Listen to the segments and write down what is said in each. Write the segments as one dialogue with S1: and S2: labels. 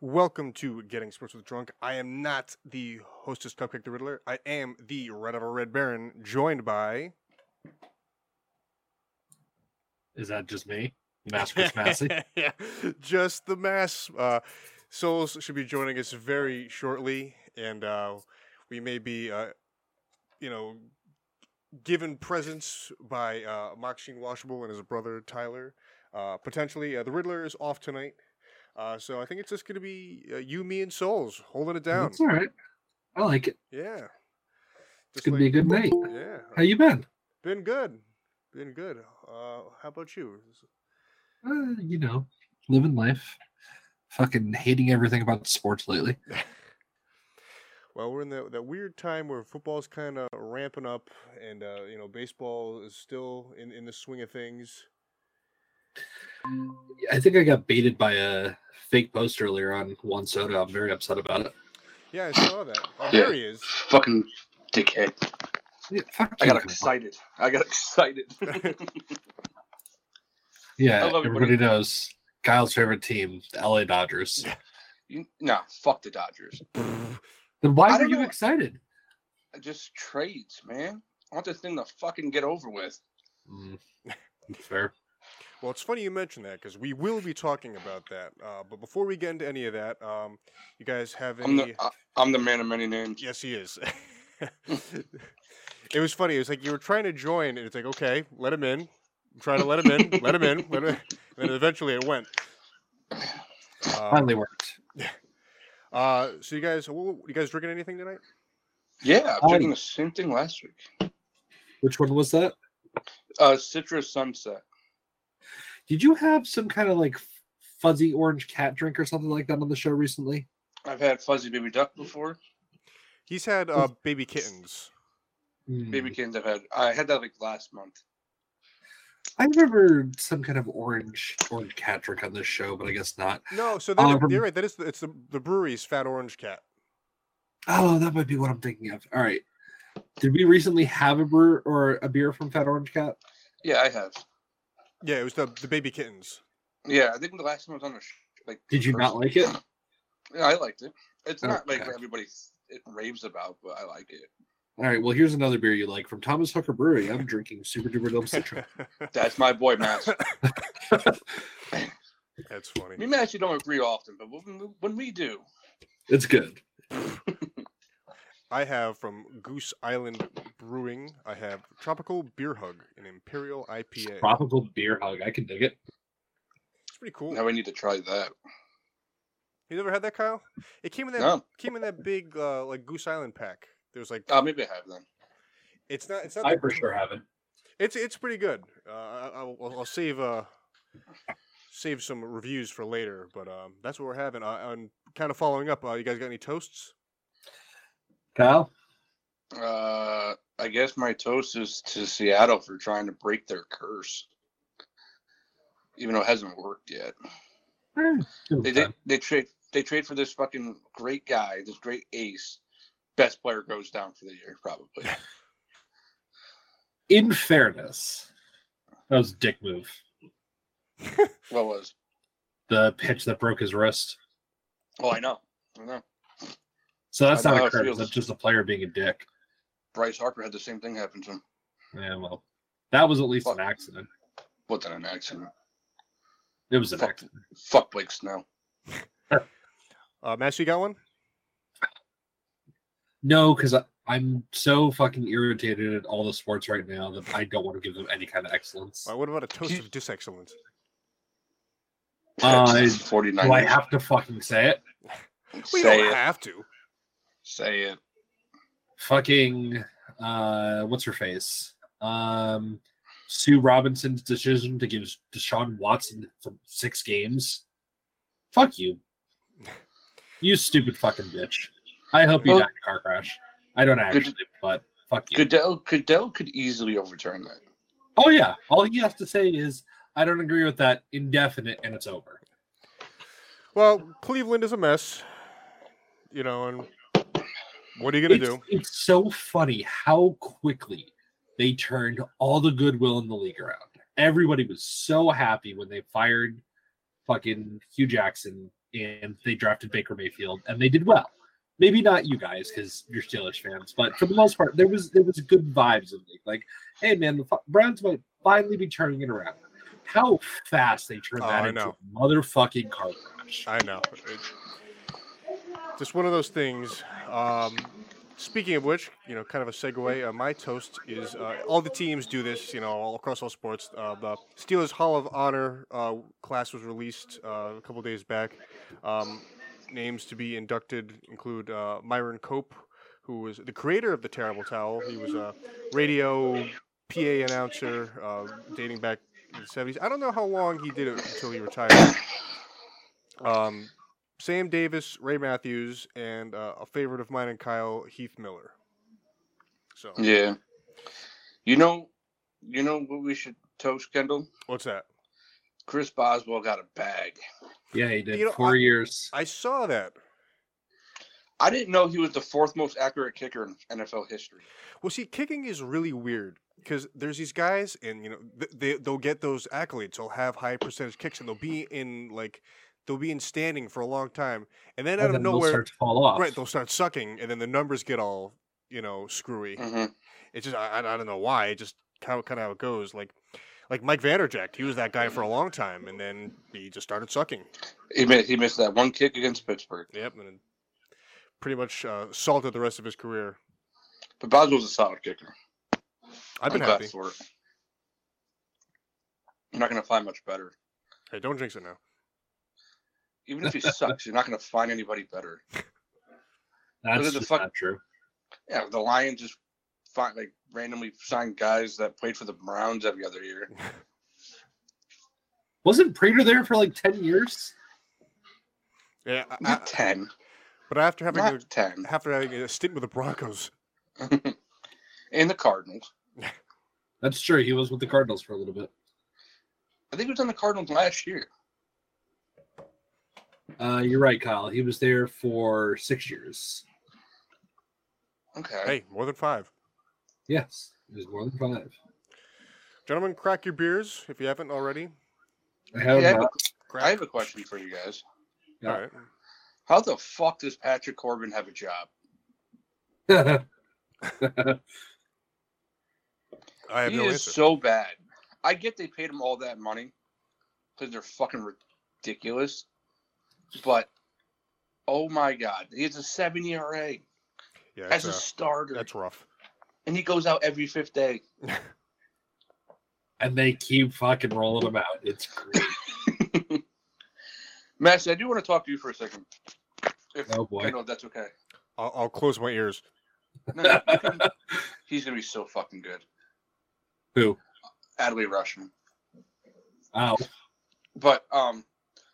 S1: Welcome to Getting Sports with Drunk. I am not the hostess Cupcake the Riddler. I am the Red of a Red Baron, joined by
S2: Is that just me? Mass Chris Massey.
S1: yeah, just the mass. Uh, Souls should be joining us very shortly, and uh, we may be, uh, you know, given presents by uh, Moxing Washable and his brother Tyler. Uh, potentially, uh, the Riddler is off tonight, uh, so I think it's just going to be uh, you, me, and Souls holding it down.
S2: That's all right. I like it.
S1: Yeah.
S2: It's
S1: Just
S2: gonna be a good night.
S1: Yeah.
S2: How you been?
S1: Been good. Been good. Uh, how about you?
S2: Uh, you know, living life. Fucking hating everything about sports lately.
S1: Well, we're in that, that weird time where football's kind of ramping up and, uh, you know, baseball is still in, in the swing of things.
S2: I think I got baited by a fake post earlier on Juan Soto. I'm very upset about it.
S1: Yeah, I saw that. Oh,
S3: Yeah.
S1: there he is.
S3: Fucking dickhead.
S2: Yeah, fuck
S3: I got
S2: you.
S3: excited. I got excited.
S2: Yeah,
S3: I love
S2: everybody.
S3: you, buddy.
S2: knows Kyle's favorite team, the LA Dodgers.
S3: You- nah, fuck the Dodgers.
S2: Then
S3: I
S2: why were
S3: don't
S2: you
S3: know.
S2: excited?
S3: Just trades, man. I want this thing to fucking get over with.
S2: Mm, fair.
S1: Well, it's funny you mention that because we will be talking about that. Uh, but before we get into any of that, um, you guys have any.
S3: I'm the I, I'm the man of many names.
S1: Yes, he is. it was funny. It was like you were trying to join, and it's like, okay, let him in. I'm trying to let him in. Let him in. Let him in. And then eventually it went. Um, Uh,
S2: Finally worked.
S1: uh, so you guys, wh- wh- you guys drinking anything tonight?
S3: Yeah, I'm
S2: Oh.
S3: drinking the same thing last week.
S2: Which one was that?
S3: Uh, Citrus Sunset.
S2: Did you have some kind of like fuzzy orange cat drink or something like that on the show recently?
S3: I've had Fuzzy Baby Duck
S2: Mm.
S3: before.
S1: He's had uh, baby kittens.
S3: Baby Kittens. I've had. I had that like last month.
S2: I remember some kind of orange orange cat drink on this show, but I guess not.
S1: No, so that,
S2: Um,
S1: you're right. That is the, it's the, the brewery's Fat Orange Cat.
S2: Oh, that might be what I'm thinking of. All right. Did we recently have a brew or a beer from Fat Orange Cat?
S3: Yeah, I have.
S1: Yeah, it was the the baby kittens.
S3: Yeah, I think the last time I was on the sh- like. the
S2: Did you
S3: first-
S2: not like it?
S3: Yeah, I liked it. It's not like
S2: Okay.
S3: what everybody it raves about, but I like it.
S2: All right. Well, here's another beer you like from Thomas Hooker Brewery. I'm drinking Super Duper Dome Citra.
S3: That's my boy, Matt.
S1: That's
S3: Me
S1: funny.
S3: and Matt, you don't agree often, but when we, when we do,
S2: It's good.
S1: I have from Goose Island Brewing. I have Tropical Beer Hug, an Imperial IPA.
S2: Tropical beer hug. I can dig it.
S1: It's pretty cool.
S3: now we need to try that.
S1: You never had that, Kyle? It came in that
S3: No.
S1: came in that big uh, like Goose Island pack. There's like
S3: Uh, maybe I have then.
S1: it's not it's not
S2: I
S1: the-
S2: for sure have it.
S1: it's it's pretty good. Uh, I, I'll, I'll I'll save uh save some reviews for later, but um that's what we're having. Uh, and kind of following up, uh, you guys got any toasts?
S2: Kyle?
S3: Uh, I guess my toast is to Seattle for trying to break their curse, even though it hasn't worked yet.
S2: Eh, good
S3: They
S2: with
S3: they,
S2: that.
S3: they trade they trade for this fucking great guy, this great ace. Best player goes down for the year, probably.
S2: In fairness, that was a dick move.
S3: what was?
S2: The pitch that broke his wrist.
S3: Oh, I know. I know.
S2: So that's
S3: I know
S2: not
S3: how
S2: a
S3: it
S2: curse.
S3: feels.
S2: That's just a player being a dick.
S3: Bryce Harper had the same thing happen to him.
S2: Yeah, well, that was at least an
S3: Fuck.
S2: accident.
S3: Wasn't an accident.
S2: It was an
S3: Fuck.
S2: accident.
S3: Fuck Blake Snow.
S1: Uh, Mass, you got one?
S2: No, because I'm so fucking irritated at all the sports right now that I don't want to give them any kind of excellence.
S1: Uh, what about a toast of disexcellence?
S2: Uh,
S3: Forty nine.
S2: Do I have to fucking say it?
S1: We
S3: Say
S1: don't
S3: it.
S1: have to.
S3: Say it.
S2: Fucking, uh, what's her face? Um, Sue Robinson's decision to give Deshaun Watson th- six games Fuck you. You stupid fucking bitch. I hope you
S3: Well-
S2: die in a car crash. I don't actually, but fuck you.
S3: Goodell, Goodell could easily overturn that.
S2: Oh yeah. All you have to say is I don't agree with that indefinite and it's over.
S1: Well, Cleveland is a mess, you know, and what are you going to
S2: it's,
S1: do?
S2: it's so funny how quickly they turned all the goodwill in the league around. Everybody was so happy when they fired fucking Hugh Jackson and they drafted Baker Mayfield and they did well. Maybe not you guys because you're Steelers fans, but for the most part, there was there was good vibes in the league. Like, hey man, the F- Browns might finally be turning it around. How fast they turned
S1: Oh,
S2: that
S1: I
S2: into
S1: know.
S2: a motherfucking car crash.
S1: I know. It's just one of those things. Um, speaking of which, you know, kind of a segue. Uh, my toast is uh, all the teams do this, you know, all across all sports. Uh, the Steelers Hall of Honor uh, class was released uh, a couple days back. Um, names to be inducted include uh, Myron Cope, who was the creator of the Terrible Towel. He was a radio PA announcer uh, dating back in the 70s. I don't know how long he did it until he retired. Um, Sam Davis, Ray Matthews, and uh, a favorite of mine and Kyle, Heath Miller. So,
S3: Yeah. You know, you know what we should toast, Kendall?
S1: what's that?
S3: Chris Boswell got a bag.
S2: Yeah, he did
S1: You know,
S2: four
S1: I-
S2: years.
S1: I saw that.
S3: I didn't know he was the fourth most accurate kicker in NFL history.
S1: Well, see, kicking is really weird because there's these guys, and you know, th- they they'll get those accolades. They'll have high percentage kicks, and they'll be in like they'll be in standing for a long time, and then out
S2: And
S1: of
S2: then they'll
S1: nowhere,
S2: start to fall off.
S1: right? They'll start sucking, and then the numbers get all you know screwy.
S3: hmm
S1: It's just I, I I don't know why. It just kind of kind of how it goes. Like like Mike Vanderjagt, he was that guy for a long time, and then he just started sucking.
S3: He missed, he missed that one kick against Pittsburgh.
S1: Yep, and pretty much uh, salted the rest of his career.
S3: But Boswell's a solid kicker.
S1: I've been
S3: I'm glad
S1: happy.
S3: for it. You're not going to find much better.
S1: Hey, don't jinx it now.
S3: Even if he sucks, you're not going to find anybody better.
S2: That's
S3: Those are the
S2: just
S3: fuck-
S2: not true.
S3: Yeah, the Lions just find like randomly signed guys that played for the Browns every other year.
S2: Wasn't Prater there for like 10 years?
S1: Yeah, I, I,
S3: Not ten.
S1: but after having
S3: Not
S1: a,
S3: ten.
S1: after having a stint with the Broncos,
S3: and the Cardinals.
S2: That's true. He was with the Cardinals for a little bit.
S3: I think he was on the Cardinals last year.
S2: Uh, you're right, Kyle. He was there for six years.
S3: Okay.
S1: hey, more than five.
S2: Yes, it was more than five.
S1: Gentlemen, crack your beers if you haven't already.
S2: I have
S3: Yeah,
S2: not-
S1: Crack.
S3: I have a question for you guys.
S1: All right.
S3: How the fuck does Patrick Corbin have a job?
S1: I have
S3: he
S1: no
S3: is
S1: answer.
S3: so bad. I get they paid him all that money because they're fucking ridiculous, but oh my god, he has a seven ERA
S1: yeah,
S3: as
S1: that's,
S3: a
S1: uh,
S3: starter,
S1: that's rough.
S3: and he goes out every fifth day.
S2: and they keep fucking rolling them out. It's great.
S3: Massey, I do want to talk to you for a second. If
S2: Oh boy.
S3: Kendall, that's okay.
S1: I'll, I'll close my ears.
S3: No, no, you can- he's gonna be so fucking good.
S2: Who?
S3: Adley Rushman.
S2: Oh,
S3: But um,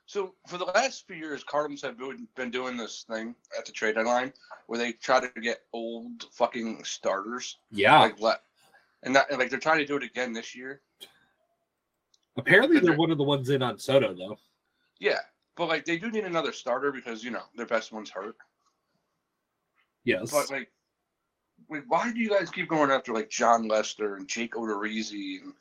S3: so for the last few years, Cardinals have been- been doing this thing at the trade deadline where they try to get old fucking starters,
S2: yeah.
S3: like let, and, that, and like they're trying to do it again this year.
S2: Apparently, they're one of the ones in on Soto, though.
S3: Yeah, but like they do need another starter because you know their best one's hurt.
S2: Yes.
S3: But like, like why do you guys keep going after like John Lester and Jake Odorizzi? And,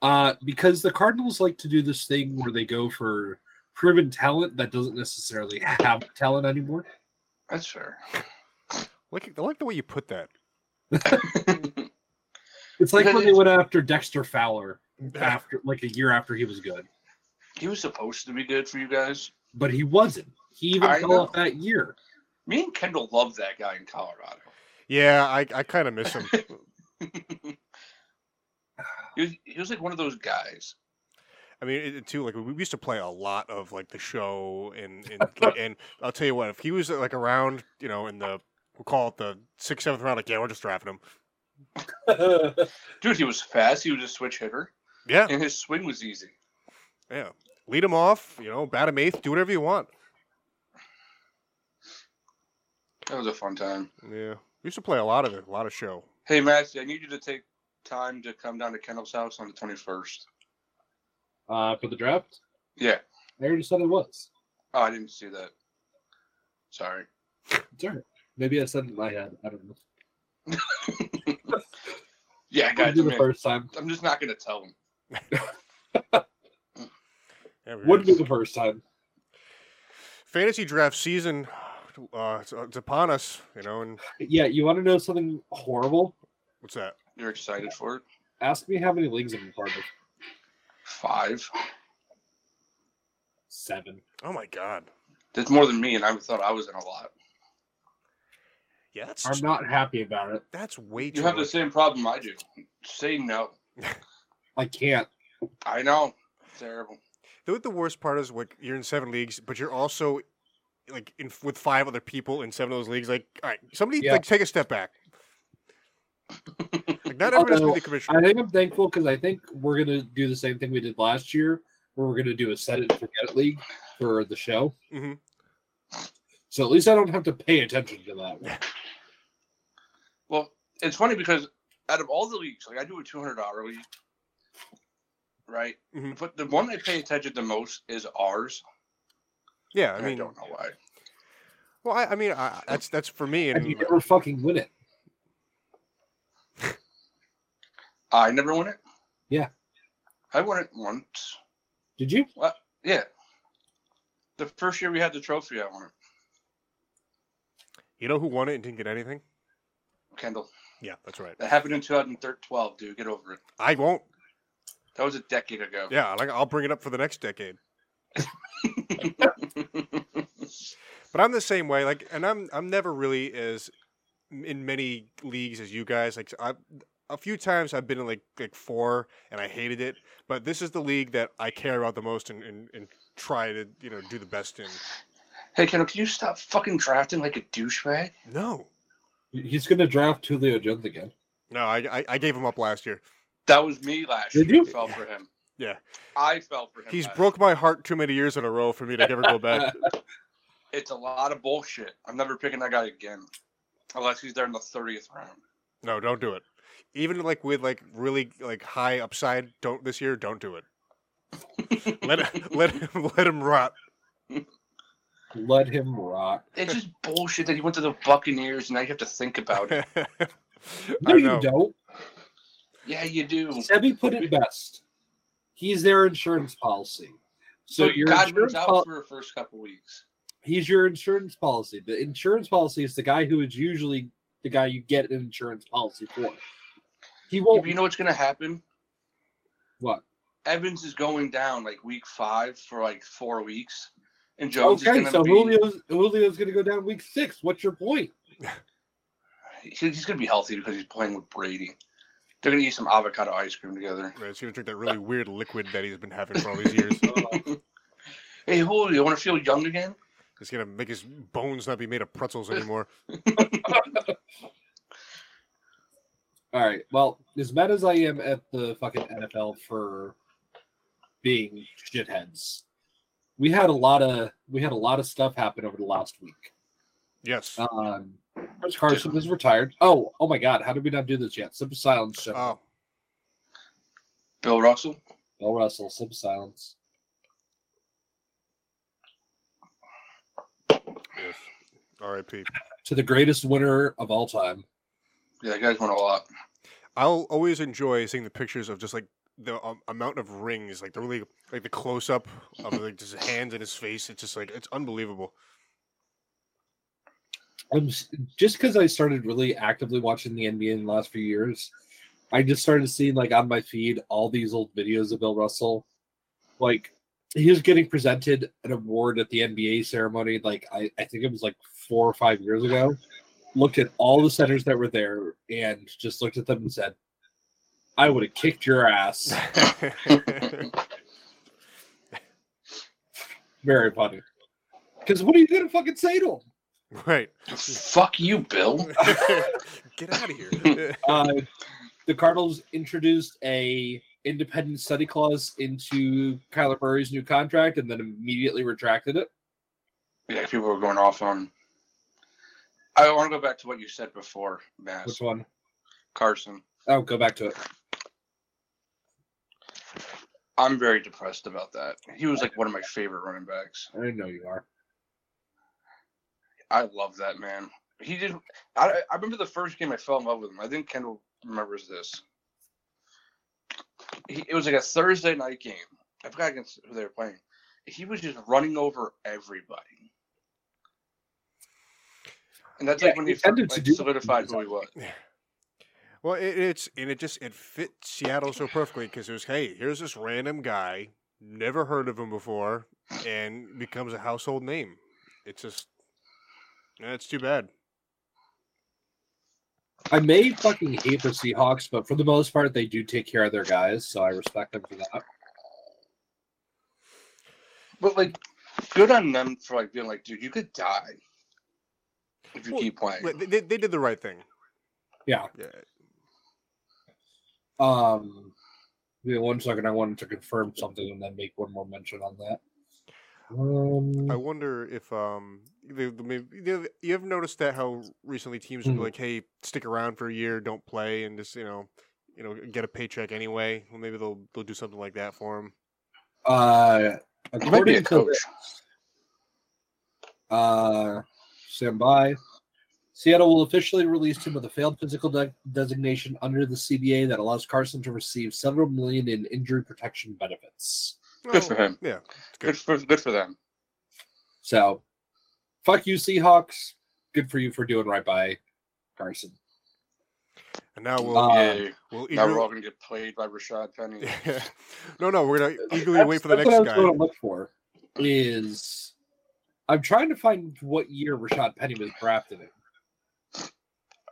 S2: Uh, because the Cardinals like to do this thing where they go for proven talent that doesn't necessarily have talent anymore.
S3: that's fair.
S1: Like, I like the way you put that.
S2: It's like when they went after Dexter Fowler after like a year after he was good,
S3: he was supposed to be good for you guys.
S2: but he wasn't. He even
S3: I
S2: fell
S3: know.
S2: off that year.
S3: Me and Kendall loved that guy in Colorado.
S1: Yeah, I, I kind of miss him.
S3: He was, he was like one of those guys.
S1: I mean, it, it too, like we we used to play a lot of like the show, and and, like, and I'll tell you what, if he was like around, you know, in the we'll call it the sixth, seventh round, like yeah, we're just drafting him.
S2: I Uh,
S3: Dude, he was fast. He was a switch hitter,
S1: Yeah,
S3: and his swing was easy.
S1: yeah. lead him off. You know, bat him eighth. Do whatever you want.
S3: That was a fun time.
S1: Yeah, we used to play a lot of it, a lot of show.
S3: Hey, Maxie, I need you to take time to come down to Kendall's house on the 21st.
S2: Uh, for the draft,
S3: Yeah.
S2: I already said it was.
S3: Oh, I didn't see that. Sorry.
S2: It's all right. Maybe I said it in my head. I don't know.
S3: Yeah,
S2: We'll
S3: guys.
S2: do
S3: I'm,
S2: the
S3: in.
S2: first time.
S3: I'm just not going to tell him.
S1: Yeah, we
S2: Would
S1: were-
S2: be the first time.
S1: fantasy draft season uh, it's, it's upon us, you know. And
S2: Yeah, you want to know something horrible?
S1: what's that?
S3: You're excited for it?
S2: Ask me how many leagues I'm a part of.
S3: Five.
S2: Seven.
S1: Oh my god!
S3: That's more than me, and I thought I was in a lot.
S1: Yeah, that's
S2: I'm not happy about it.
S1: that's way too.
S3: You have the
S1: much.
S3: same problem I do. Say no.
S2: I can't.
S3: I know. Terrible.
S1: The, the worst part is like you're in seven leagues, but you're also like in with five other people in seven of those leagues. Like, all right, somebody
S2: Yeah.
S1: like take a step back. like not everyone has to be
S2: Although,
S1: the commissioner.
S2: I think I'm thankful because I think we're gonna do the same thing we did last year, where we're gonna do a set it and forget it league for the show.
S1: Mhm.
S2: So at least I don't have to pay attention to that. one.
S3: Well, it's funny because out of all the leagues, like I do a two hundred dollar league, right?
S1: Mhm.
S3: But the one I pay attention to most is ours.
S1: Yeah, I
S3: I, mean, I
S1: mean,
S3: don't know why.
S1: well, I, I mean, I, I- that's that's for me.
S2: And you
S1: And
S2: never fucking win it.
S3: I never won it.
S2: Yeah.
S3: I won it once.
S2: Did you?
S3: Yeah, the first year we had the trophy, I won it.
S1: you know who won it and didn't get anything?
S3: Kendall,
S1: Yeah, that's right.
S3: that happened in 2012, dude. Get over it.
S1: I won't.
S3: That was a decade ago.
S1: Yeah, like I'll bring it up for the next decade. But I'm the same way. Like, and I'm I'm never really as in many leagues as you guys. Like, I a few times I've been in like like four, and I hated it. But this is the league that I care about the most, and and, and try to you know do the best in.
S3: hey, Kendall, can you stop fucking drafting like a douchebag?
S1: No,
S2: He's gonna draft Julio Jones again.
S1: no, I I, I gave him up last year.
S3: That was me last year.
S2: Did you?
S3: I fell for him.
S1: Yeah.
S3: I fell for him.
S1: He's
S3: last
S1: broke my heart too many years in a row for me to ever go back.
S3: It's a lot of bullshit. I'm never picking that guy again, unless he's there in the thirtieth round.
S1: No, don't do it. Even like with like really like high upside, don't this year. Don't do it. let let him let him rot.
S2: Let him rock.
S3: It's just bullshit that he went to the Buccaneers, and now you have to think about it.
S2: No,
S1: I
S2: you
S1: know.
S2: don't.
S3: Yeah, you do.
S2: Sebby put it best. He's their insurance policy. So
S3: But
S2: your insurance
S3: Godwin's out
S2: pol-
S3: for the first couple weeks.
S2: he's your insurance policy. The insurance policy is the guy who is usually the guy you get an insurance policy for. He won't.
S3: You know what's gonna happen?
S2: Oh. what?
S3: Evans is going down like week five for like four weeks, and Jones
S2: Okay,
S3: is
S2: so
S3: gonna be
S2: Julio's Julio's going to go down week six. What's your point?
S3: he- he's gonna be healthy because he's playing with Brady. They're gonna eat some avocado ice cream together.
S1: Right, he's gonna drink that really weird liquid that he's been having for all these years.
S3: Hey, Julio, you want to feel young again?
S1: It's gonna make his bones not be made of pretzels anymore.
S2: All right. Well, as mad as I am at the fucking NFL for being shitheads, we had a lot of we had a lot of stuff happen over the last week.
S1: Yes.
S2: Um, Chris Carson is retired. Oh, oh my God! How did we not do this yet? Simple silence. Show.
S1: Oh,
S3: Bill Russell.
S2: Bill Russell. Simple silence.
S1: yes. R.I.P.
S2: to the greatest winner of all time.
S3: Yeah, that guy's won a lot.
S1: I'll always enjoy seeing the pictures of just like the um, amount of rings, like the really like the close up of like just his hands and his face. It's just like it's unbelievable.
S2: I'm s- just because I started really actively watching the NBA in the last few years, I just started seeing like on my feed all these old videos of Bill Russell. Like he was getting presented an award at the NBA ceremony, like I, I think it was like four or five years ago. Looked at all the centers that were there and just looked at them and said, I would have kicked your ass. Very funny. Because what are you going to fucking say to him?
S1: right.
S3: Fuck you, Bill.
S1: Get out of here.
S2: uh, the Cardinals introduced a independent study clause into Kyler Murray's new contract and then immediately retracted it?
S3: Yeah, people were going off on. I want to go back to what you said before,
S2: Which
S3: Mass
S2: one?
S3: Carson.
S2: Oh, go back to it.
S3: I'm very depressed about that. He was like one of my favorite running backs.
S2: I know you are.
S3: I love that man. He did. I I remember the first game I fell in love with him. I think Kendall remembers this. He, it was like a Thursday night game. I forgot against who they were playing. He was just running over everybody. And that's
S2: Yeah,
S3: like when
S2: he
S3: he first,
S2: tended to
S3: like,
S2: do-
S3: solidified who he was.
S1: Well, it, it's and it just it fit Seattle so perfectly because it was hey, here's this random guy, never heard of him before, and becomes a household name. It's just that's too bad.
S2: I may fucking hate the Seahawks, but for the most part, they do take care of their guys, so I respect them for that.
S3: But like, good on them for like being like, dude, you could die if you
S1: Well,
S3: keep playing.
S1: Like, They, they, they did the right thing.
S2: Yeah.
S1: Yeah.
S2: Um, give me one second. I wanted to confirm something and then make one more mention on that.
S1: I
S2: Um,
S1: wonder if um they, they may- you you ever noticed that how recently teams
S2: Hmm.
S1: were like, hey, stick around for a year, don't play, and just you know, you know, get a paycheck anyway. Well, maybe they'll they'll do something like that for him.
S2: uh,
S3: you might be a
S2: according to
S3: coach.
S2: Uh, stand by. Seattle will officially release him with a failed physical de- designation under the CBA that allows Carson to receive several million in injury protection benefits.
S3: Good for him.
S1: Yeah.
S3: Good for good for them.
S2: So, fuck you, Seahawks. Good for you for doing right by Carson.
S1: And now we'll
S2: Uh,
S3: Yeah.
S1: we'll
S3: Now we're
S1: eagerly-
S3: all gonna get played by Rashad Penny.
S1: no, no, we're gonna eagerly
S2: That's-
S1: wait for the
S2: that's
S1: next
S2: what I was
S1: guy.
S2: going to look for is I'm trying to find what year Rashad Penny was drafted in.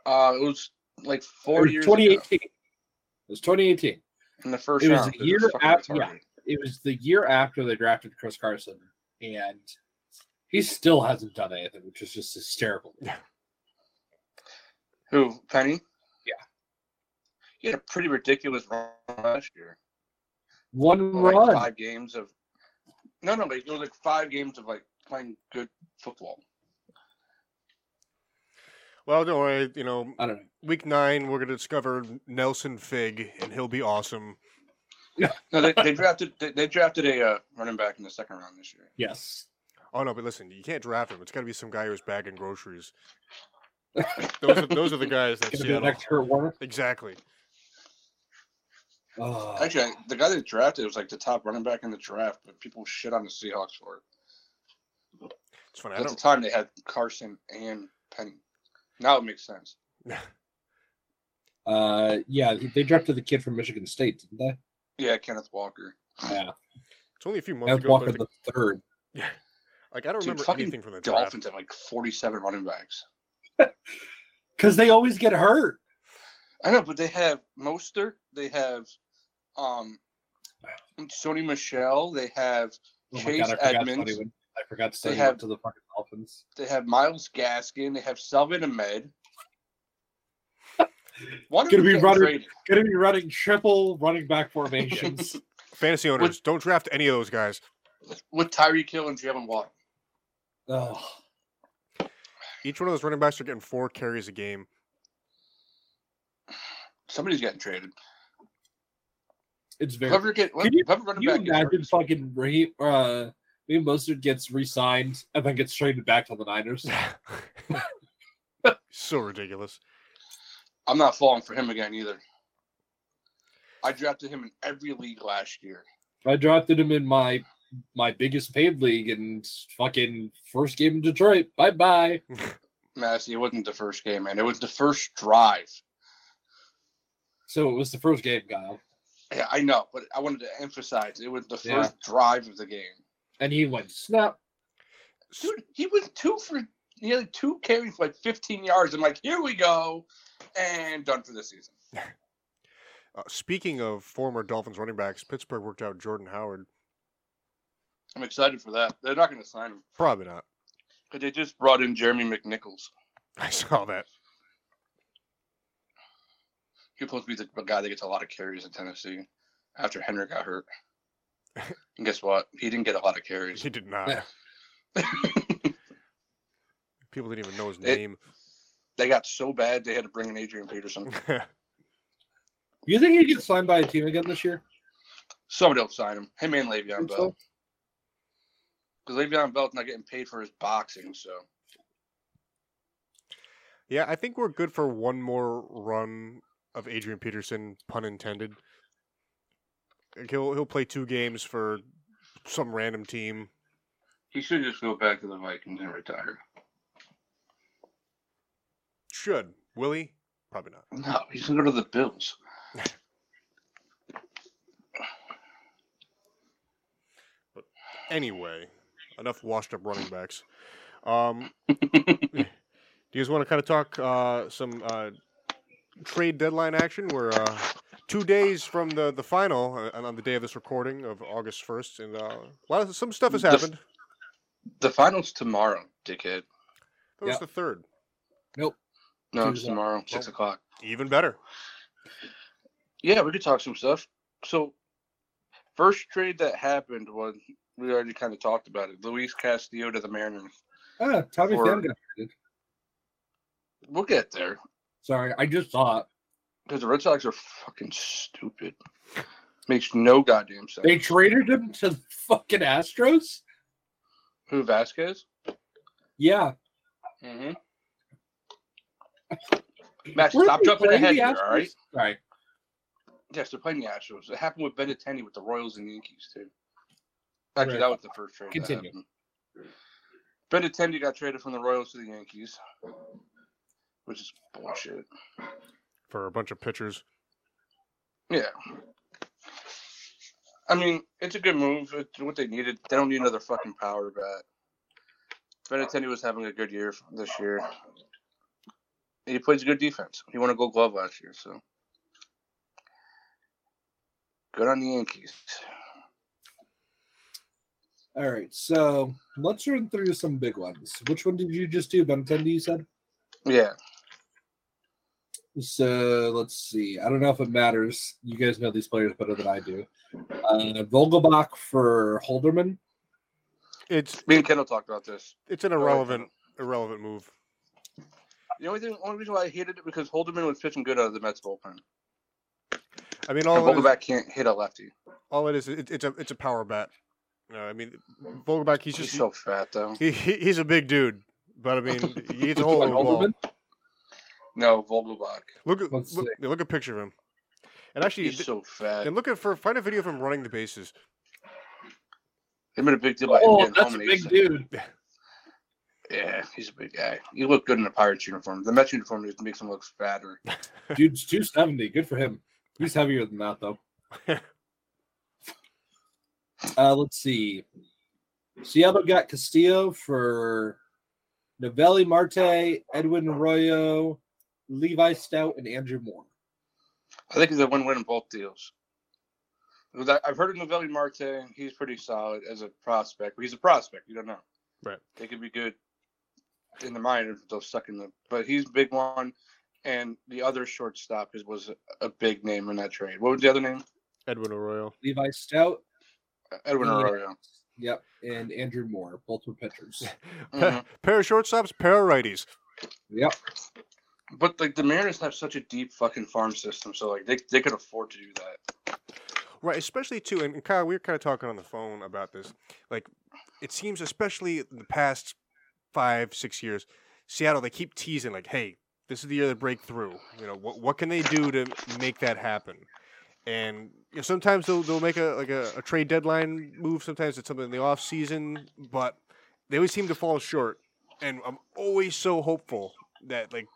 S3: Uh, it was like
S2: It
S3: four
S2: was
S3: years. ago
S2: 2018. It was 2018.
S3: in the first
S2: it was
S3: round.
S2: a
S3: It was
S2: year
S3: fucking
S2: after-
S3: retarded.
S2: it was the year after they drafted Chris Carson, and he still hasn't done anything, which is just hysterical.
S3: Who Penny?
S2: Yeah.
S3: He had a pretty ridiculous run last year.
S2: One
S3: Like
S2: run.
S3: five games of. No, no, like it was like five games of like playing good football.
S1: Well, don't worry. You know,
S2: I don't know.
S1: week nine, we're gonna discover Nelson Fig, and he'll be awesome.
S3: No, they, they drafted they, they drafted a uh, running back in the second round this year.
S2: Yes.
S1: Oh no, but listen, you can't draft him. It's gotta be some guy who's bagging groceries. those are those are the guys that
S2: Gonna be the
S1: Seattle.
S2: next Kurt Warner.
S1: Exactly.
S2: Oh,
S3: Actually, I- the guy they drafted was like the top running back in the draft, but people shit on the Seahawks for it.
S1: It's funny. I
S3: At the
S1: don't.
S3: time, they had Carson and Penny. Now it makes sense.
S2: uh, yeah, they drafted the kid from Michigan State, didn't they?
S3: Yeah, Kenneth Walker.
S2: Yeah,
S1: It's only a few months
S2: that's
S1: ago.
S2: Walker
S1: But
S2: the third.
S1: like, I don't
S3: Dude,
S1: remember
S3: fucking
S1: anything from the draft.
S3: Dolphins have like 47 running backs.
S2: Because they always get hurt.
S3: I know, but they have Mostert. They have um, Sony Michelle. They have
S2: Oh my
S3: Chase
S2: god, I forgot.
S3: Edmonds.
S2: Sonny went- I forgot Sonny
S3: They have-
S2: went to the fucking Dolphins.
S3: they have Miles Gaskin. They have Selvin Ahmed. One of
S2: Gonna be
S3: them getting
S2: running-
S3: traded.
S2: Gonna be running triple running back formations.
S1: Fantasy owners, don't draft any of those guys.
S3: with Tyreek Hill and Jalen Waddle.
S2: oh,
S1: Each one of those running backs are getting four carries a game.
S3: Somebody's getting traded.
S2: it's very
S3: Whoever get
S2: Can you-
S3: whoever running
S2: you
S3: back gets
S2: imagine
S3: traded.
S2: fucking Raheem, uh, Raheem Mostert gets re-signed and then gets traded back to the Niners?
S1: so ridiculous.
S3: I'm not falling for him again either. I drafted him in every league last year.
S2: I drafted him in my my biggest paid league and fucking first game in Detroit. Bye bye.
S3: Massey, it wasn't the first game, man. It was the first drive.
S2: So it was the first game, Kyle,
S3: Yeah, I know, but I wanted to emphasize it was the first
S2: Yeah.
S3: drive of the game.
S2: and he went snap.
S3: Dude, he was two for he had two carries for like 15 yards. I'm like, here we go, and done for the season.
S1: Uh, speaking of former Dolphins running backs, Pittsburgh worked out Jordan Howard.
S3: I'm excited for that. They're not going to sign him
S1: Probably not.
S3: because they just brought in Jeremy McNichols.
S1: I saw that.
S3: He's supposed to be the guy that gets a lot of carries in Tennessee. after Henry got hurt. And guess what? He didn't get a lot of carries.
S1: He did not.
S3: Yeah.
S1: People didn't even know his
S3: It-
S1: name.
S3: they got so bad they had to bring in Adrian Peterson.
S2: You think he gets signed by a team again this year?
S3: Somebody will sign him. Him and Le'Veon
S2: Think
S3: Bell.
S2: so?
S3: Because Le'Veon Bell's not getting paid for his boxing, so
S1: yeah, I think we're good for one more run of Adrian Peterson, pun intended. Like, He'll he'll play two games for some random team.
S3: he should just go back to the Vikings and retire.
S1: Should will he? Probably not.
S3: No, he's gonna go to the Bills.
S1: Anyway, enough washed up running backs. Um, do you guys want to kind of talk uh, some uh, trade deadline action? We're uh, two days from the the final uh, and on the day of this recording of August first, and uh, a lot of some stuff has
S3: The f-
S1: happened.
S3: The finals tomorrow, dickhead.
S1: That was
S2: Yeah.
S1: the third.
S3: No, it's
S2: Tuesday.
S3: tomorrow, six
S1: Well-
S3: o'clock.
S1: Even better.
S3: Yeah, we could talk some stuff. So, first trade that happened was we already kind of talked about it. Luis Castillo to the Mariners.
S2: Ah, Tommy
S3: Or-
S2: Pham got traded.
S3: We'll get there
S2: Sorry, I just saw it.
S3: because the Red Sox are fucking stupid. Makes no goddamn sense.
S2: They traded him to the fucking Astros?
S3: Who Vasquez?
S2: Yeah.
S3: Mm-hmm. Matt,
S2: Weren't
S3: stop
S2: they
S3: jumping
S2: playing
S3: ahead
S2: the
S3: here,
S2: Astros?
S3: all right?
S2: Sorry.
S3: Yes, they're playing the Astros. It happened with Benatendi with the Royals and Yankees too. Actually,
S2: Right.
S3: that was the first trade.
S2: Continue.
S3: That happened. Benatendi got traded from the Royals to the Yankees, which is bullshit.
S1: for a bunch of pitchers.
S3: Yeah. I mean, it's a good move. It's what they needed. They don't need another fucking power bat. Benatendi was having a good year this year. He plays good defense. He won a gold glove last year, so good on the Yankees.
S2: All right. So let's run through some big ones. Which one did you just do, Benintendi, you said?
S3: Yeah.
S2: So let's see. I don't know if it matters. You guys know these players better than I do. Uh, Vogelbach for Holderman.
S1: It's
S3: Me and Kendall talked about this.
S1: it's an irrelevant irrelevant move.
S3: The only thing, only reason why I hated it because Holderman was pitching good out of the Mets bullpen.
S1: I mean,
S3: And
S1: all Oh, it is,
S3: Vogelback can't hit a lefty.
S1: all it is it, it's a it's a power bat. No, I mean, Vogelback he's
S3: He's
S1: just
S3: so fat though.
S1: he, he he's a big dude, but I mean he gets a hold of the ball.
S2: Holderman?
S3: No, Vogelback.
S1: Look at
S2: Let's
S1: look, yeah, look at a picture of him, and actually
S3: He's so fat.
S1: and look at for find a video of him running the bases.
S3: They made a big deal about him
S2: Oh,
S3: getting
S2: that's
S3: home
S2: a
S3: and
S2: big
S3: he's-
S2: dude.
S3: Yeah, he's a big guy. He looked good in a Pirates uniform. The Mets uniform just makes him look fatter.
S2: Dude's 270. Good for him. He's heavier than that, though. uh, let's see. Seattle got Castillo for Novelli Marte, Edwin Arroyo, Levi Stout, and Andrew Moore.
S3: I think he's a win-win in both deals. Because I- I've heard of Novelli Marte. He's pretty solid as a prospect. But he's a prospect. You don't know.
S1: Right.
S3: They could be good in the minors. but They'll suck in the. But he's a big one, and the other shortstop is, was a big name in that trade. What was the other name?
S1: Edwin Arroyo.
S2: Levi Stout.
S3: Edwin
S2: Yeah.
S3: Arroyo.
S2: Yep. And Andrew Moore. Both were pitchers.
S3: Mhm.
S1: Pair of shortstops, pair of righties.
S2: Yep.
S3: But like the Mariners have such a deep fucking farm system, so like they they could afford to do that.
S1: Right, especially too, and and Kyle, we were kind of talking on the phone about this. Like, it seems, especially in the past five, six years, Seattle they keep teasing like, "Hey, this is the year they break through." You know, what what can they do to make that happen? And you know, sometimes they'll they'll make a like a, a trade deadline move. Sometimes it's something in the off season, but they always seem to fall short. And I'm always so hopeful that like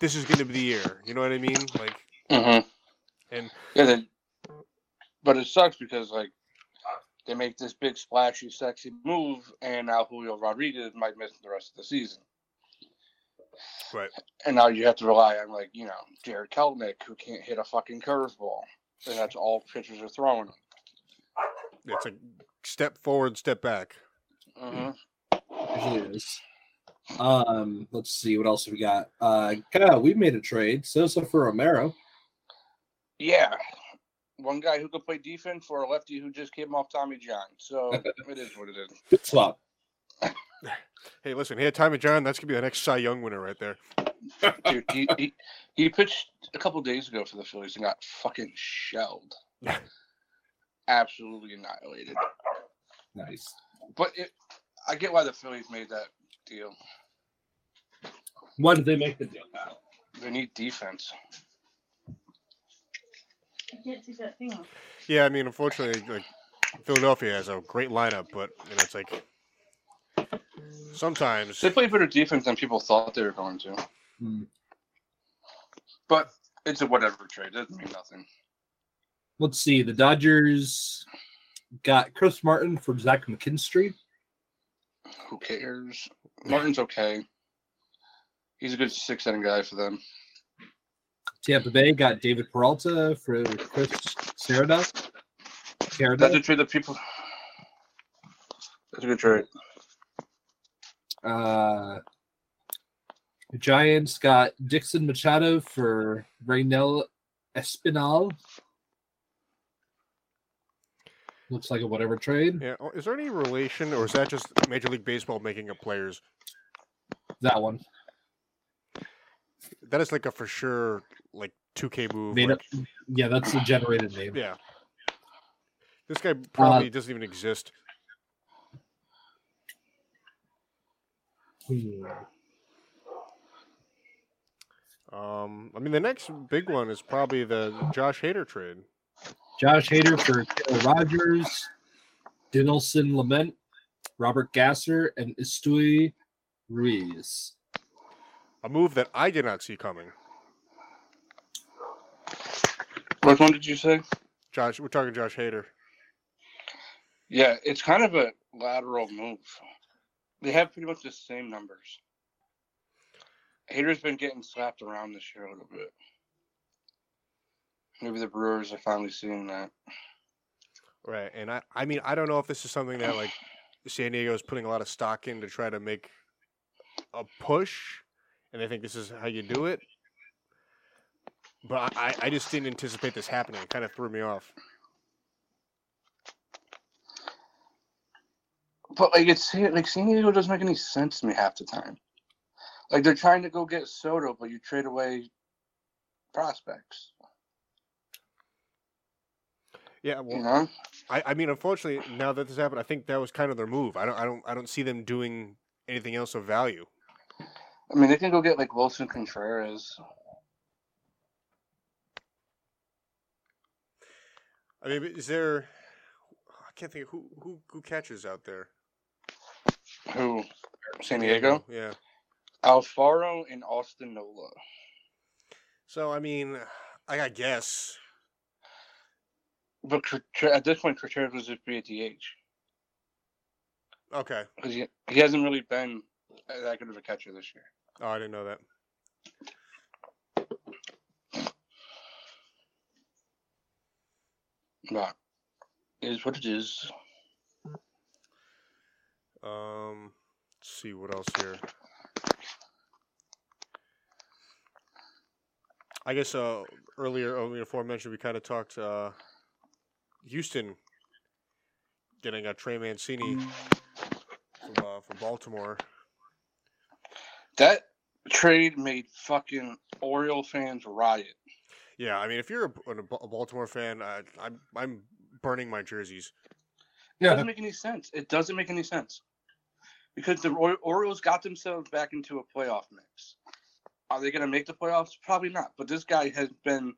S1: this is going to be the year. You know what I mean? Like,
S3: Mm-hmm.
S1: And-
S3: yeah, then, but it sucks because like they make this big splashy, sexy move, and now Julio Rodriguez might miss the rest of the season.
S1: Right.
S3: And now you have to rely on like you know Jared Kelnick, who can't hit a fucking curveball, and that's all pitchers are throwing. him.
S1: it's a step forward, step back. Mm-hmm.
S3: Mhm.
S2: Usually it is. Um, let's see what else we got. Uh Kyle, we made a trade. Sosa for Romero.
S3: Yeah, one guy who could play defense for a lefty who just came off Tommy John. So it is what it is.
S2: Flip flop.
S1: Hey, listen, he had Tommy John. That's gonna be the next Cy Young winner right there.
S3: Dude, he, he, he pitched a couple days ago for the Phillies and got fucking shelled. Absolutely annihilated.
S2: Nice.
S3: But it, I get why the Phillies made that deal.
S2: Why did they make the deal?
S3: They need defense.
S4: I can't take that thing off.
S1: Yeah, I mean, unfortunately, like Philadelphia has a great lineup, but you know, it's like sometimes
S3: They play better defense than people thought they were going to.
S2: Hmm.
S3: But it's a whatever trade. It doesn't mean nothing.
S2: Let's see. The Dodgers got Chris Martin for Zach McKinstry.
S3: Who cares? Martin's okay. He's a good six inning guy for them.
S2: Tampa Bay got David Peralta for Chris Serada.
S3: That's
S2: Serada.
S3: a trade that people. That's a good trade.
S2: Uh, the Giants got Dixon Machado for Raynell Espinal. Looks like a whatever trade.
S1: Yeah, oh, is there any relation, or is that just Major League Baseball making up players?
S2: That one
S1: That is like a for sure like 2K move.
S2: made
S1: like-
S2: up. Yeah, that's a generated name.
S1: Yeah. This
S2: Uh,
S1: guy probably doesn't even exist.
S2: Hmm.
S1: Um, I mean, the next big one is probably the Josh Hader trade.
S2: Josh Hader for Taylor Rogers, Dinelson Lament, Robert Gasser, and Istui Ruiz.
S1: A move that I did not see coming.
S3: Which one did you say?
S1: Josh, we're talking Josh Hader.
S3: Yeah, it's kind of a lateral move. They have pretty much the same numbers. Hater's been getting slapped around this year a little bit. Maybe the Brewers are finally seeing that.
S1: Right. And I, I mean, I don't know if this is something that like San Diego is putting a lot of stock in to try to make a push, and they think this is how you do it. But I, I- I just didn't anticipate this happening. It kind of threw me off.
S3: But like it's like San Diego doesn't make any sense to me half the time. Like they're trying to go get Soto, but you trade away prospects.
S1: Yeah.
S3: You
S1: Well,
S3: know?
S1: I, I mean, unfortunately, now that this happened, I think that was kind of their move. I don't, I don't, I don't see them doing anything else of value.
S3: I mean they can go get like Wilson Contreras.
S1: I mean, is there? I can't think of who who who catches out there.
S3: Who? San Diego?
S1: Yeah.
S3: Alfaro and Austin Nola.
S1: So I mean, I, I guess.
S3: But Contr- at this point Contreras would just be a DH.
S1: Okay.
S3: because he, he hasn't really been that good of a catcher this year.
S1: Oh, I didn't know that.
S3: But it is what it is.
S1: Um, let's see what else here. I guess uh earlier, oh, before mentioned, we kind of talked uh Houston getting a Trey Mancini from uh, from Baltimore.
S3: That trade made fucking Oriole fans riot.
S1: Yeah, I mean, if you're a, a Ba- Baltimore fan, I, I'm I'm burning my jerseys.
S3: It doesn't make any sense. It doesn't make any sense because the Ori- Orioles got themselves back into a playoff mix. Are they going to make the playoffs? Probably not. But this guy has been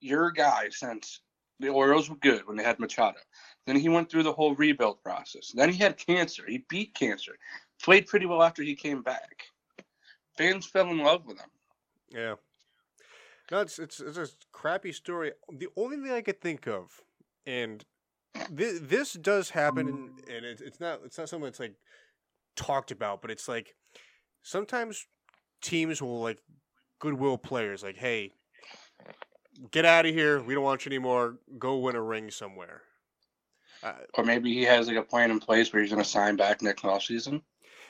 S3: your guy since the Orioles were good when they had Machado. Then he went through the whole rebuild process. Then he had cancer. He beat cancer. Played pretty well after he came back. Fans fell in love with him.
S1: Yeah. No, it's it's it's a crappy story. The only thing I could think of, and this this does happen, and, and it's it's not it's not something that's like talked about, but it's like sometimes teams will like goodwill players, like, hey, get out of here, we don't want you anymore, go win a ring somewhere.
S3: Or maybe he has like a plan in place where he's going to sign back next offseason.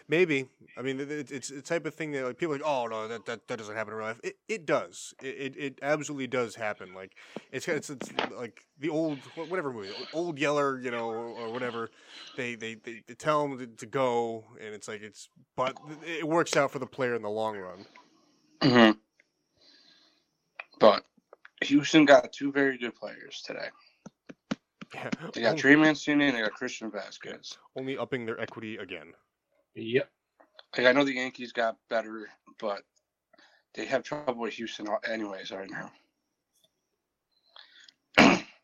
S1: Maybe. I mean, it- it, it's the type of thing that like people are like, oh no, that, that, that doesn't happen in real life. It, it does. It, it it absolutely does happen. Like it's it's, it's like the old wh- whatever movie, Old Yeller, you know, or, or whatever. They they, they they tell him to, to go, and it's like it's but it works out for the player in the long run.
S3: Mm-hmm. But Houston got two very good players today.
S1: Yeah.
S3: They got
S1: on-
S3: Trey Mancini and they got Christian Vasquez.
S1: Only upping their equity again.
S2: Yep.
S3: Like I know the Yankees got better, but they have trouble with Houston anyways right now.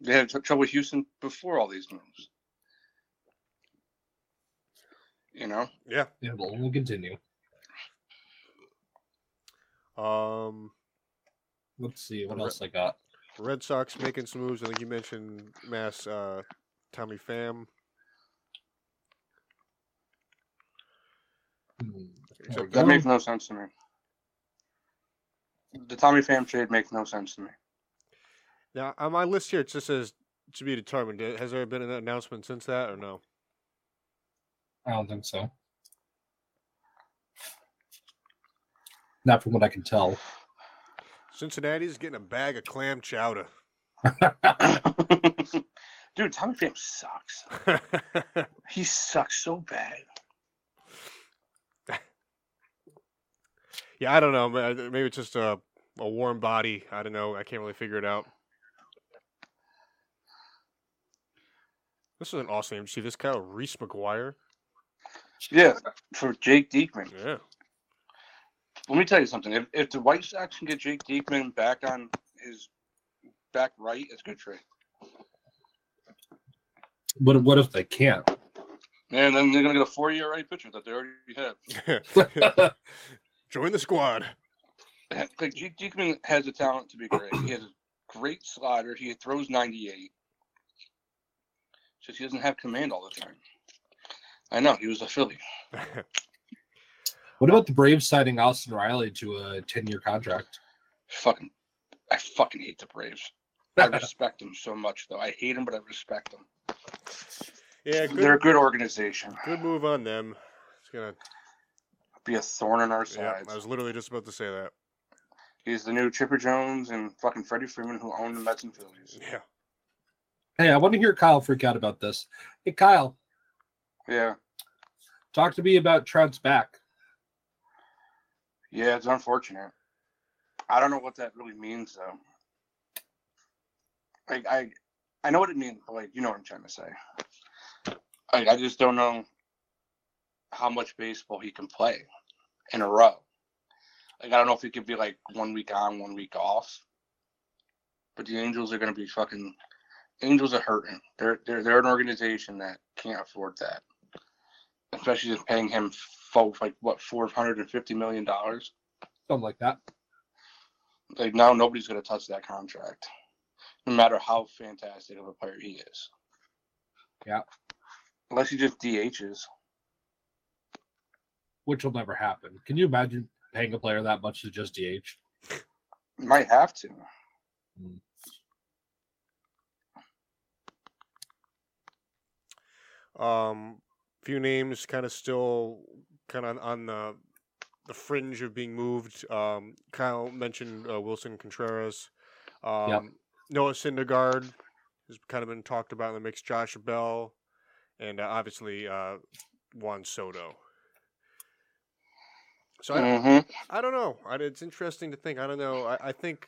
S3: they had tr- trouble with Houston before all these moves. You know,
S1: Yeah.
S2: It will only continue.
S1: Um,
S2: Let's see what
S1: Alright.
S2: else I got.
S1: Red Sox making some moves. I think you mentioned Mass uh, Tommy Pham.
S2: Hmm.
S1: So
S2: There we
S3: that
S2: go.
S3: makes no sense to me. The Tommy Pham trade makes no sense to me.
S1: Now on my list here, it just says to be determined. Uh, Has there been an announcement since that or no?
S2: I don't think so. Not from what I can tell.
S1: Cincinnati's getting a bag of clam chowder.
S3: Dude, Tommy Pham sucks. He sucks so bad.
S1: yeah, I don't know. ma- Maybe it's just a, a warm body. I don't know. I can't really figure it out. This is an awesome name. See this guy, Reese McGuire.
S3: Yeah, for Jake Diekman.
S1: Yeah.
S3: Let me tell you something. If, if the White Sox can get Jake Diekman back on his back right, it's a good trade.
S2: What what if they can't?
S3: And then they're going to get a four year right pitcher that they already have.
S1: Join the squad.
S3: Like, Jake Diekman has the talent to be great. He has a great slider. He throws 98. Just he doesn't have command all the time. I know. He was a Philly.
S2: What about the Braves signing Austin Riley to a ten year contract?
S3: Fucking, I fucking hate the Braves. I respect them so much, though. I hate them, but I respect them.
S1: yeah,
S3: They're a
S1: good,
S3: good organization.
S1: good move on them. It's gonna.
S3: Be a thorn in our
S1: Yeah,
S3: sides.
S1: I was literally just about to say that.
S3: He's the new Chipper Jones and fucking Freddie Freeman who owned the Mets and Phillies.
S1: Yeah.
S2: Hey, I want to hear Kyle freak out about this. Hey Kyle,
S3: Yeah.
S2: talk to me about Trout's back.
S3: Yeah, it's unfortunate. I don't know what that really means though. Like I I know what it means, but like you know what I'm trying to say. Like I just don't know how much baseball he can play in a row. Like I don't know if he could be like one week on, one week off. But the Angels are gonna be fucking Angels are hurting. They're they're they're an organization that can't afford that. Especially just paying him full like what four hundred and fifty million dollars
S2: Something like that.
S3: like now nobody's going to touch that contract, no matter how fantastic of a player he is.
S2: Yeah.
S3: Unless he just DHs.
S2: Which will never happen. Can you imagine paying a player that much to just DH?
S3: Might have to.
S1: Um, few names kind of still kind of on the the fringe of being moved. Um, Kyle mentioned uh, Wilson Contreras. Um, Noah Syndergaard has kind of been talked about in the mix. Josh Bell, and uh, obviously uh, Juan Soto. So I,
S3: Mm-hmm.
S1: I don't know. I, it's interesting to think. I don't know. I, I think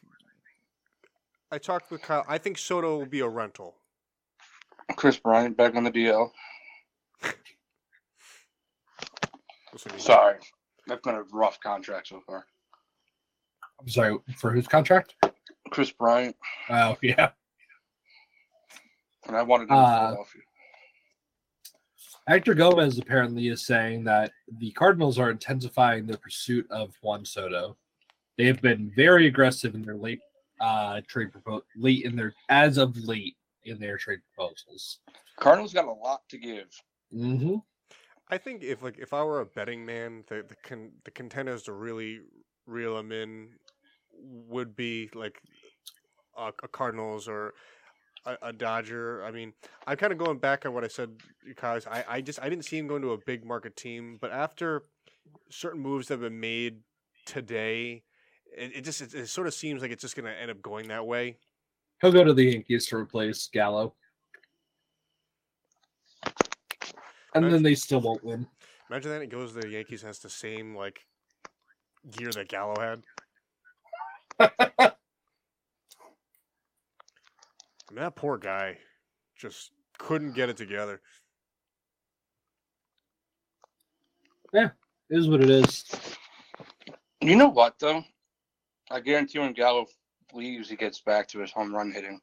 S1: I talked with Kyle. I think Soto will be a rental.
S3: Chris Bryant back on the DL.
S1: Listen, he-
S3: Sorry. That's been a rough contract so far.
S2: I'm sorry, for whose contract?
S3: Chris Bryant,
S2: Oh yeah.
S3: and I wanted him in
S2: Uh,
S3: Philadelphia.
S2: Hector Gomez apparently is saying that the Cardinals are intensifying their pursuit of Juan Soto. They have been very aggressive in their late uh, trade proposal, late in their as of late in their trade proposals.
S3: Cardinals got a lot to give.
S2: Mm-hmm.
S1: I think if like if I were a betting man, the the con- the contenders to really reel him in would be like a, a Cardinals or a, a Dodger. I mean, I'm kind of going back on what I said because I, I just I didn't see him going to a big market team, but after certain moves that have been made today, it, it just it, it sort of seems like it's just going to end up going that way.
S2: He'll go to the Yankees to replace Gallo. And then they still won't win.
S1: Imagine that it goes to the Yankees and has the same like gear that Gallo had. I mean, that poor guy just couldn't get it together.
S2: It Is what it is.
S3: You know what though? I guarantee when Gallo leaves, he gets back to his home run hitting.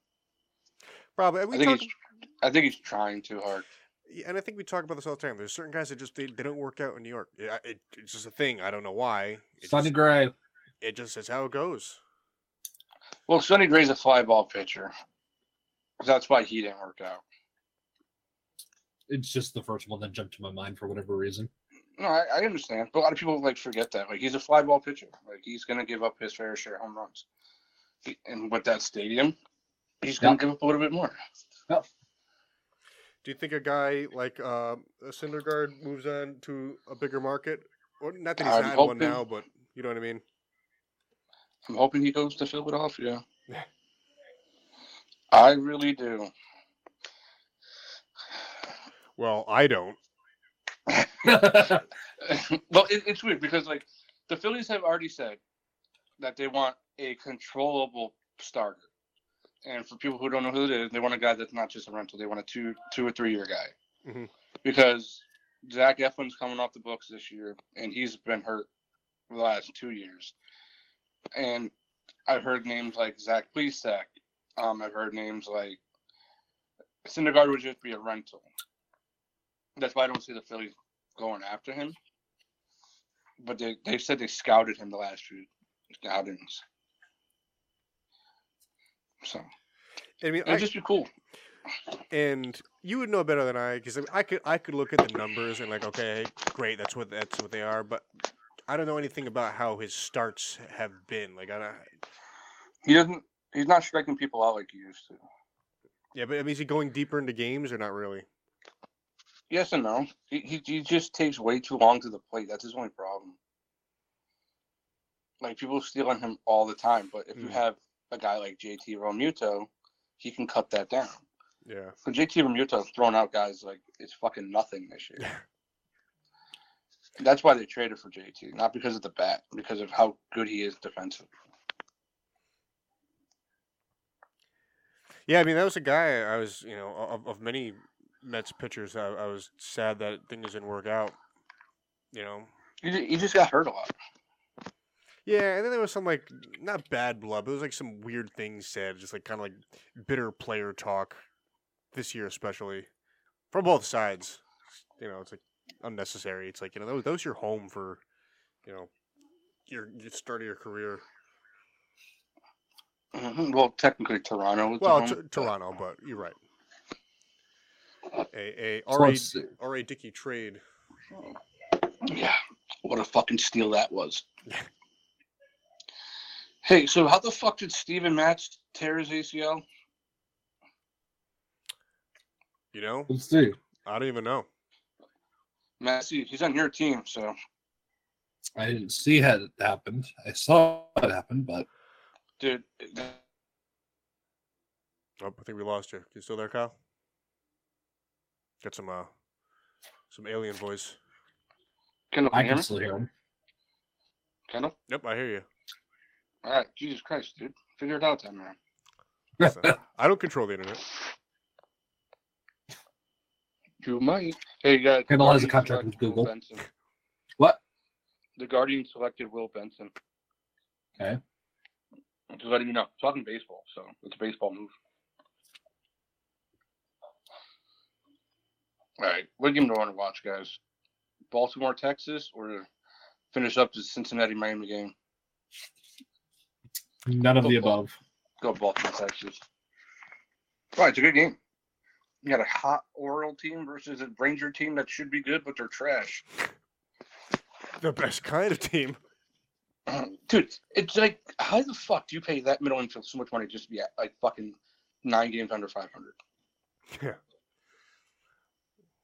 S1: Probably. and
S3: I
S1: We
S3: think
S1: talk,
S3: he's, I think he's trying too hard.
S1: yeah, and I think we talk about this all the time. There's certain guys that just they, they don't work out in New York. Yeah, it, it's just a thing. I don't know why. It
S2: Sonny
S1: just,
S2: Gray.
S1: it just is how it goes.
S3: Well, Sonny Gray's a fly ball pitcher. That's why he didn't work out.
S2: It's just the first one that jumped to my mind for whatever reason.
S3: No, I, I understand, but a lot of people like forget that. Like he's a fly ball pitcher. Like he's gonna give up his fair share of home runs, He- and with that stadium, he's gonna
S2: Yeah.
S3: give up a little bit more.
S1: Do you think a guy like uh, Syndergaard moves on to a bigger market? Or not that he's
S3: I'm
S1: not in one
S3: hoping-
S1: now, but you know what I mean.
S3: I'm hoping he goes to Philadelphia. I really do.
S1: Well, I don't.
S3: well, it, it's weird because like the Phillies have already said that they want a controllable starter, and for people who don't know who it is, they want a guy that's not just a rental. They want a two, two or three year guy,
S1: Mhm.
S3: because Zach Eflin's coming off the books this year, and he's been hurt the last two years. And I've heard names like Zach Plesac. Um, I've heard names like Syndergaard would just be a rental. That's why I don't see the Phillies going after him but they they said they scouted him the last few outings. So
S1: I mean, I,
S3: it'd just be cool.
S1: and you would know better than I because I, mean, I could I could look at the numbers and like okay great that's what that's what they are but I don't know anything about how his starts have been like I don't,
S3: He doesn't. He's not striking people out like he used to.
S1: yeah but I mean, is he going deeper into games or not really
S3: Yes and no. He, he he just takes way too long to the plate. That's his only problem. Like people steal on him all the time, but if you
S1: Mm.
S3: have a guy like JT Romuto, he can cut that down.
S1: yeah
S3: So JT Romuto's thrown out guys like it's fucking nothing this year. That's why they traded for JT, not because of the bat, because of how good he is defensive.
S1: yeah I mean that was a guy I was you know of, of many Mets pitchers I, I was sad that things didn't work out you know
S3: He, ju- he just got hurt a lot.
S1: yeah and then there was some like not bad blood but there was like some weird things said just like kind of like bitter player talk this year especially from both sides you know it's like unnecessary it's like you know that was, that was your home for you know your, your start of your career
S3: Mhm. Well, technically Toronto was the
S1: well
S3: home,
S1: t-
S3: but-
S1: toronto but you're right a a ra,
S2: Plus,
S1: RA dickey trade
S3: Yeah, what a fucking steal that was. hey, so how the fuck did Steven Matz tear his ACL?
S1: you know
S2: let's see.
S1: i don't even know
S3: Massey, he's on your team, so
S2: I didn't see how it happened. I saw it happen, but
S3: dude,
S1: oh, i think we lost you you still there kyle got some uh some alien voice
S3: Kendall,
S2: I
S3: can you hear
S2: can
S3: me?
S2: still hear him.
S3: Kendall,
S1: yep i hear you
S3: all right, Jesus Christ, dude, figure it out, that man.
S1: So, uh, i don't control the internet
S3: You might. Hey, you got
S2: Kendall has a
S3: Guardians
S2: contract
S3: selected
S2: with
S3: Will
S2: Google.
S3: Benson.
S2: What?
S3: The Guardian selected Will Benson.
S2: Okay.
S3: Just letting you know, talking baseball, so it's a baseball move. All right, what game do I want to watch, guys? Baltimore, Texas, or finish up the Cincinnati Miami game?
S2: None of the
S3: Football.
S2: above.
S3: Go Baltimore, Texas. Well, it's a good game. You got a hot Oral team versus a Ranger team that should be good, but they're trash.
S1: the best kind of team
S3: dude, it's like how the fuck do you pay that middle infield so much money just to be at, like fucking nine games under 500.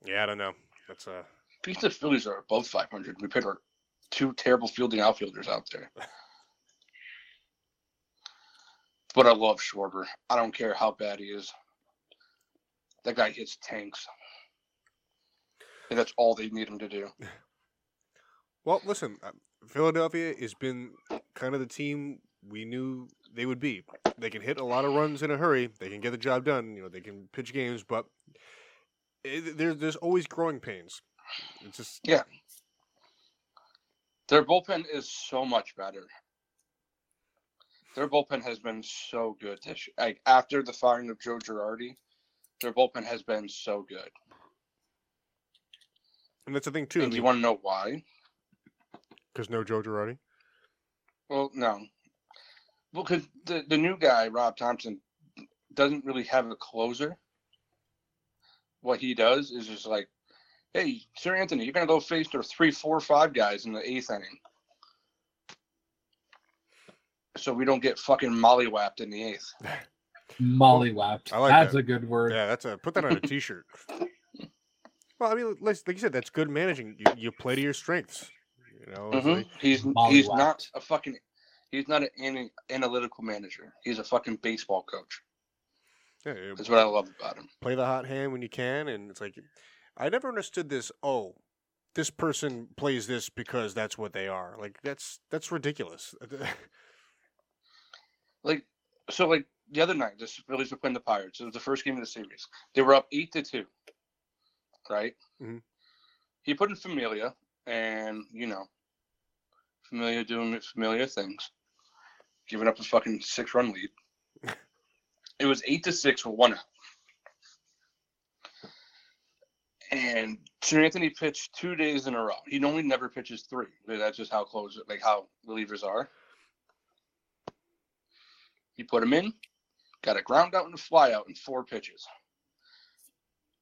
S1: Yeah, I don't know. That's uh,
S3: Because the Phillies are above 500. We put our two terrible fielding outfielders out there. But I love Schwarber. I don't care how bad he is. That guy hits tanks. And that's all they need him to do.
S1: well, listen, uh, Philadelphia has been kind of the team we knew they would be. They can hit a lot of runs in a hurry. They can get the job done. You know, they can pitch games, but it, there, there's always growing pains. It's just
S3: Their bullpen is so much better. Their bullpen has been so good this year. Like after the firing of Joe Girardi, their bullpen has been so good.
S1: and that's the thing too.
S3: and you want to know why?
S1: Because no Joe Girardi.
S3: Well, no. Well, because the, the new guy, Rob Thompson, doesn't really have a closer. What he does is just like, hey, Sir Anthony, you're going to go face their three, four, five guys in the eighth inning. So we don't get fucking mollywapped in the eighth.
S2: Mollywopped.
S1: I like
S2: That's
S1: that.
S2: a good word.
S1: Yeah, that's a put that on a T-shirt. well, I mean, like like you said, that's good managing. You, you play to your strengths. You know, it's
S3: Mhm.
S1: like-
S3: He's he's
S2: Mollywopped.
S3: not a fucking he's not an ana- analytical manager. He's a fucking baseball coach.
S1: yeah, you
S3: That's what I love about him.
S1: play the hot hand when you can, and it's like I never understood this. Oh, this person plays this because that's what they are. Like that's that's ridiculous.
S3: Like so, like the other night, the Phillies were playing the Pirates. It was the first game of the series. They were up eight to two, right?
S1: Mhm.
S3: He put in Familia, and you know, Familia doing Familia things, giving up a fucking six run lead. it was eight to six with one out. And Sir Anthony pitched two days in a row. He normally never pitches three. That's just how close, like how relievers are. He put him in, got a ground out and a fly out in four pitches.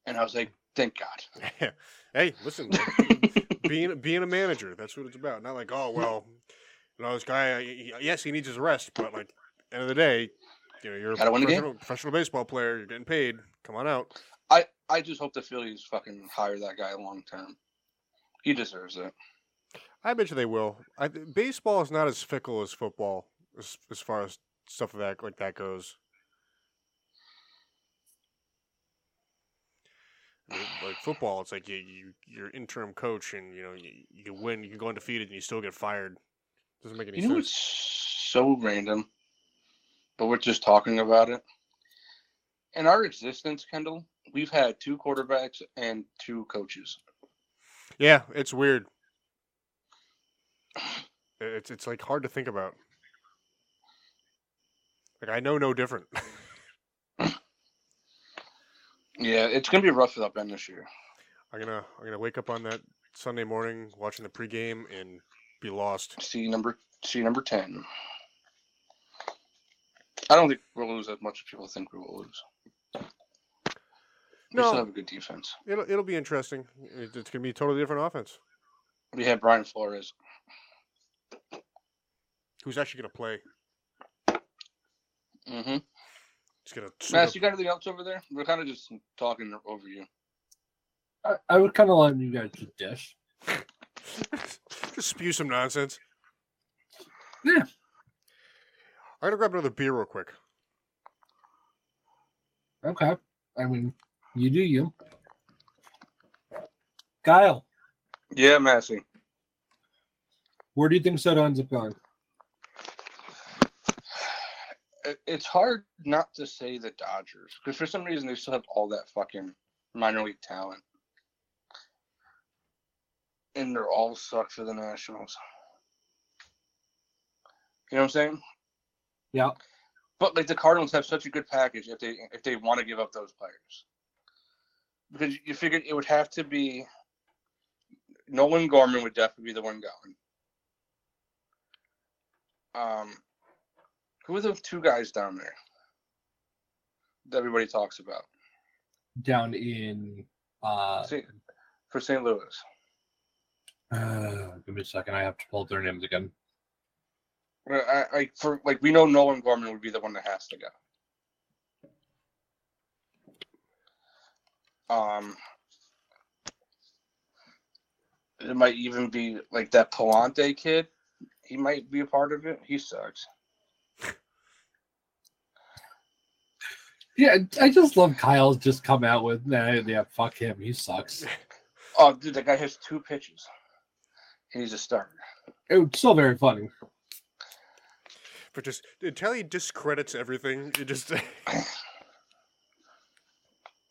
S3: And I was like, thank God.
S1: hey, listen, being being a manager, that's what it's about. Not like oh well, you know this guy. he- he- yes, he needs his rest, but like end of the day, you know you're a
S3: Gotta win the game.
S1: professional, professional baseball player. You're getting paid. Come on out.
S3: I, I just hope the Phillies fucking hire that guy long term. He deserves it.
S1: I bet you they will. I, th- baseball is not as fickle as football as, as far as stuff of that like that goes. I mean, Like football, it's like you, you you're interim coach and you know you, you can win, you can go undefeated, and you still get fired. Doesn't make any
S3: You know
S1: sense.
S3: what's so random, but we're just talking about it. In our existence, Kendall, we've had two quarterbacks and two coaches.
S1: Yeah, it's weird. It's it's like hard to think about. Like I know no different.
S3: Yeah, it's gonna be rough without Ben this year.
S1: I'm gonna I'm gonna wake up on that Sunday morning watching the pregame and be lost.
S3: See number see number ten. I don't think we'll lose as much as people think we will lose. We still
S1: No,
S3: have a good defense.
S1: it'll it'll be interesting. It- It's gonna be a totally different offense.
S3: We have Brian Flores.
S1: Who's actually gonna play?
S3: Mm-hmm.
S1: It's gonna.
S3: Mass, you got anything else over there? We're kind of just talking over you.
S2: I, I would kind of like you guys to dish.
S1: just spew some nonsense.
S2: Yeah.
S1: I'm gonna grab another beer real quick.
S2: Okay. I mean, you do you. Kyle,
S3: Yeah, Massey.
S2: where do you think Soto ends up going?
S3: It- It's hard not to say the Dodgers because for some reason they still have all that fucking minor league talent, and they're all suck for the Nationals. You know what I'm saying?
S2: Yeah.
S3: But like the Cardinals have such a good package if they if they want to give up those players, because you figured it would have to be Nolan Gorman would definitely be the one going. Um, who are the two guys down there that everybody talks about?
S2: Down in uh,
S3: See, for St. Louis,
S2: uh give me a second, I have to pull their names again.
S3: Well, I, I for like we know Nolan Gorman would be the one that has to go. Um, it might even be like that Palante kid. He might be a part of it. He sucks.
S2: Yeah, I just love Kyle's just come out with nah, yeah, fuck him, he sucks.
S3: Oh, dude, that guy has two pitches. And he's a starter.
S2: It was Oh, still very funny.
S1: But just Italian discredits everything. It just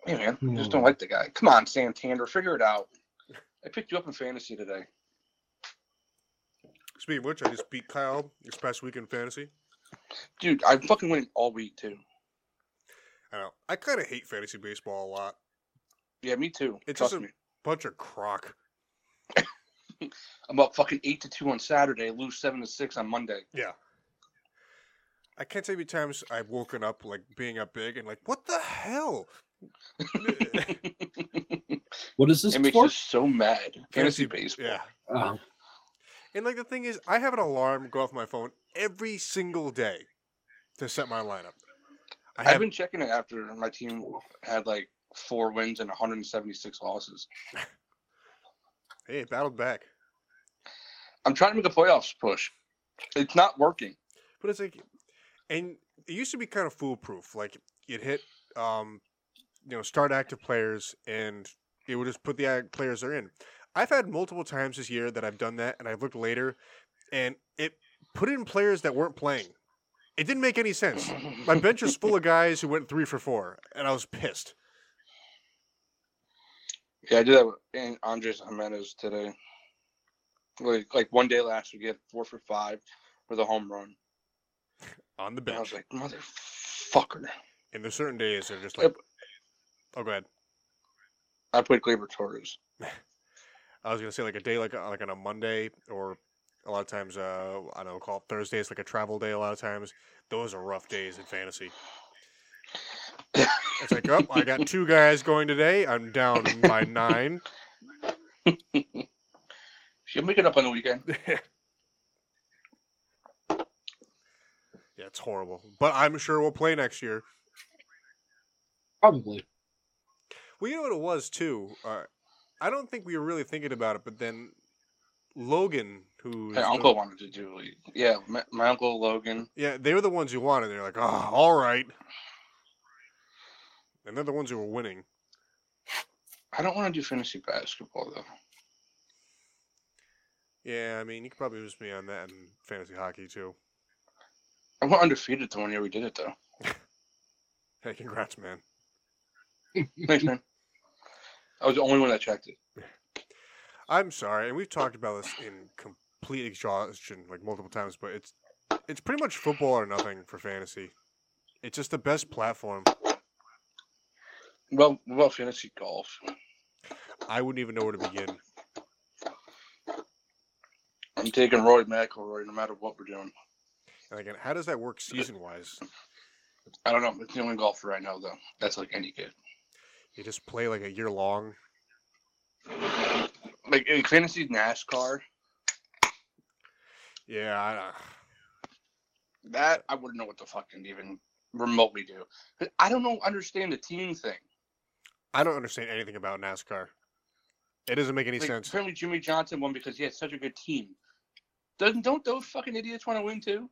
S3: Hey, man, I just don't like the guy. Come on, Santander, figure it out. I picked you up in fantasy today.
S1: speaking of which, I just beat Kyle this past week in fantasy.
S3: Dude, I'm fucking winning all week, too.
S1: I know. I kind of hate fantasy baseball a lot.
S3: Yeah, me too.
S1: It's
S3: Trust
S1: just a-
S3: me.
S1: Bunch of crock.
S3: I'm up fucking 8 to 2 on Saturday, lose 7 to 6 on Monday.
S1: Yeah. I can't tell you how many times I've woken up like being up big and like, what the hell?
S2: What is this
S3: it makes
S2: for?
S3: us so mad. Fantasy baseball.
S1: Yeah.
S2: Oh,
S1: And like the thing is, I have an alarm go off my phone every single day to set my lineup. I
S3: I've
S1: have
S3: been checking it after my team had like four wins and 176 losses.
S1: hey battled back,
S3: I'm trying to make a playoffs push. It's not working.
S1: but it's like, and it used to be kind of foolproof. Like it hit, um, you know, start active players, and it would just put the act- players they're in. I've had multiple times this year that I've done that, and I've looked later, and it put in players that weren't playing. It didn't make any sense. My bench is full of guys who went three for four, and I was pissed.
S3: Yeah, I did that with and Andres Jimenez today. Like, like one day last week, he had four for five with a home run.
S1: On the
S3: And I was
S1: bench,
S3: like, motherfucker.
S1: and there's certain days they're just like,
S3: Yep.
S1: "Oh, go ahead."
S3: I played Glaber Torres.
S1: I was gonna say like a day like like on a Monday or a lot of times uh I don't know call it Thursdays like a travel day a lot of times those are rough days in fantasy. It's like oh I got two guys going today I'm down by nine.
S3: She'll make it up on the weekend.
S1: Yeah, it's horrible, but I'm sure we'll play next year.
S2: probably.
S1: Well, you know what it was too. Uh, I don't think we were really thinking about it, but then Logan, who
S3: My uncle wanted to do it. Yeah, my, my uncle Logan.
S1: Yeah, they were the ones who wanted. They're like, oh, all right. And they're the ones who were winning.
S3: I don't want to do fantasy basketball, though.
S1: Yeah, I mean, you could probably lose me on that in fantasy hockey, too.
S3: I went undefeated the one year we did it, though.
S1: Hey, congrats, man.
S3: Thanks, man. I was the only one that checked it.
S1: I'm sorry, and we've talked about this in complete exhaustion, like, multiple times, but it's it's pretty much football or nothing for fantasy. It's just the best platform.
S3: Well, what about fantasy golf?
S1: I wouldn't even know where to begin.
S3: I'm taking Roy McIlroy no matter what we're doing.
S1: And again, how does that work season wise?
S3: I don't know. It's the only golfer I know, though. That's like any kid.
S1: You just play like a year long.
S3: Like in fantasy NASCAR,
S1: Yeah, I,
S3: that I wouldn't know what to fucking even remotely do. 'Cause I don't know, understand the team thing.
S1: I don't understand anything about NASCAR. It doesn't make any
S3: Like,
S1: sense.
S3: apparently Jimmy Johnson won because he had such a good team. Doesn't don't those fucking idiots want to win too?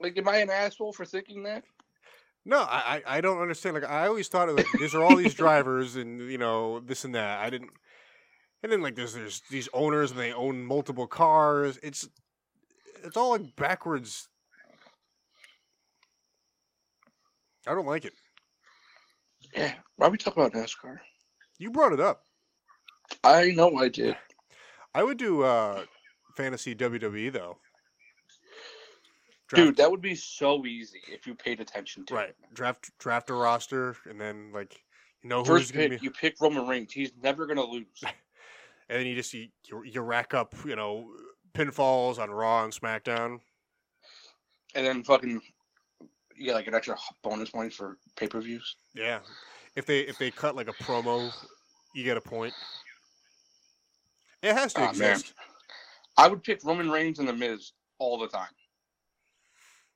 S3: like, am I an asshole for thinking that?
S1: No, I I I don't understand. Like I always thought, like these are all these drivers, and you know this and that. I didn't, and then like there's there's these owners, and they own multiple cars. It's it's all like backwards. I don't like it.
S3: Yeah. Why we talk about NASCAR?
S1: You brought it up.
S3: I know I did.
S1: I would do uh fantasy WWE though.
S3: Dude, that would be so easy if you paid attention to
S1: right?
S3: it.
S1: Draft draft a roster, and then like you know who's
S3: First
S1: gonna
S3: pick,
S1: be,
S3: you pick Roman Reigns. He's never gonna lose.
S1: and then you just you, you you rack up you know pinfalls on Raw and SmackDown.
S3: And then fucking you get like an extra bonus point for pay per views.
S1: Yeah. If they if they cut like a promo, you get a point. It has to
S3: Ah, man.
S1: exist.
S3: I would pick Roman Reigns and the Miz all the time.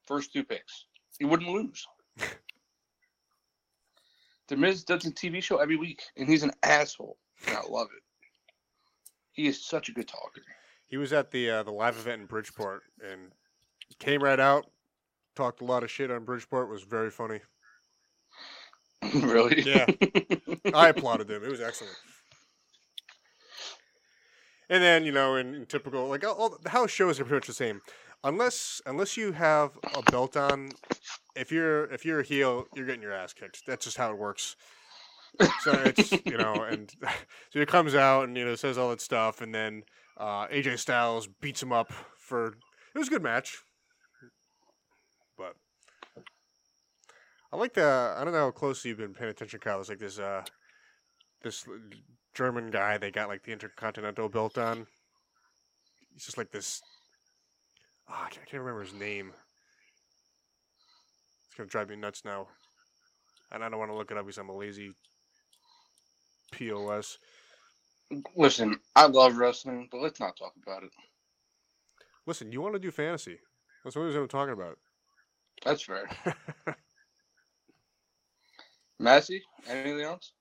S3: First two picks. You wouldn't lose. The Miz does a TV show every week, and he's an asshole. And I love it. He is such a good talker.
S1: He was at the uh, the live event in Bridgeport and came right out, talked a lot of shit on Bridgeport. Was very funny.
S3: really?
S1: Yeah. I applauded him. It was excellent. And then you know, in, in typical like all, all the house shows are pretty much the same, unless unless you have a belt on. If you're if you're a heel, you're getting your ass kicked. That's just how it works. So it's you know, and so he comes out and you know says all that stuff, and then uh, AJ Styles beats him up for it was a good match, but I like the I don't know how closely you've been paying attention, Kyle. It's like this uh this German guy they got like the Intercontinental built on. He's just like this. ah, I, can't, I can't remember his name. It's gonna drive me nuts now, and I don't want to look it up because I'm a lazy pos.
S3: Listen, I love wrestling, but let's not talk about it.
S1: Listen, you want to do fantasy? That's what we were talking about.
S3: That's fair. Massey, anything else?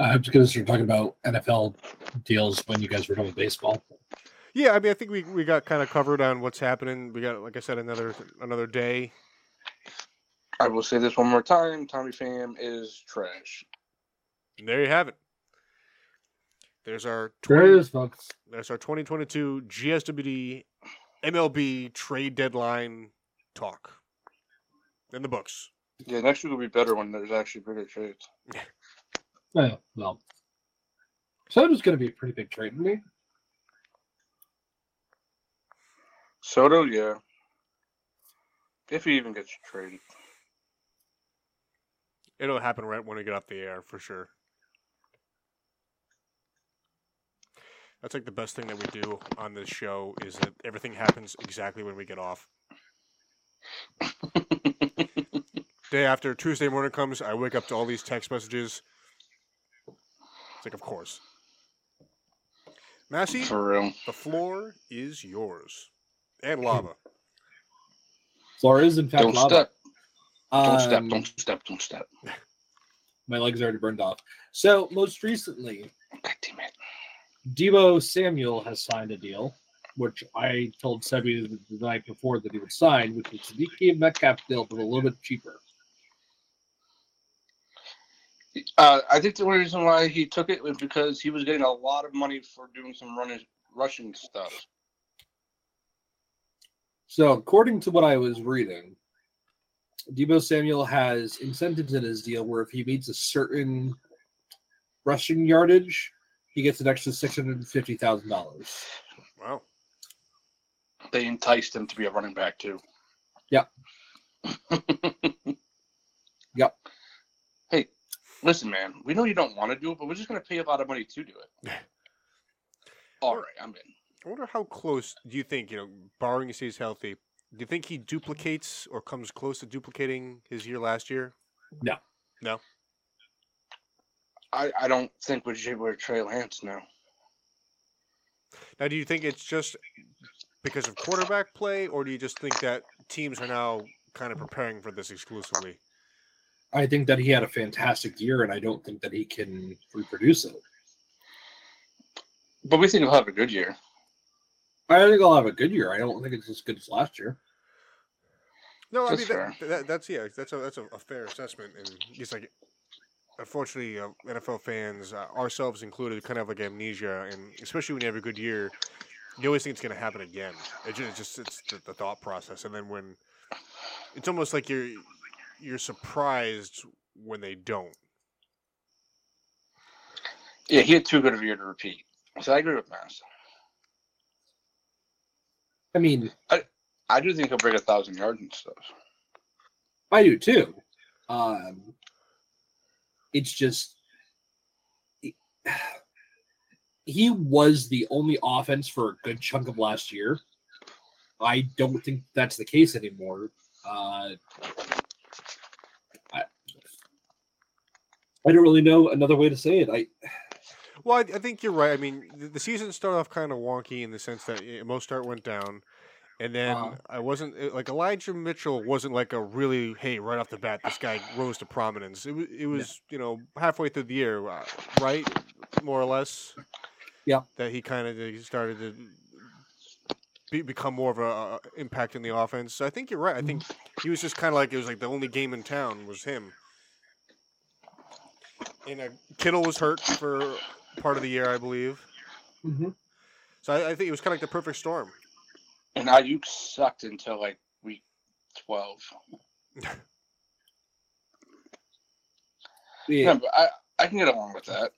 S2: I'm just going to start talking about NFL deals when you guys were talking baseball.
S1: Yeah, I mean, I think we, we got kind of covered on what's happening. We got, like I said, another another day.
S3: I will say this one more time: Tommy Pham is trash.
S1: And there you have it. There's our
S2: There
S1: 20,
S2: it is, folks.
S1: there's our 2022 GSWD MLB trade deadline talk in the books.
S3: Yeah, next week will be better when there's actually bigger trades.
S2: Oh, well, so it's going to be a pretty big trade for me.
S3: Soto, yeah. If he even gets traded,
S1: It'll happen right when we get off the air for sure. That's like the best thing that we do on this show is that everything happens exactly when we get off. Day after Tuesday morning comes, I wake up to all these text messages. It's like, of course. Massey,
S3: for real.
S1: the floor is yours. And lava.
S2: Floor is, in fact,
S3: Don't
S2: lava.
S3: step. Don't step.
S2: Um,
S3: Don't step. Don't step.
S2: My legs already burned off. So, most recently,
S3: God damn it.
S2: Debo Samuel has signed a deal, which I told Sebby the night before that he would sign, which was the DK Metcalf deal, but a little bit cheaper.
S3: Uh, I think the only reason why he took it was because he was getting a lot of money for doing some running, rushing stuff.
S2: So, according to what I was reading, Debo Samuel has incentives in his deal where if he meets a certain rushing yardage, he gets an extra six hundred and fifty thousand dollars.
S1: Wow.
S3: They enticed him to be a running back too.
S2: Yeah. Yeah.
S3: Hey, listen, man. We know you don't want to do it, but we're just gonna pay you a lot of money to do it. All right, I'm in.
S1: I wonder how close do you think, you know, barring he stays healthy, do you think he duplicates or comes close to duplicating his year last year?
S3: I, I don't think we're Jay- we're Trey Lance now.
S1: Now, do you think it's just because of quarterback play, or do you just think that teams are now kind of preparing for this exclusively?
S2: I think that he had a fantastic year, and I don't think that he can reproduce it.
S3: But we think he'll have a good year.
S2: I think I'll have a good year. I don't think it's as good as last year.
S1: No, I
S3: That's
S1: mean that, that, that's yeah, that's a that's a, a fair assessment, and it's like unfortunately, uh, NFL fans, uh, ourselves included, kind of have like amnesia, and especially when you have a good year, you always think it's going to happen again. It just, it's just it's the, the thought process, and then when it's almost like you're you're surprised when they don't.
S3: Yeah, he had too good of a year to repeat. So I agree with Mass.
S2: I mean,
S3: I do think he'll break a thousand yards and stuff.
S2: I do too. Um, it's just he- he was the only offense for a good chunk of last year. I don't think that's the case anymore. Uh, I, I don't really know another way to say it. I
S1: Well, I, I think you're right. I mean, the, the season started off kind of wonky in the sense that eh, most start went down, And then
S2: Uh.
S1: I wasn't it- like Elijah Mitchell wasn't like a really hey right off the bat this guy rose to prominence. It was it was you know halfway through the year, uh, right, more or less.
S2: Yeah.
S1: That he kind of started to be, become more of a uh, impact in the offense. So I think you're right. I think he was just kind of like it was like the only game in town was him. And uh, Kittle was hurt for part of the year, I believe.
S2: Mhm.
S1: So I, I think it was kind of like the perfect storm.
S3: And Ayuk sucked until like week twelve. Yeah,
S2: Yeah,
S3: but I I can get along with that.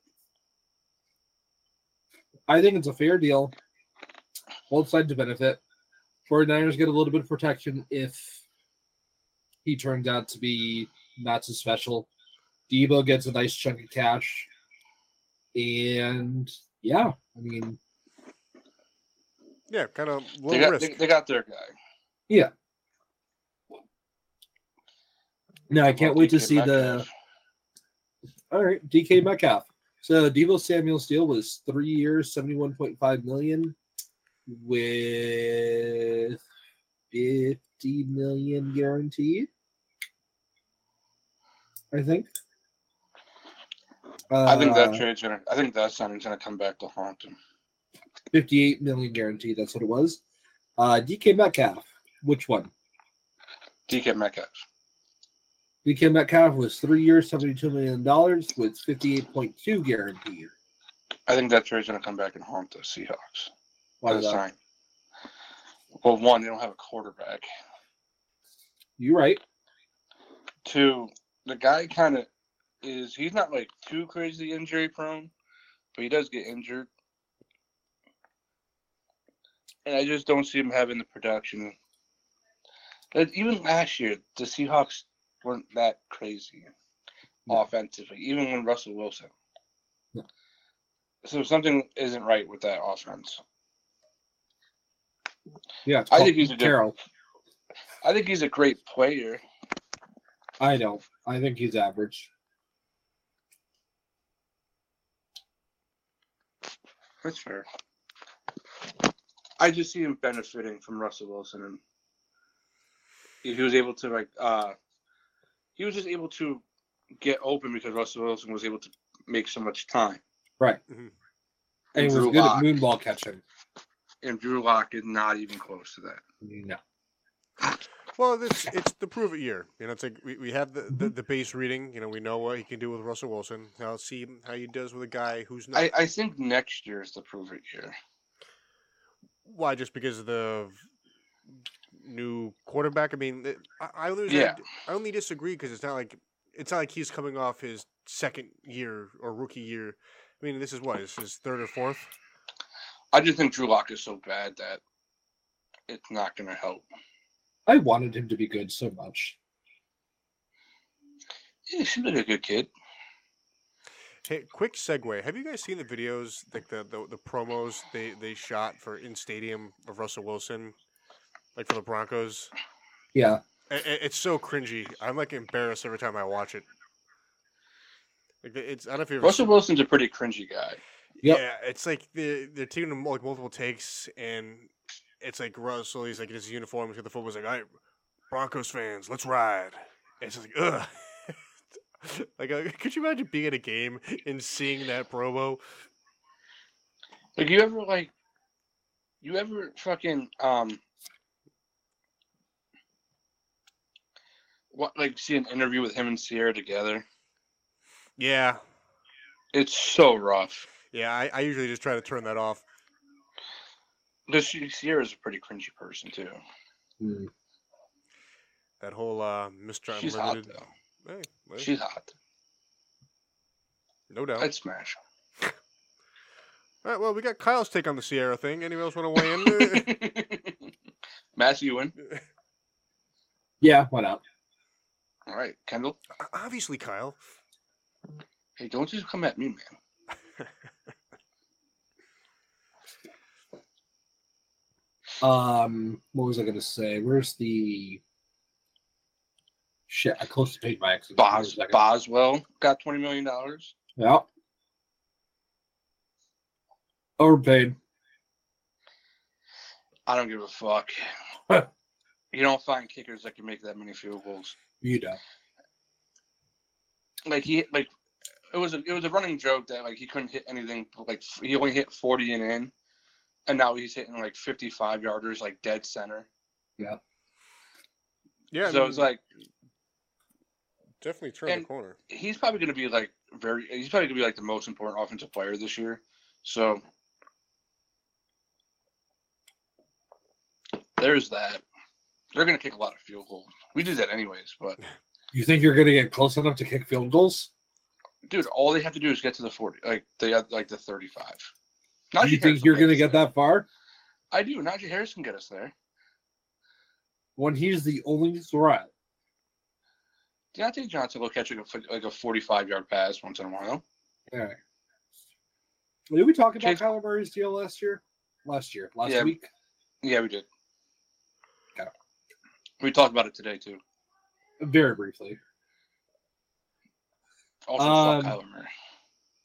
S2: I think it's a fair deal. Both sides benefit. 49ers get a little bit of protection if he turns out to be not so special. Debo gets a nice chunk of cash. And yeah, I mean,
S1: Yeah, kind of low
S3: They got
S1: risk.
S3: they, they got their guy.
S2: no, I can't wait to
S3: DK
S2: see the
S3: Metcalf.
S2: All right, DK Metcalf. So Devo Samuel's deal was three years, seventy-one point five million, with fifty million guaranteed. I think. Uh,
S3: I think that trade's gonna. I think that signing's gonna come back to haunt him.
S2: fifty-eight million guaranteed. That's what it was. Uh, DK Metcalf. Which one?
S3: DK Metcalf.
S2: DK Metcalf was three years, seventy-two million dollars, with fifty-eight point two guaranteed.
S3: I think that trade's gonna come back and haunt the Seahawks.
S2: Why
S3: That
S2: not?
S3: sign. Well, one, they don't have a quarterback.
S2: You right?
S3: Two, the guy kind of is. He's not like too crazy injury prone, but he does get injured. And I just don't see him having the production. But even last year, the Seahawks weren't that crazy
S2: No.
S3: offensively, even when Russell Wilson.
S2: No.
S3: So something isn't right with that offense.
S2: Yeah. it's
S3: I think
S2: Colin
S3: he's a good-
S2: Carroll.
S3: I think he's a great player.
S2: I don't. I think he's average.
S3: That's fair. I just see him benefiting from Russell Wilson, and if he was able to like, uh, he was just able to get open because Russell Wilson was able to make so much time.
S2: Right.
S1: Mhm.
S2: And he was
S3: Drew
S2: good
S3: Lock.
S2: at moonball catching.
S3: And Drew Lock is not even close to that.
S2: No.
S1: Well, it's it's the prove it year. You know, it's like we, we have the, the, the base reading. You know, we know what he can do with Russell Wilson. Now let's see how he does with a guy who's not.
S3: I, I think next year is the prove it year.
S1: Why? Just because of the new quarterback? I mean, it- I I, only-
S3: Yeah.
S1: I only disagree because it's not like it's not like he's coming off his second year or rookie year. I mean, this is what is his third or fourth.
S3: I just think Drew Lock is so bad that it's not going to help.
S2: I wanted him to be good so much.
S3: Yeah, he seems like a good kid.
S1: Hey, quick segue. Have you guys seen the videos, like the the, the promos they, they shot for in stadium of Russell Wilson, like for the Broncos?
S2: Yeah.
S1: I- I- it's so cringy. I'm like embarrassed every time I watch it. Like it's I don't know if you ever
S3: Russell Wilson's a pretty cringy guy.
S2: Yep.
S1: yeah, it's like they're they're taking them, like multiple takes, and it's like Russell. He's like in his uniform. He's got the football. He's like, "All right, Broncos fans, let's ride." And it's just like, ugh. like, uh, could you imagine being at a game and seeing that promo?
S3: Like you ever like you ever fucking um what like see an interview with him and Sierra together?
S1: Yeah,
S3: It's so rough.
S1: yeah. I, I usually just try to turn that off.
S3: Because Sierra's a pretty cringy person too.
S2: Mm.
S1: That whole uh, Mr.
S3: She's hot
S1: Unlimited.
S3: though.
S1: Hey, well,
S3: She's hot.
S1: no doubt.
S3: I'd smash.
S1: All right. Well, we got Kyle's take on the Sierra thing. Anyone else want to weigh in?
S3: Massey, you win.
S2: Yeah. Why not?
S3: All right, Kendall.
S1: O- Uh, Obviously, Kyle.
S3: Hey, don't just come at me, man.
S2: Um. What was I gonna say? Where's the shit? I closed the page by accident.
S3: Bos-
S2: Wait a second.
S3: Boswell got twenty million dollars.
S2: Yeah. Overpaid.
S3: I don't give a fuck. You don't find kickers that can make that many field goals.
S2: You know.
S3: Like he like it was a it was a running joke that like he couldn't hit anything but, like he only hit forty and in, and now he's hitting like fifty five yarders like dead center.
S1: Yeah, I
S3: so
S1: mean,
S3: it's like
S1: definitely turn the
S3: and-
S1: corner.
S3: he's probably going to be like very he's probably going to be like the most important offensive player this year. So there's that. They're going to kick a lot of field goals. We do that anyways, but
S2: You think you're going to get close enough to kick field goals?
S3: dude, all they have to do is get to the forty, like they like the thirty-five.
S2: Do you think you're going to get that far
S3: I do. Najee Harris can get us there.
S2: when he's the only threat?
S3: Deontay Johnson will catch like a, fo- like a forty-five yard pass once in a while.
S2: All right. Did we talk about
S3: Jake-
S2: Kyler Murray's deal last year? Last year, last
S3: Yeah.
S2: week.
S3: Yeah, we did.
S2: Got it.
S3: We talked about it today too.
S2: Very briefly.
S3: Also, fuck
S2: Um,
S3: Kyler Murray.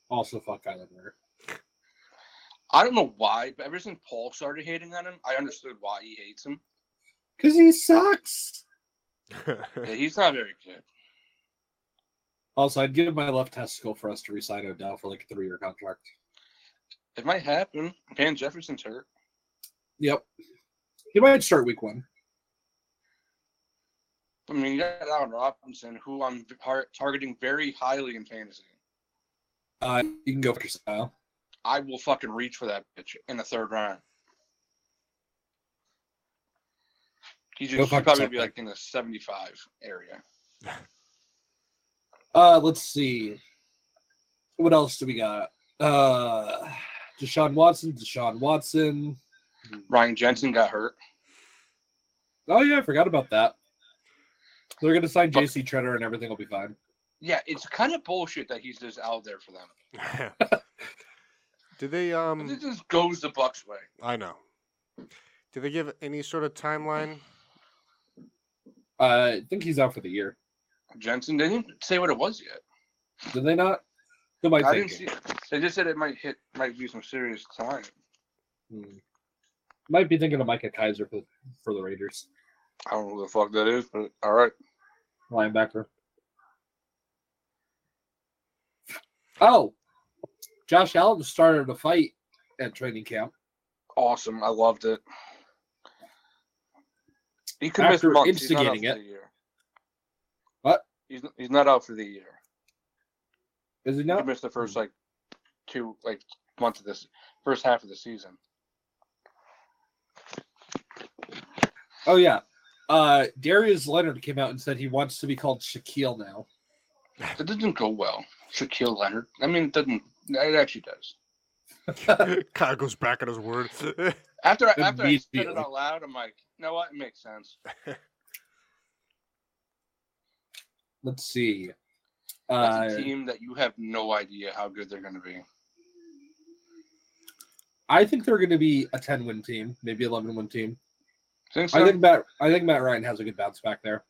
S2: Also, fuck Kyler Murray.
S3: I don't know why, but ever since Paul started hating on him, I understood why he hates him.
S2: Because he sucks.
S3: Yeah, he's not very good.
S2: Also, I'd give my left testicle for us to resign Odell for like a three year contract.
S3: It might happen. Van Jefferson's hurt.
S2: Yep. He might start week one.
S3: I mean, you got Allen Robinson, who I'm tar- targeting very highly in fantasy.
S2: Uh, you can go for style.
S3: I will fucking reach for that bitch in the third round. He's,
S2: Go
S3: just,
S2: fuck
S3: he's probably gonna
S2: yourself,
S3: be like in the 75 area.
S2: Uh, let's see. What else do we got? Uh, Deshaun Watson, Deshaun Watson.
S3: Ryan Jensen got hurt.
S2: Oh yeah, I forgot about that. They're gonna sign J.C. Treader and everything will be fine.
S3: Yeah, it's kind of bullshit that he's just out there for them.
S1: Did they
S3: This
S1: um?
S3: just goes the Bucks way.
S1: I know. Did they give any sort of timeline?
S2: Uh, I think he's out for the year.
S3: Jensen they didn't say what it was yet.
S2: Did they not? Who am I
S3: I didn't see.
S2: thinking?
S3: They just said it might hit, might be some serious time.
S2: Hmm. Might be thinking of Micah Kaiser for, for the Raiders
S3: I don't know who the fuck that is, but all right.
S2: linebacker. Oh, Josh Allen started a fight at training camp
S3: Awesome. I loved it. He could
S2: After
S3: miss months. He's not out
S2: instigating
S3: for
S2: it.
S3: the year.
S2: What?
S3: He's he's not out for the year.
S2: Is he
S3: He
S2: not?
S3: could miss the first like two like months of this first half of the season.
S2: Oh yeah. Uh Darius Leonard came out and said he wants to be called Shaquille now.
S3: It doesn't go well. Shaquille Leonard. I mean, it doesn't. It actually does.
S1: Kyle goes back on his word.
S3: After I, after I said
S2: Immediately.
S3: it out loud, I'm like, you know what? It makes sense.
S2: Let's see.
S3: That's
S2: Uh,
S3: a team that you have no idea how good they're going to be.
S2: I think they're going to be a 10 win team, maybe 11 win team.
S3: Think
S2: I
S3: so?
S2: think Matt I think Matt Ryan has a good bounce back there.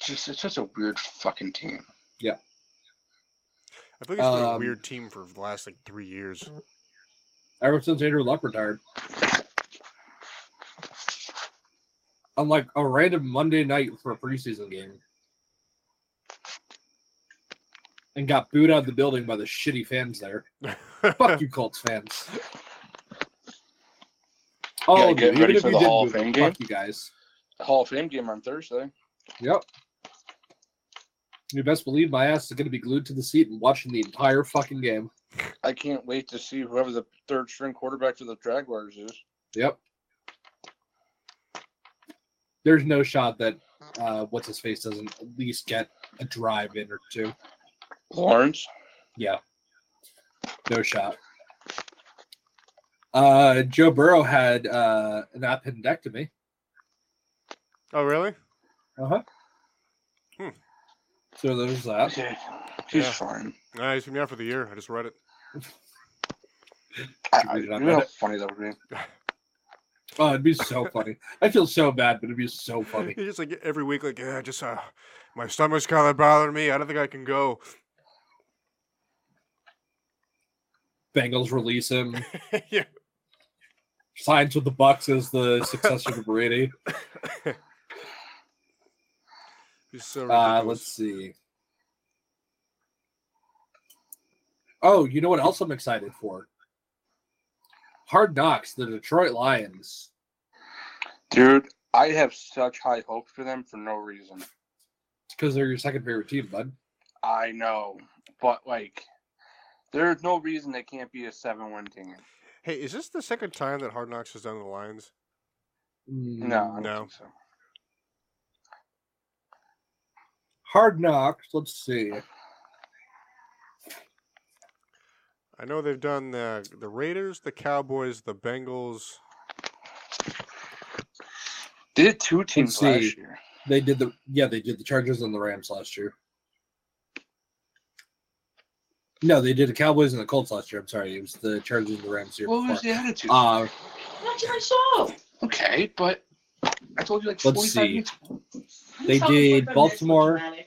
S3: just it's such a weird fucking team.
S1: I feel like it's been a
S2: Um,
S1: weird team for the last like three years.
S2: Ever since Andrew Luck retired. On like a random Monday night for a preseason game. And got booed out of the building by the shitty fans there. Fuck you, Colts fans.
S3: Yeah,
S2: Oh,
S3: get
S2: dude, even
S3: ready
S2: if
S3: for
S2: you
S3: the
S2: did
S3: Hall
S2: move
S3: of
S2: them,
S3: Fame game.
S2: Fuck you guys.
S3: Hall of Fame game on Thursday.
S2: Yep. You best believe my ass is going to be glued to the seat and watching the entire fucking game.
S3: I can't wait to see whoever the third string quarterback for the Jaguars is.
S2: Yep. There's no shot that uh, what's his face doesn't at least get a drive in or two.
S3: Lawrence.
S2: Yeah. No shot. Uh, Joe Burrow had uh, an appendectomy.
S1: oh really?
S2: Uh huh.
S1: Hmm.
S2: So there's that.
S3: Okay. He's
S1: Yeah.
S3: fine.
S1: Nah, he's been out for the year. I just read it.
S3: I,
S2: Did you read it
S3: I, you
S2: on
S3: know how
S2: Reddit?
S3: funny that would be.
S2: Oh, it'd be so funny. I feel so bad, but it'd be so funny.
S1: He's just like every week, like yeah, just uh, my stomach's kind of bothering me. I don't think I can go.
S2: Bengals release him.
S1: yeah,
S2: signs with the Bucks as the successor to Brady.
S1: He's so
S2: Uh,
S1: ridiculous.
S2: let's see. Oh, you know what else I'm excited for? Hard Knocks, the Detroit Lions.
S3: Dude, I have such high hopes for them for no reason.
S2: It's because they're your second favorite team, bud.
S3: I know, but like, there's no reason they can't be a seven-win team.
S1: Hey, is this the second time that Hard Knocks has done the Lions?
S2: Mm,
S3: No, I don't
S1: No.
S3: think so.
S2: Hard Knocks. Let's see.
S1: I know they've done the the Raiders, the Cowboys, the Bengals.
S3: They did two teams
S2: see.
S3: last year.
S2: They did the yeah they did the Chargers and the Rams last year. No, they did the Cowboys and the Colts last year. I'm sorry, it was the Chargers and the Rams here.
S3: What was the attitude?
S2: Uh,
S4: Not to my show.
S3: okay, but I told you like
S2: Let's
S3: 45
S2: see.
S3: minutes.
S4: I'm
S2: They
S4: sorry
S2: did
S4: if I'm
S2: Baltimore.
S4: dramatic.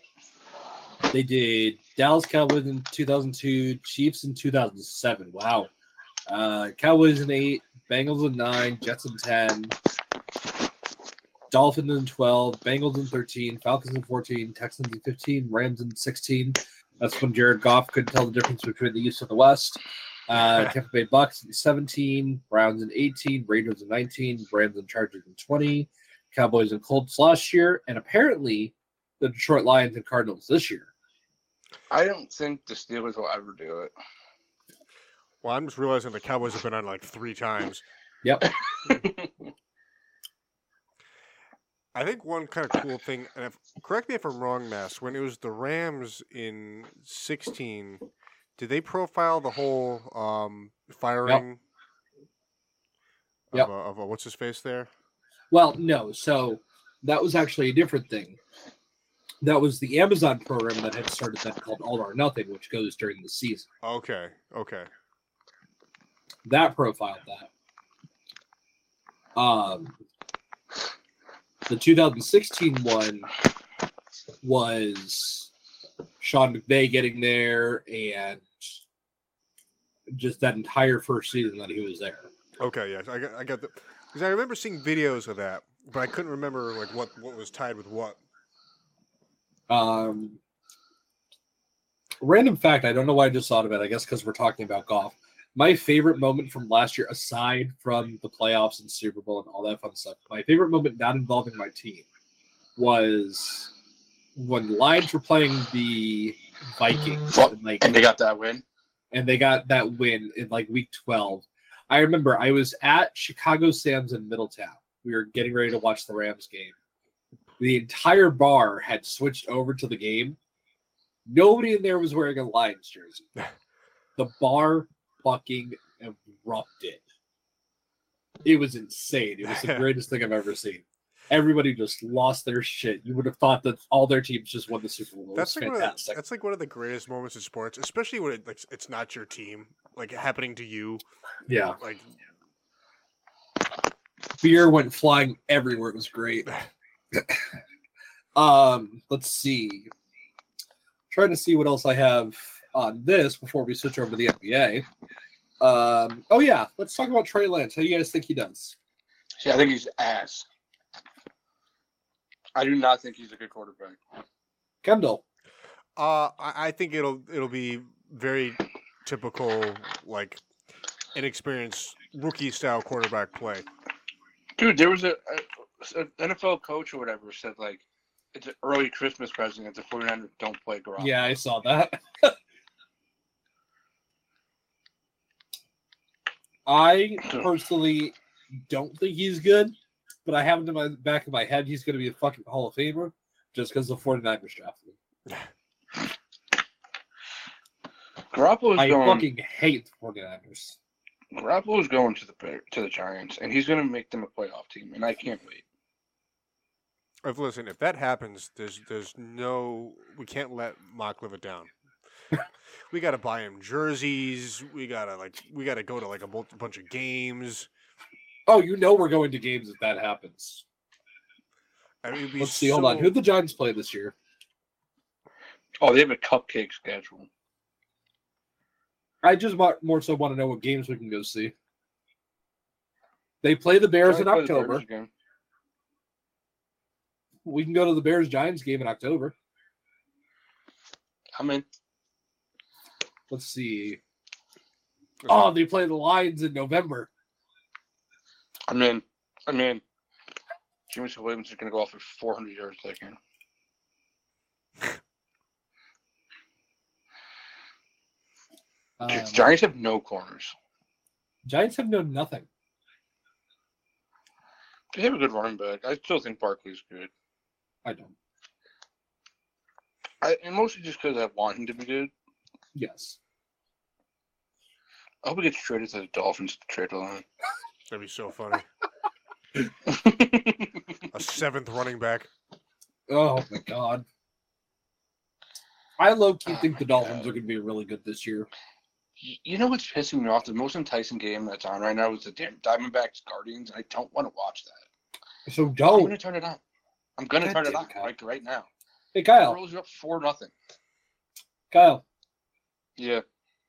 S2: they did Dallas Cowboys in 2002, Chiefs in 2007. Wow, uh, Cowboys in eight, Bengals in nine, Jets in ten, Dolphins in twelve, Bengals in thirteen, Falcons in fourteen, Texans in fifteen, Rams in sixteen. That's when Jared Goff could tell the difference between the East and the West. Uh, Tampa Bay Bucks in 17, Browns in 18, Raiders in 19, Rams and Chargers in 20, Cowboys and Colts last year, and apparently the Detroit Lions and Cardinals this year.
S3: I don't think the Steelers will ever do it.
S1: Well, I'm just realizing the Cowboys have been on like three times.
S2: Yep.
S1: I think one kind of cool thing, and if, correct me if I'm wrong, Mass, when it was the Rams in 16, did they profile the whole um, firing
S2: Yep.
S1: of, a, of a, what's his face there?
S2: Well, no. So that was actually a different thing. That was the Amazon program that had started that called All or Nothing, which goes during the season.
S1: Okay, okay.
S2: That profiled that. Um, the 2016 one was Sean McVay getting there and just that entire first season that he was there.
S1: Okay, yes, I got, I got the because I remember seeing videos of that, but I couldn't remember like what what was tied with what.
S2: Um, random fact, I don't know why I just thought of it. I guess because we're talking about golf. My favorite moment from last year, aside from the playoffs and Super Bowl and all that fun stuff, my favorite moment not involving my team was when the Lions were playing the Vikings
S3: Well,
S2: and like
S3: And they got that win.
S2: and they got that win in like week 12. I remember I was at Chicago Sam's in Middletown. We were getting ready to watch the Rams game. The entire bar had switched over to the game. Nobody in there was wearing a Lions jersey. The bar fucking erupted. It was insane. It was the greatest thing I've ever seen. Everybody just lost their shit. You would have thought that all their teams just won the Super Bowl. It
S1: That's
S2: was
S1: like, one of the,
S2: fantastic.
S1: that's like one of the greatest moments in sports, especially when it, like it's not your team, like happening to you.
S2: yeah.
S1: Like
S2: beer went flying everywhere. It was great. um, let's see. Trying to see what else I have on this before we switch over to the NBA. Um, oh yeah, let's talk about Trey Lance. How do you guys think he does?
S3: See, I think he's ass. I do not think he's a good quarterback.
S2: Kendall.
S1: Uh, I, I think it'll it'll be very typical, like inexperienced rookie style quarterback play.
S3: Dude, there was a, a, an NFL coach or whatever said like it's an early Christmas present that the 49ers don't play Garoppolo.
S2: Yeah, I saw that. I personally don't think he's good, but I have it in my back of my head he's going to be a fucking Hall of Famer just because the 49ers drafted him.
S3: Garoppolo's
S2: I
S3: going
S2: fucking hate the 49ers.
S3: Garoppolo's going to the Bear- to the Giants and he's going to make them a playoff team and I can't wait.
S1: If listen, if that happens, there's there's no we can't let Mock live it down. we gotta buy him jerseys. We gotta like we gotta go to like a bul- bunch of games.
S2: Oh, you know we're going to games if that happens.
S1: I mean, it'd be
S2: Let's see. Hold on.
S1: so-
S2: Who the Giants play this year?
S3: Oh, they have a cupcake schedule.
S2: I just want more so want to know what games we can go see. They play the Bears in
S3: Try to play the
S2: October.
S3: Bears again.
S2: We can go to the Bears Giants game in October.
S3: I'm in.
S2: Let's see. Oh, they play the Lions in November.
S3: I'm in. I'm in. Jameson Williams is going to go off for 400 yards that game.
S2: Um,
S3: Dude, Giants have no corners.
S2: Giants have known nothing.
S3: They have a good running back. I still think Barkley's good.
S2: I don't.
S3: I, and mostly just because I want him to be good.
S2: Yes.
S3: I hope he gets traded to the Dolphins to trade line.
S1: That'd be so funny. A seventh running back.
S2: Oh my god. I low key
S3: Oh
S2: think
S3: my
S2: the Dolphins
S3: God.
S2: are going to be really good this year.
S3: you know what's pissing me off? The most enticing game that's on right now is the damn Diamondbacks Guardians. and I don't want to watch that.
S2: So
S3: I'm
S2: don't.
S3: gonna turn it on. I'm gonna
S2: God
S3: turn it
S2: damn
S3: on
S2: it, Oh. Kyle.
S3: like right now.
S2: Hey
S3: It
S2: Kyle,
S3: rolls you up four nothing.
S2: Kyle,
S3: Yeah,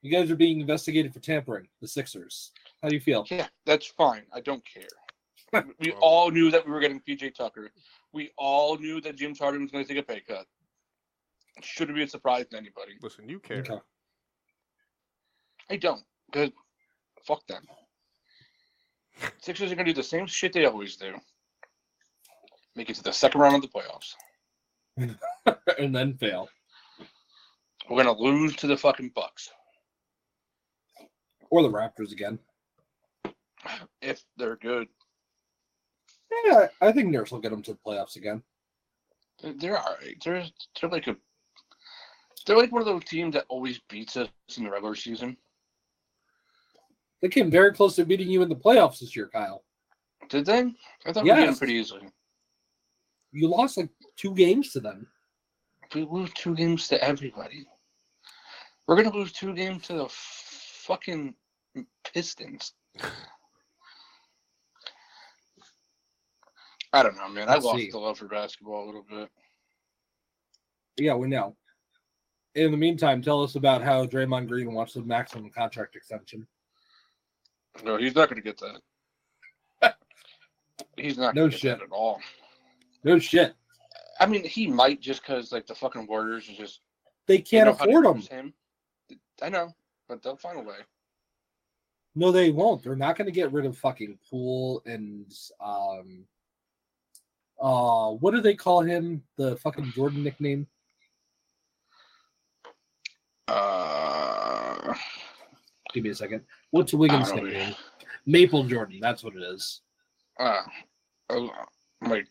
S2: you guys are being investigated for tampering. The Sixers. How do you feel?
S3: yeah, that's fine. I don't care. we
S1: Oh.
S3: all knew that we were getting PJ Tucker. We all knew that James Harden was gonna take a pay cut. Shouldn't be a surprise to anybody.
S1: Listen, you care.
S2: Okay.
S3: I don't. Cause fuck them. Sixers are gonna do the same shit they always do. Make it to the second round of the playoffs.
S2: and then fail,
S3: We're gonna lose to the fucking Bucks
S2: or the Raptors again.
S3: if they're good.
S2: Yeah, I think Nurse will get them to the playoffs again.
S3: They're, they're all right. They're they're like a they're like one of those teams that always beats us in the regular season.
S2: They came very close to beating you in the playoffs this year, Kyle.
S3: Did they? I thought we beat them
S2: Yes.
S3: pretty easily.
S2: You lost like two games to them.
S3: We lose two games to everybody. We're gonna lose two games to the f- fucking Pistons. I don't know, man.
S2: Let's
S3: I lost
S2: see.
S3: the love for basketball a little bit.
S2: Yeah, we know. In the meantime, tell us about how Draymond Green wants the maximum contract extension.
S3: No, he's not gonna get that. he's not
S2: No
S3: gonna get
S2: shit.
S3: that at all.
S2: No shit.
S3: I mean, he might just because like the fucking Warriors are just
S2: They
S3: they
S2: can't
S3: know how to
S2: afford him.
S3: use Him. I know, but they'll find a way.
S2: No, they won't. They're not going to get rid of fucking Poole and um, uh, what do they call him? The fucking Jordan nickname?
S3: Uh,
S2: Give me a second. What's Wiggins'
S3: I don't
S2: nickname? Maple Jordan. That's what it is.
S3: uh, I'm like,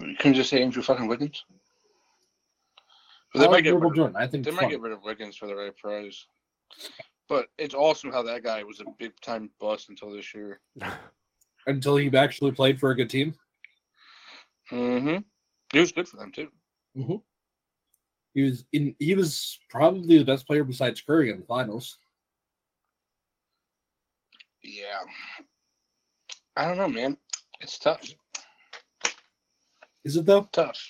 S3: you can just say Andrew fucking Wiggins. But they
S2: I
S3: might
S2: like
S3: get
S2: Maple
S3: rid of,
S2: Jordan. I think
S3: they
S2: it's
S3: might
S2: fun.
S3: get rid of Wiggins for the right price. But it's also how that guy was a big time bust until this year.
S2: until he actually played for a good team.
S3: Mm-hmm. He was good for them too.
S2: He was in. He was probably the best player besides Curry in the finals.
S3: Yeah. I don't know, man. It's tough.
S2: Is it though?
S3: tough.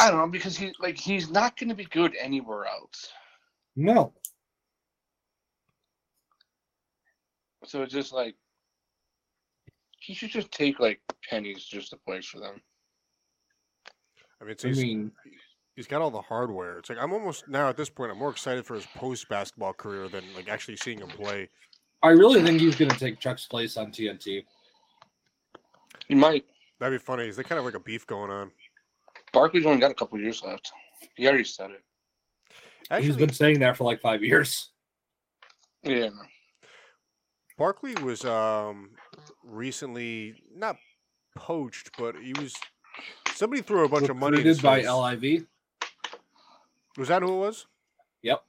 S3: I don't know because he like he's not going to be good anywhere else.
S2: No.
S3: So it's just like he should just take like pennies just to play for them.
S1: I mean, it's,
S2: I
S1: he's,
S2: mean,
S1: he's got all the hardware. It's like I'm almost now at this point. I'm more excited for his post basketball career than like actually seeing him play.
S2: I really think he's going to take Chuck's place on TNT.
S3: He might.
S1: That'd be funny. Is they kind of like a beef going on?
S3: Barkley's only got a couple years left. He already said it.
S2: he's
S1: Actually,
S2: been saying that for like five years.
S3: Yeah. No.
S1: Barkley was um recently not poached, but he was somebody threw a bunch of money. in his
S2: Recruited by
S1: face.
S2: LIV.
S1: Was that who it was?
S2: Yep.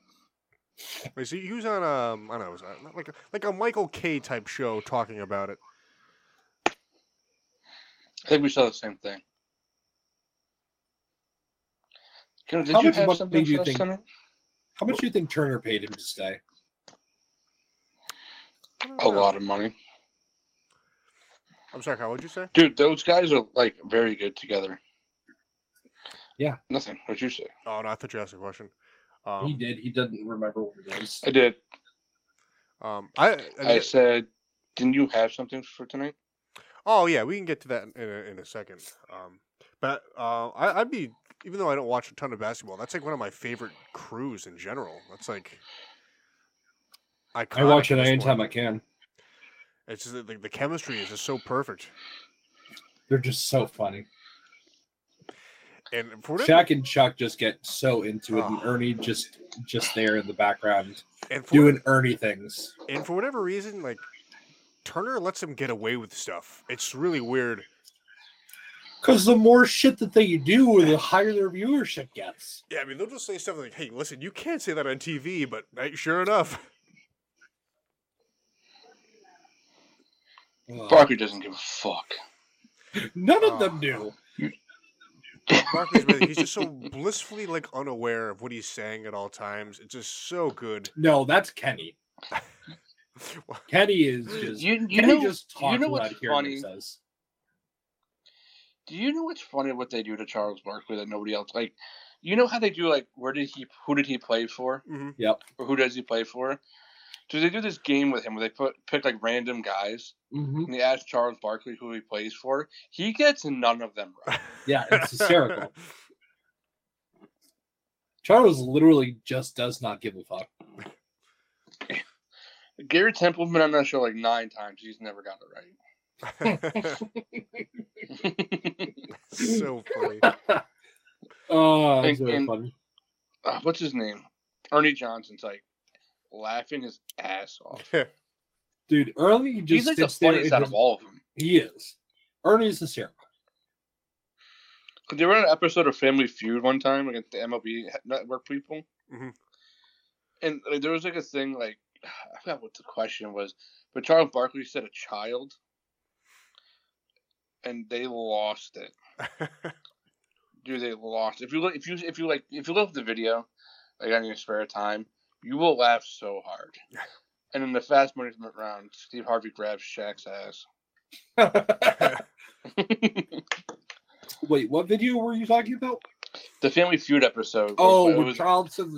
S1: Wait, so he was on um I don't know, it was on- like a, like a Michael K type show talking about it.
S3: I think we saw the same thing. Kendall, did
S2: How
S3: you
S2: much
S3: have
S2: money
S3: something
S2: do you
S3: for us
S2: think-
S3: tonight?
S2: How much do you think Turner paid him to stay?
S1: I don't
S3: A
S1: know.
S3: lot of money,
S1: I'm sorry, Kyle. What'd you say?
S3: dude. Those guys are like very good together.
S2: Yeah.
S3: Nothing. What'd you say?
S1: Oh no, I thought you asked a question. Um,
S2: he did. He doesn't remember what it is.
S3: I did.
S1: um, I, I
S3: I
S1: mean,
S3: said Didn't you have something for tonight?
S1: Oh yeah, we can get to that in a, in a second. Um, but uh, I, I'd be even though I don't watch a ton of basketball, that's like one of my favorite crews in general. That's like
S2: I watch
S1: iconic
S2: it
S1: at this
S2: anytime I
S1: point.
S2: can.
S1: It's just that, like the chemistry is just so perfect,
S2: They're just so funny.
S1: and for whatever,
S2: Shaq and Chuck just get so into it, and
S1: Oh.
S2: Ernie just just there in the background
S1: and for
S2: doing Ernie things.
S1: and for whatever reason, like Turner lets him get away with stuff. It's really weird.
S2: Because the more shit that they do, the higher their viewership gets.
S1: Yeah, I mean they'll just say something like, "Hey, listen, you can't say that on TV," but like, sure enough,
S3: Barkley doesn't give a fuck.
S2: None
S1: Oh.
S2: of them do.
S1: Barkley's really, he's just so blissfully like unaware of what he's saying at all times. It's just so good.
S2: No, that's Kenny. Kenny is just.
S3: You, you
S2: Kenny
S3: know,
S2: just
S3: you
S2: talks
S3: know
S2: without
S3: what's
S2: hearing what he
S3: funny?
S2: says.
S3: Do you know what's funny what they do to Charles Barkley that nobody else like? You know how they do like where did he who did he play for
S1: Mhm.
S2: Yep.
S3: or who does he play for? So they do this game with him where they put pick like random guys
S2: Mm-hmm.
S3: and they ask Charles Barkley who he plays for. He gets none of them right.
S2: Yeah, it's hysterical. Charles literally just does not give a fuck.
S3: Gary Templeman on that show like nine times. He's never got it right.
S1: so funny.
S2: Oh, that's
S3: And-
S2: Uh, really
S3: and-
S2: funny.
S3: Uh, what's his name? Ernie Johnson's like laughing his ass off.
S2: Dude, Ernie
S3: He's
S2: just
S3: like the
S2: sits there
S3: funniest
S2: and
S3: out of
S2: just-
S3: all of them.
S2: He is. Ernie's hysterical.
S3: They were on an episode of Family Feud one time against the MLB network people,
S2: Mm-hmm.
S1: Mhm.
S3: and like, there was like a thing like I forgot what the question was, but Charles Barkley said a child, and they lost it. Dude, they lost. If you look, if you if you like, if you look at the video, like on your spare time, you will laugh so hard. And in the fast money round, Steve Harvey grabs Shaq's ass.
S2: Wait, what video were you talking about?
S3: The Family Feud episode. was-
S2: Oh,
S3: it
S2: where
S3: was-
S2: Charles says,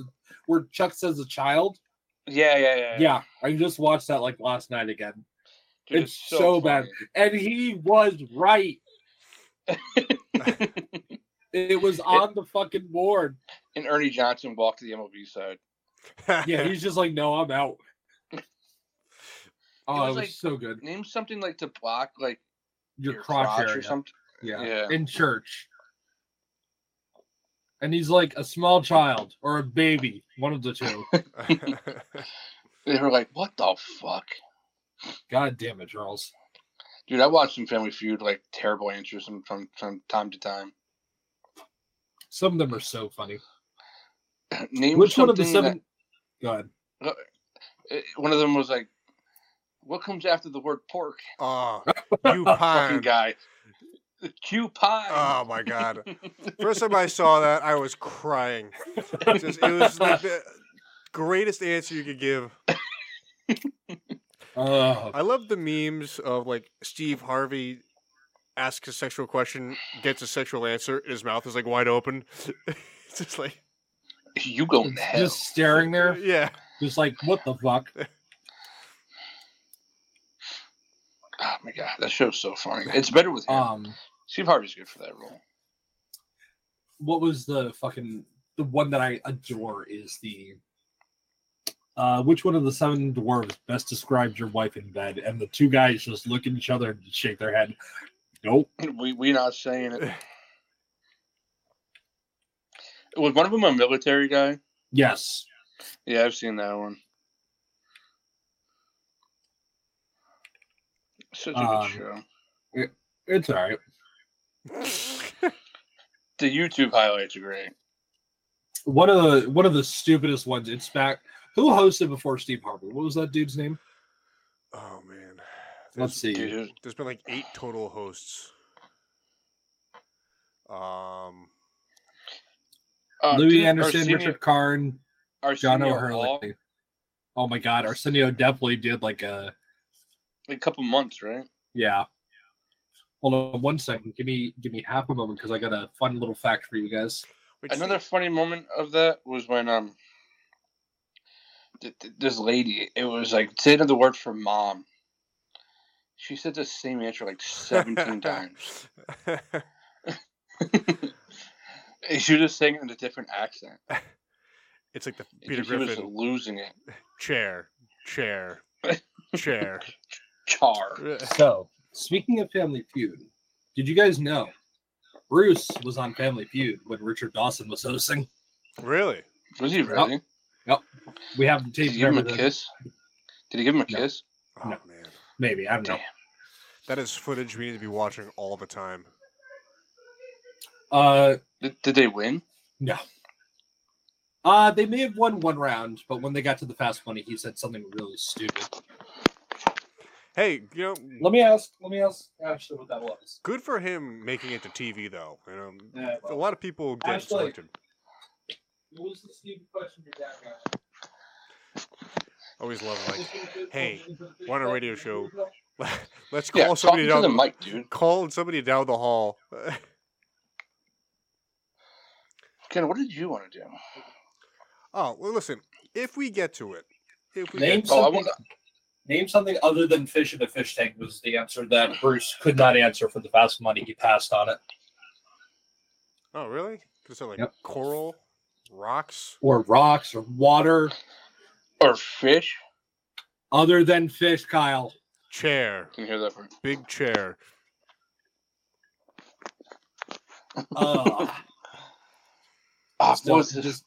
S2: where Chuck says a child.
S3: yeah, yeah, yeah.
S2: Yeah. I just watched that like last night again,
S3: Dude,
S2: it's so bad.
S3: funny.
S2: and he was right. It was on the fucking board.
S3: and Ernie Johnson walked to the MLB side.
S2: Yeah, he's just like, no, I'm out. Oh, it was,
S3: was like-
S2: so good.
S3: Name something like to block like
S5: Your, crotch, area.
S3: or something.
S2: Yeah.
S3: Yeah.
S5: in church. And he's like a small child or a baby, one of the two.
S3: They were like, "What the fuck,
S5: God damn it, Charles.
S3: dude?" I watched some Family Feud like terrible answers from from, from time to time.
S5: Some of them are so funny.
S3: Name
S2: Which one of the
S3: something
S2: seven? Go ahead.
S3: that- eh, one of them was like, "What comes after the word pork?"
S1: oh, you
S3: Fucking
S1: pine.
S3: guy. Cupine.
S2: Uh,
S1: Oh my god! First time I saw that, I was crying. Just, it was like the greatest answer you could give.
S2: Uh,
S1: I love the memes of like Steve Harvey asks a sexual question, gets a sexual answer, his mouth is like wide open. it's just like
S3: you go to hell.
S5: Just staring there,
S1: yeah.
S5: just like, what the fuck?
S3: Oh my god, that show's so funny. It's better with him.
S2: Uh,
S5: Um,
S3: Steve Harvey's good for that role.
S2: what was the fucking the one that I adore is the uh which one of the seven dwarves best describes your wife in bed? And the two guys just look at each other and shake their head. Nope.
S3: We we not saying it. Was one of them a military guy?
S2: Yes.
S3: Yeah, I've seen that one. Such a
S2: Um,
S3: good show.
S2: It's all right.
S3: The YouTube highlights are great.
S2: One of the one of the stupidest ones. It's back. Who hosted before Steve Harvey? What was that dude's name?
S1: Oh man.
S2: Let's
S1: There's-
S2: see.
S3: Dude,
S1: There's been like eight total hosts. Um.
S3: uh,
S2: Louis
S3: dude,
S2: Anderson,
S3: Arsenio-
S2: Richard Karn,
S3: Arsenio
S2: John
S3: Hall,
S2: O'Hurley. Oh my God, Arsenio definitely did like a
S3: like a couple months, right?
S2: yeah. Hold on one second. Give me give me half a moment because I got a fun little fact for you guys.
S1: which-
S3: Another funny moment of that was when um, th- th- this lady, it was like saying the word for mom, She said the same answer like 17 times. And she was just saying it in a different accent.
S1: it's like the Peter
S3: Peter she was
S1: Griffin
S3: losing it.
S1: chair, chair, chair.
S3: Char.
S2: So, speaking of Family Feud, did you guys know Bruce was on Family Feud when Richard Dawson was hosting?
S1: really?
S3: Was he really?
S2: We have the
S3: Did
S2: tape.
S3: he give him a
S2: remember the-
S3: kiss? Did he give him a
S2: No.
S3: kiss?
S1: Oh
S2: No.
S1: man,
S2: Maybe I don't know.
S3: Damn.
S1: that is footage we need to be watching all the time.
S2: Uh,
S3: Did, did they win?
S2: no. Uh, they may have won one round, but when they got to the fast money, he said something really stupid.
S1: Hey, you know,
S2: Let me ask. Let me ask Ashley what that was.
S1: good for him making it to TV though. You know,
S2: Yeah,
S1: a
S2: well,
S1: lot of people get
S2: Actually-
S1: selected.
S2: What was the stupid question your dad got?
S1: Always love like, hey, we're on a radio show. let's call
S3: Yeah, talk
S1: somebody
S3: to
S1: down.
S3: the mic, dude.
S1: Call somebody down the hall.
S3: Ken, what did you want to do?
S1: oh well, listen. If we get to it, if we
S2: Name
S1: get
S3: Oh, I
S2: something. Name something other than fish in a fish tank was the answer that Bruce could not answer for the fast money. He passed on it.
S1: oh really? Could it like
S6: Yep.
S1: coral, rocks?
S2: Or rocks or water
S3: Or fish?
S2: other than fish, Kyle.
S1: chair,
S3: Can you hear that from?
S1: big chair.
S2: Ugh.
S3: Ah,
S2: Still,
S3: what was this?
S2: just-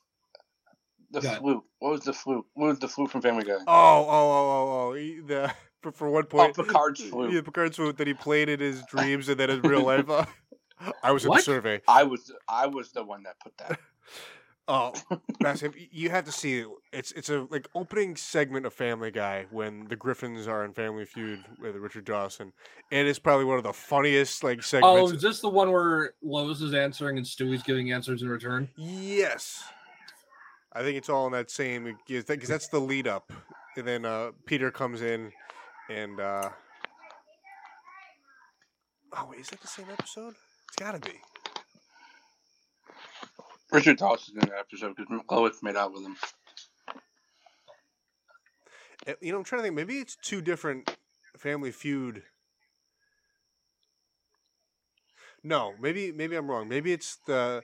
S3: the
S2: go ahead.
S3: fluke? What was the fluke? What was the fluke from Family Guy?
S1: Oh, oh, oh, oh, oh. He, the for, for one point,
S3: Picard's flute.
S1: yeah, Picard's flute that he played in his dreams and then in real life. Uh, I was in the
S6: What?
S1: survey.
S3: I was I was the one that put that.
S1: Oh, massive! You have to see it. It's it's a like opening segment of Family Guy when the Griffins are in Family Feud with Richard Dawson. It is probably one of the funniest like
S2: Oh,
S1: segments.
S2: is this the one where Lois is answering and Stewie's giving answers in return?
S1: Yes, I think it's all in that same because that's the lead up, and then uh, Peter comes in, and uh... oh wait, is that the same episode? It's gotta be.
S3: Richard Dawson in that episode because Lois made out with him.
S1: Uh, You know, I'm trying to think. Maybe it's two different Family Feud. No, maybe maybe I'm wrong. Maybe it's the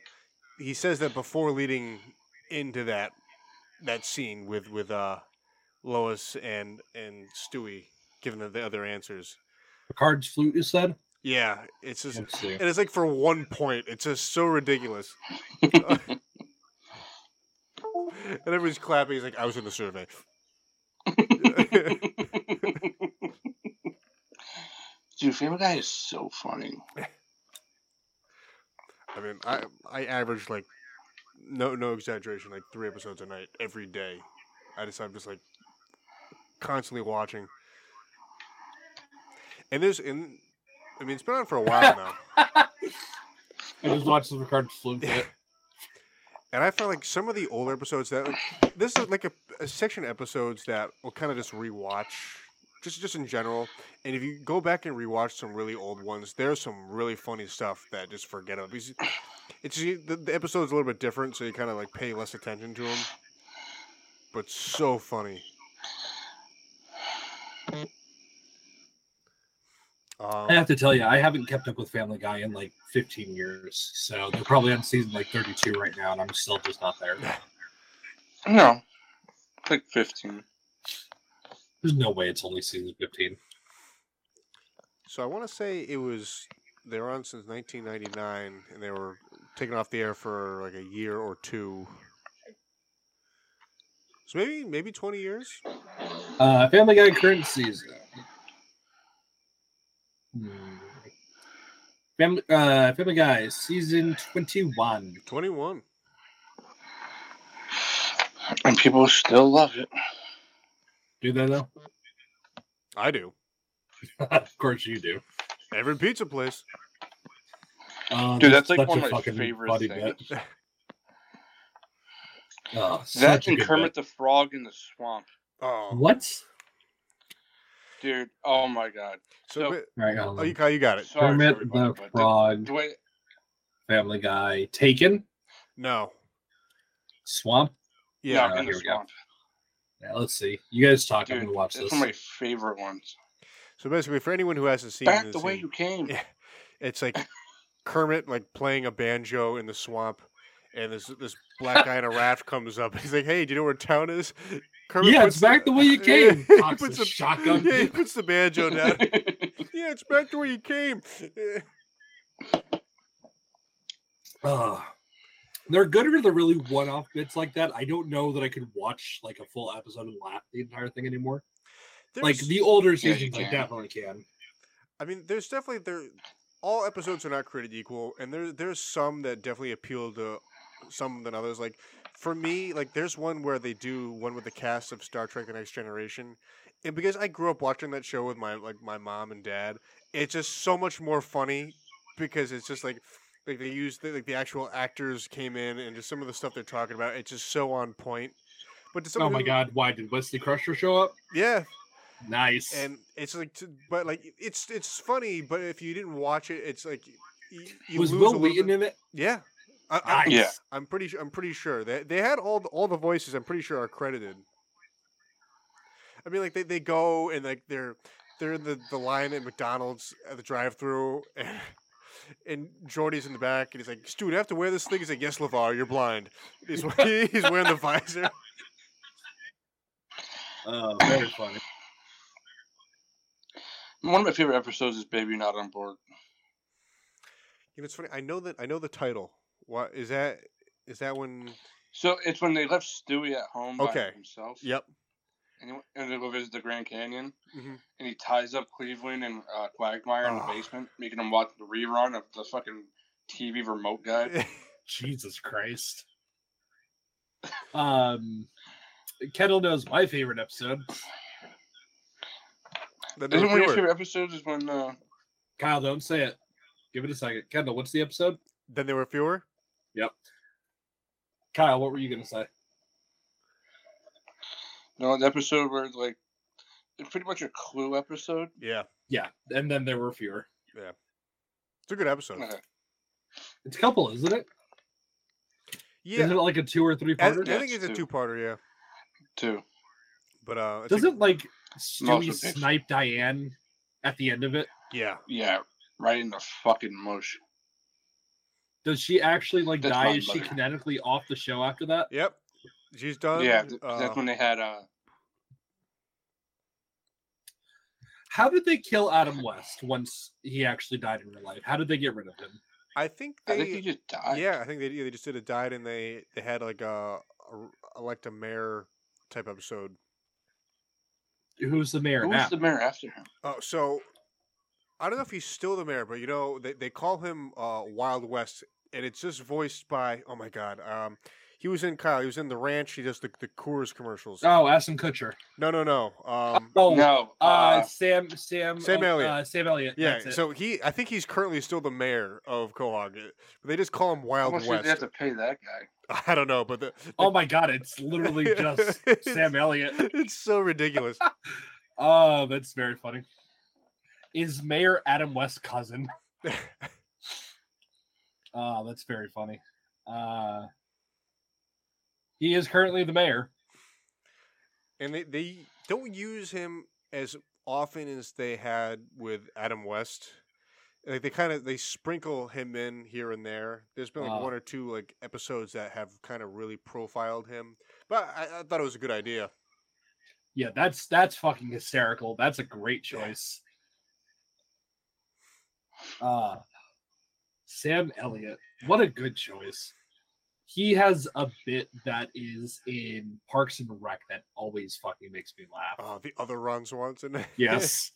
S1: he says that before leading into that that scene with with uh, Lois and and Stewie giving the, the other answers.
S2: Picard's flute, you said?
S1: Yeah, it's just
S6: Let's see.
S1: and it's like for one point. It's just so ridiculous. and everybody's clapping. He's like, "I was in the survey."
S3: Dude, Family Guy is so funny.
S1: I mean, I I average like no no exaggeration, like three episodes a night every day. I just I'm just like constantly watching. And there's in I mean it's been on for a while now.
S2: I just watched the Picard's flute.
S1: Yeah. And I feel like some of the older episodes that like, this is like a, a section of episodes that we'll kind of just rewatch, just just in general. And if you go back and rewatch some really old ones, there's some really funny stuff that just forget about because it's you- the, the episode's a little bit different, so you kind of like pay less attention to them. But so funny.
S2: I
S1: Um,
S2: have to tell you, I haven't kept up with Family Guy in like 15 years. So they're probably on season like 32 right now, and I'm still just not there.
S3: No, like fifteen.
S2: There's no way it's only season 15.
S1: so I want to say it was they were on since 1999, and they were taken off the air for like a year or two. So maybe maybe 20 years.
S2: Uh, Family Guy current season. Hmm. Family, uh, Family Guy season 21.
S1: 21.
S3: And people still love it.
S2: Do they though?
S1: I do.
S2: of course you do.
S1: Every pizza place.
S2: Uh,
S3: Dude, that's,
S2: such
S3: like, one
S2: a
S3: of my
S2: fucking
S3: favorite
S2: funny
S3: things.
S2: bit. Oh,
S3: That
S2: such a
S3: and
S2: good
S3: Kermit the Frog in the Swamp.
S1: Oh,
S2: bit. What?
S3: Dude, oh my god.
S1: so
S3: So-
S1: ba-
S2: All right, hold
S1: oh,
S2: on.
S1: you, Kyle, you got it.
S3: Sorry, for
S2: Kermit
S3: everybody,
S2: the
S3: but the,
S2: Frog,
S3: the way
S2: Family Guy, Taken,
S1: No.
S2: Swamp.
S1: Yeah.
S3: yeah, in the
S2: here we go.
S3: swamp.
S2: Yeah, let's see. You guys talk. I'm
S3: Dude,
S2: gonna watch
S3: it's
S2: this.
S3: one of my favorite ones.
S1: So basically, for anyone who hasn't seen
S3: Back
S1: this
S3: the way
S1: scene,
S3: you came.
S1: Yeah. it's like Kermit like playing a banjo in the swamp, and this this black guy in a raft comes up. He's like, "Hey, do you know where town is?" Kermit
S2: yeah,
S1: puts
S2: it's back the way you
S1: Yeah,
S2: came.
S1: he
S2: Cocks
S1: puts
S2: a
S1: a-
S2: shotgun.
S1: Yeah, he puts the banjo down.
S3: That's
S1: yeah, it's back to where you came. Eh, Yeah.
S2: Ugh.
S7: They're good or they're really one-off bits like that. I don't know that I could watch like a full episode and laugh the entire thing anymore. Like
S1: There's-
S7: the older
S3: Yeah, you
S7: seasons, I
S3: can.
S7: definitely can.
S1: I mean, there's definitely there. All episodes are not created equal, and there there's some that definitely appeal to some than others. Like for me, like there's one where they do one with the cast of Star Trek: The Next Generation, and because I grew up watching that show with my like my mom and dad, it's just so much more funny because it's just like like they use the, like the actual actors came in and just some of the stuff they're talking about. It's just so on point. But to
S2: Oh
S1: someone
S2: my
S1: who-
S2: god, why did Wesley Crusher show up?
S1: yeah,
S2: Nice.
S1: and it's like, to, but like it's it's funny, but if you didn't watch it, it's like you, you
S7: Was
S1: lose a
S7: Will
S1: little
S7: Wheaton
S1: bit.
S7: in it?
S1: Yeah, I, I,
S2: nice.
S3: Yeah.
S1: I'm pretty su- I'm pretty sure they they had all the, all the voices. I'm pretty sure are credited. I mean, like they, they go and like they're they're in the, the line at McDonald's at the drive-through and. And Jordy's in the back, and he's like, "Stu, do I have to wear this thing?" He's like, "Yes, Lavar, you're blind." He's, he's wearing the visor.
S7: Oh, very funny.
S3: One of my favorite episodes is Baby Not on Board.
S1: You know, it's funny. I know that I know the title. What is that? Is that when?
S3: So it's when they left Stewie at home
S1: Okay.
S3: by himself.
S1: Yep.
S3: And, he, went- and they go visit the Grand Canyon.
S2: Mm-hmm.
S1: Mhm.
S3: And he ties up Cleveland and uh, Quagmire in the
S1: Ugh.
S3: basement, making him watch the rerun of the fucking TV remote guy.
S2: Jesus Christ. Um, Kendall knows my favorite episode.
S1: The
S3: Isn't one of your
S1: newer.
S3: favorite episodes is when uh,
S7: Kyle, don't say it. Give it a second. Kendall, what's the episode?
S1: Then there were fewer.
S7: Kyle, what were you gonna say?
S3: no the episode where like it's pretty much a clue episode.
S1: Yeah,
S7: Yeah, and then there were fewer.
S1: it's a good episode.
S3: Okay.
S7: It's a couple, isn't it?
S1: Yeah,
S7: not it like a two or three
S1: I, I
S7: parter?
S3: Yeah,
S1: think it's a
S3: it's two.
S1: two-parter. Yeah,
S3: Two.
S1: but uh, I think-
S2: Doesn't like
S3: Mouse
S2: Stewie
S3: with it.
S2: snipe Diane at the end of it?
S1: yeah,
S3: Yeah, right in the fucking mush.
S2: Does she actually like
S3: That's
S2: die?
S3: my
S2: Is she
S3: mother.
S2: kinetically off the show after that?
S1: yep. She's done.
S3: yeah, th-
S1: uh,
S3: that's when they had uh
S2: How did they kill Adam West once he actually died in real life? How did they get rid of him?
S1: I think they.
S3: I think he just died.
S1: yeah, I think they yeah, they just did a died and they they had like a, a elect a mayor type episode.
S2: Who's the mayor
S3: Who
S2: now?
S3: was the mayor after him?
S1: Oh, so I don't know if he's still the mayor, but you know they, they call him uh, Wild West, and it's just voiced by oh my god, um, he was in Kyle, he was in the ranch, he does the the Coors commercials.
S2: Oh, Ashton Kutcher.
S1: No, no, no. Um,
S2: Oh,
S3: No.
S2: uh,
S3: Uh,
S2: Sam, Sam,
S1: Sam
S2: oh,
S1: Elliott.
S2: Uh, Sam Elliott.
S1: yeah,
S2: that's it.
S1: so he, I think he's currently still the mayor of Quahog. It- They just call him
S3: how
S1: Wild
S3: much did
S1: West.
S3: they have to pay that guy?
S1: I don't know, but the, the-
S2: oh my God, it's literally just Sam Elliott.
S1: it's so ridiculous.
S2: Oh, that's very funny. Is Mayor Adam West's cousin? Oh, that's very funny. Uh, he is currently the mayor.
S1: and they, they don't use him as often as they had with Adam West. Like they kind of they sprinkle him in here and there. There's been like
S2: Uh.
S1: one or two like episodes that have kind of really profiled him, but I, I thought it was a good idea.
S2: Yeah, that's that's fucking hysterical. That's a great
S1: Yeah.
S2: choice. Uh Sam Elliott, what a good choice. He has a bit that is in Parks and Rec that always fucking makes me laugh.
S1: Oh, the other Ron Swanson.
S2: Yes.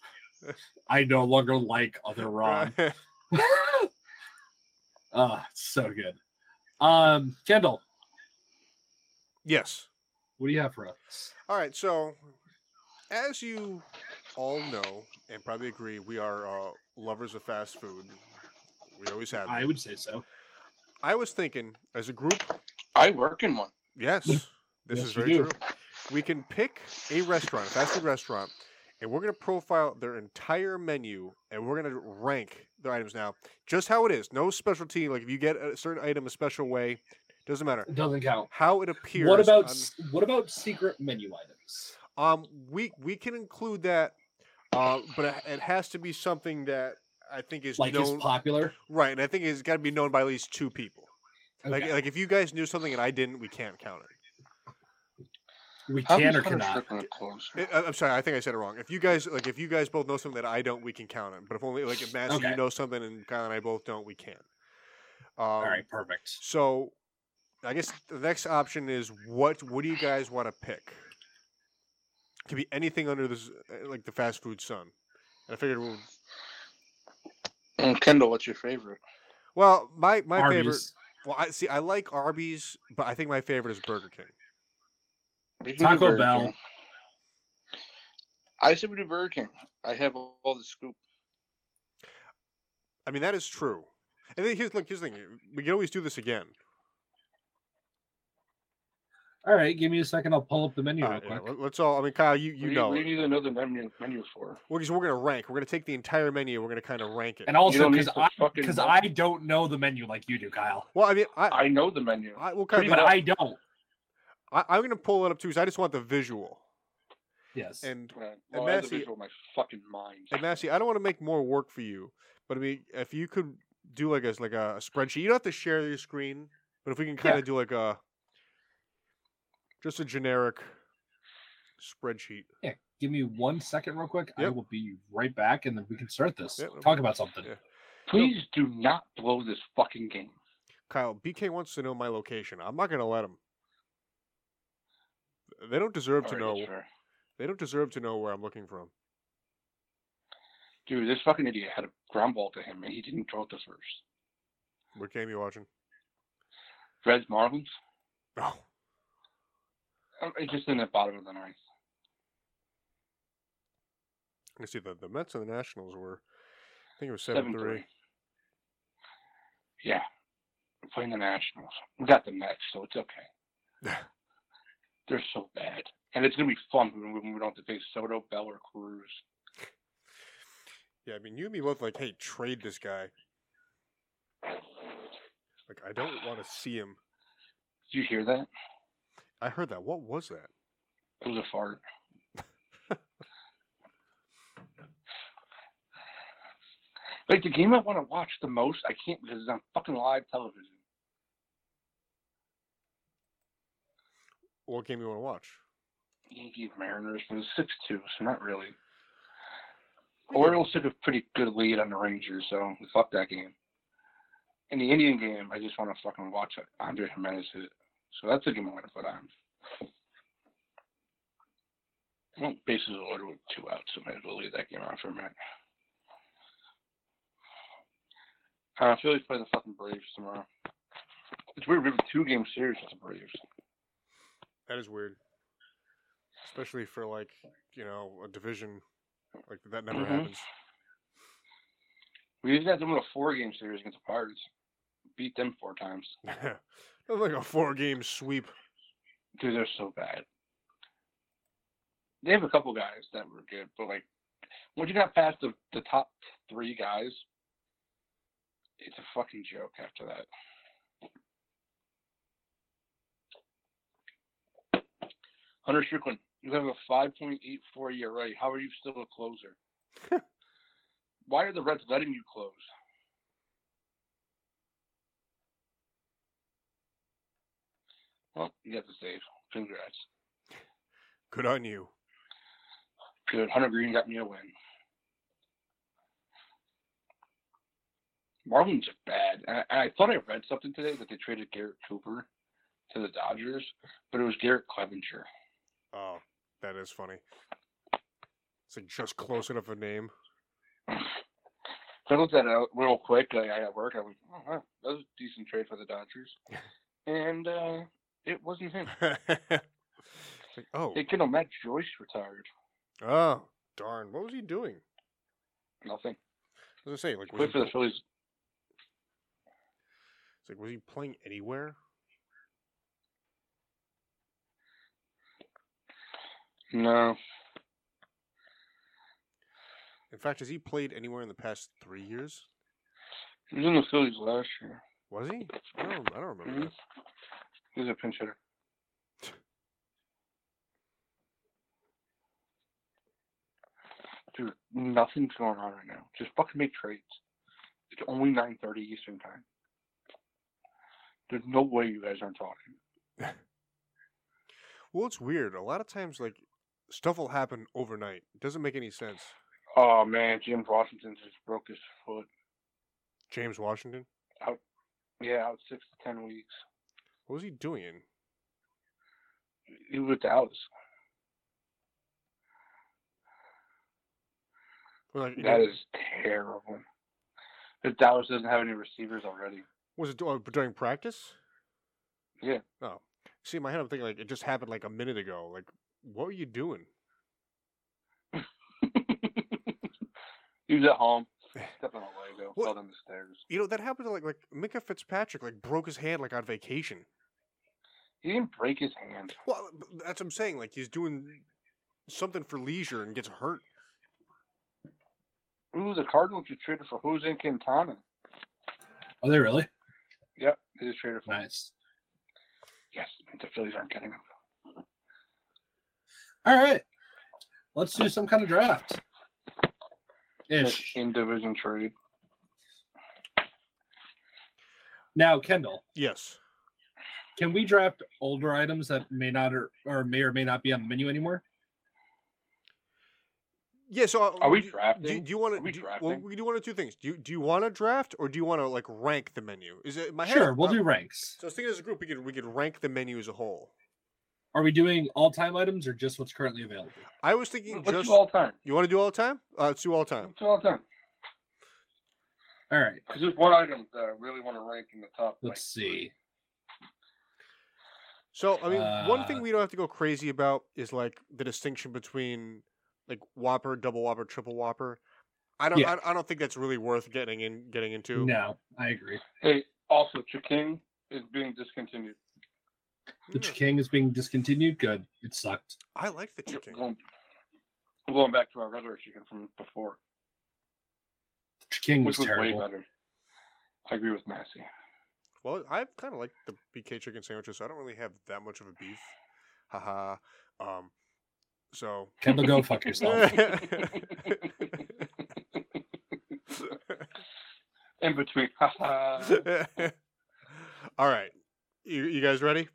S2: I no longer like other Ron. Ah, so good. Um, Kendall,
S1: yes.
S2: what do you have for us?
S1: All right, so as you all know and probably agree, we are uh, lovers of fast food. We always have.
S2: I
S1: I,
S2: would say so.
S1: I was thinking, as a group,
S3: I work in one.
S1: yes, this
S2: Yes,
S1: is
S2: you
S1: very
S2: do.
S1: true. We can pick a restaurant, a fast food restaurant, and we're going to profile their entire menu and we're going to rank their items now, just how it is. No specialty. Like if you get a certain item a special way, doesn't matter.
S2: It doesn't count.
S1: How it appears.
S2: What about
S1: on-
S2: s what about secret menu items?
S1: Um, we we can include that Uh, but it, it has to be something that I think is
S8: Like it's
S1: known
S8: popular.
S1: right, and I think it's got to be known by at least two people. Like
S8: Okay.
S1: like uh, if you guys knew something and I didn't, we can't count it.
S2: We
S9: How
S2: can
S9: is
S2: or
S9: Hunter
S2: cannot.
S9: Strickland close?
S1: It- uh, I, am sorry, I think I said it wrong. If you guys like, if you guys both know something that I don't, we can count it. But if only like if Massey,
S2: Okay.
S1: you know something, and Kyle and I both don't, we can't. Um,
S2: All right, perfect.
S1: So, I guess the next option is what? What do you guys want to pick? Could be anything under this, uh, like the fast food sun. And I figured, we'll,
S9: And Kendall, what's your favorite?
S1: well, my my favorite.
S2: Arby's.
S1: Well, I see. I like Arby's, but I think my favorite is Burger King.
S9: We can do
S2: Taco
S9: Burger
S2: Bell.
S9: King. I said we do Burger King. I have all the scoop.
S1: I mean, that is true. And then here's look. Here's the thing. eh, We can always do this again.
S2: All right, give me a second. I'll pull up the menu
S1: All
S2: real
S1: right, Uh, yeah,
S2: quick.
S1: let- let's all. I mean, Kyle, you
S9: What
S1: you
S9: do
S1: know.
S9: What do
S1: it.
S9: you need another menu, menu for?
S1: Well, because we're gonna rank. We're gonna take the entire menu. We're gonna kind of rank it.
S2: And also
S9: don't need
S2: because
S9: to
S2: I
S9: fucking
S2: because
S9: know.
S2: I don't know the menu like you do, Kyle.
S1: well, I mean, I,
S9: I know the menu.
S1: I well,
S9: pretty
S1: kind
S2: But
S1: of,
S9: much.
S2: I don't.
S1: I, I'm gonna pull it up too. 'cause I just want the visual.
S2: Yes.
S1: And
S9: Right. Well, I have the
S1: Massey-
S9: visual in my fucking mind.
S1: and Massey, I don't want to make more work for you, but I mean, if you could do like a like a spreadsheet, you don't have to share your screen, but if we can kind of do like a just a generic spreadsheet.
S2: give me one second, real quick. I
S1: Yep.
S2: will be right back, and then we can start this.
S1: Yep.
S2: Talk about something.
S1: Yeah.
S9: Please do not blow this fucking game.
S1: Kyle, BK wants to know my location. I'm not gonna let him. They don't deserve to
S9: Alright,
S1: know.
S9: that's fair.
S1: They don't deserve to know where I'm looking from.
S9: Dude, this fucking idiot had a ground ball to him and he didn't throw it the first.
S1: What game you watching?
S9: Reds Marlins?
S1: Oh,
S9: Um, It's just in the bottom of the ninth.
S1: I see the the Mets and the Nationals were. I think it was seven
S9: 7
S1: three.
S9: 3. Yeah. We're playing the Nationals. We got the Mets, so it's okay. They're so bad. And it's going to be fun when we, when we don't have to face Soto, Bell, or Cruz.
S1: Yeah, I mean, you and me both like, hey, trade this guy. Like, I don't want to see him.
S9: Did you hear that?
S1: I heard that. What was that?
S9: It was a fart. like the game I want to watch the most, I can't because it's on fucking live television.
S1: What game you want to watch?
S9: Yankees Mariners was six two, so not really. Orioles took a pretty good lead on the Rangers, so fuck that game. In the Indian game, I just want to fucking watch Andre Jimenez hit. So that's the game I want to put on. I went bases loaded with two outs, so might as well leave that game on for a minute. Uh, Phillies play the fucking Braves tomorrow. It's weird, we have a two game series with the Braves.
S1: That is weird. Especially for, like, you know, a division. Like, that never
S9: Mhm.
S1: happens.
S9: We just got them in a four game series against the Pirates. Beat them four times.
S1: That was like a four game sweep.
S9: Dude, they're so bad. They have a couple guys that were good, but like once you got past the, the top three guys, it's a fucking joke after that. Hunter Strickland, you have a five point eight four ERA. How are you still a closer? Why are the Reds letting you close? Well, you got the save. Congrats.
S1: Good on you.
S9: Good. Hunter Green got me a win. Marlins are bad. And I, and I thought I read something today that they traded Garrett Cooper to the Dodgers, but it was Garrett Clevenger.
S1: Oh, that is funny. It's like just close enough a name.
S9: So I looked at it real quick. Like I at work, I was, oh, wow, that was a decent trade for the Dodgers, and uh, it wasn't him.
S1: It's like, oh,
S9: Hey, Kendall, Matt Joyce retired.
S1: oh, darn. What was he doing?
S9: Nothing.
S1: I was going to say, like, was
S9: Played for
S1: he,
S9: the Phillies.
S1: it's like, was he playing anywhere?
S9: No,
S1: In fact, has he played anywhere in the past three years?
S9: he was in the Phillies last year.
S1: Was he? I don't, I don't remember.
S9: Mhm. He was a pinch hitter. Dude, nothing's going on right now. Just fucking make trades. It's only 9.30 Eastern time. There's no way you guys aren't talking.
S1: Well, it's weird. A lot of times, like stuff will happen overnight. It doesn't make any sense.
S9: Oh, man, James Washington just broke his foot.
S1: James Washington,
S9: Yeah, out six to ten weeks.
S1: what was he doing?
S9: He was with Dallas.
S1: Well, like,
S9: That is terrible. If Dallas doesn't have any receivers already.
S1: was it uh, during practice?
S9: Yeah.
S1: Oh, see, in my head, I'm thinking like it just happened like a minute ago. Like, what were you doing?
S9: he was at home. Stepped on a Lego,
S1: What-
S9: fell down the stairs.
S1: You know that happened to like like Micah Fitzpatrick like broke his hand like on vacation.
S9: He didn't break his hand.
S1: Well, b- that's what I'm saying. Like he's doing something for leisure and gets hurt.
S9: Ooh, the Cardinals just traded for Jose Quintana.
S2: Are they really?
S9: Yep, they just traded for him.
S2: Nice.
S9: Yes, the Phillies aren't getting him.
S2: All right. Let's do some kind of draft.
S9: It's
S2: Ish.
S9: in division trade.
S2: Now, Kendall,
S1: Yes.
S2: can we draft older items that may not or, or may or may not be on the menu anymore?
S1: Yeah. So uh,
S9: Are we
S1: do- Do,
S9: drafting?
S1: do you want
S9: Are we
S1: to? Well,
S9: drafting?
S1: we do one of two things. Do you do you want to draft or do you want to like rank the menu? Is it in my head?
S2: Sure, we'll
S1: uh,
S2: do ranks.
S1: So I was thinking as a group, we could we could rank the menu as a whole.
S2: Are we doing all time items or just what's currently available?
S1: I was thinking
S9: Let's
S1: just
S9: do all time.
S1: you want to do all time. Uh, let's do all time.
S9: Let's do all time.
S2: All right.
S9: Because there's one item that I really want to rank in the top. like,
S2: Let's see.
S1: So I mean, one thing
S2: Uh,
S1: we don't have to go crazy about is like the distinction between like Whopper, double Whopper, triple Whopper. I don't,
S2: Yeah.
S1: I, I don't think that's really worth getting in, getting into.
S2: No, I agree.
S9: Hey, also, Chicken is being discontinued.
S2: The
S1: Mm,
S2: King is being discontinued. Good. It sucked.
S1: I like the chicken.
S9: Going, going back to our regular chicken from before,
S2: The King was
S9: which was way
S2: terrible.
S9: better. I agree with Massey.
S1: Well, I kind of like the BK chicken sandwiches. So I don't really have that much of a beef. Haha. Um. So. um,
S2: Kendall, go fuck yourself.
S9: In between,
S1: Uh,
S9: haha.
S1: All right. You, you guys ready?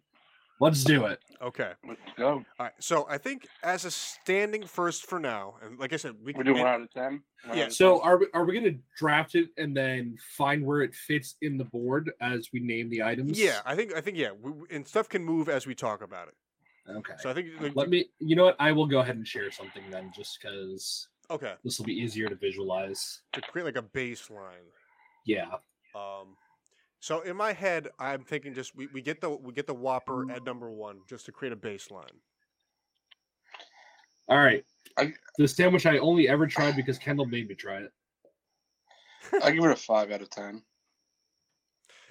S2: Let's do it.
S1: Okay.
S9: Let's go.
S1: All right. So I think as a standing first for now, and like I said, we
S9: We're
S1: can
S9: doing
S1: end-
S9: one out of ten. One
S1: Yeah,
S9: out of
S2: So are we, are we going to draft it and then find where it fits in the board as we name the items?
S1: Yeah, I think I think yeah, we, we- and stuff can move as we talk about it.
S2: Okay.
S1: So I think like,
S2: Let me. You know what? I will go ahead and share something then, just because
S1: okay
S2: this will be easier to visualize.
S1: to create like a baseline.
S2: Yeah.
S1: Um, so in my head, I'm thinking just we, we get the we get the Whopper at number one just to create a baseline.
S2: All right.
S3: I-
S2: the sandwich I only ever tried because Kendall made me try it.
S3: I give it a five out of ten.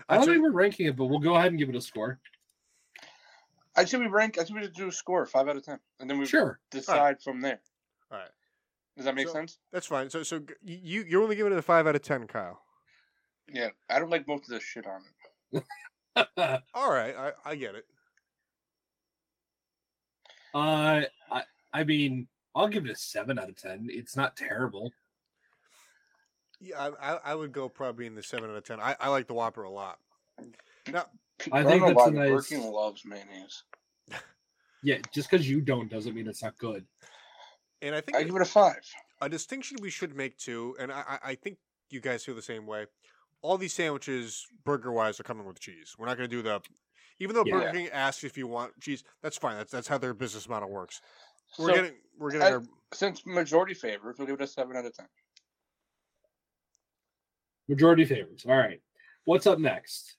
S2: I don't
S1: Actually,
S2: think we're ranking it, but we'll go ahead and give it a score.
S3: I should we rank. I should we just do a score five out of ten, and
S9: Mm.
S3: then we
S2: Sure.
S3: decide from there.
S1: Alright.
S3: Does that make
S1: So-
S3: sense?
S1: that's fine. So so g- you you're only giving it a five out of ten, Kyle.
S3: Yeah, I don't like most of this shit on it.
S1: All right, I, I get it.
S2: Uh, I, I mean, I'll give it a seven out of ten. It's not terrible.
S1: Yeah, I, I, I would go probably in the seven out of ten. I, I like the Whopper a lot.
S2: I
S3: don't
S2: think
S3: know
S2: that's
S3: why
S2: a
S3: Burger
S2: nice.
S3: King loves mayonnaise.
S2: Yeah, just because you don't doesn't mean it's not good.
S1: And I think
S3: I give it a five.
S1: a distinction we should make too, and I, I I think you guys feel the same way. All these sandwiches, burger wise, are coming with cheese. We're not going to do the, even though Burger
S3: Yeah.
S1: King asks if you want cheese, that's fine. That's that's how their business model works. We're
S9: So,
S1: getting we're getting
S3: I-
S1: our
S3: Since majority favors, we'll give it a seven out of ten.
S2: Majority favors. All right. What's up next?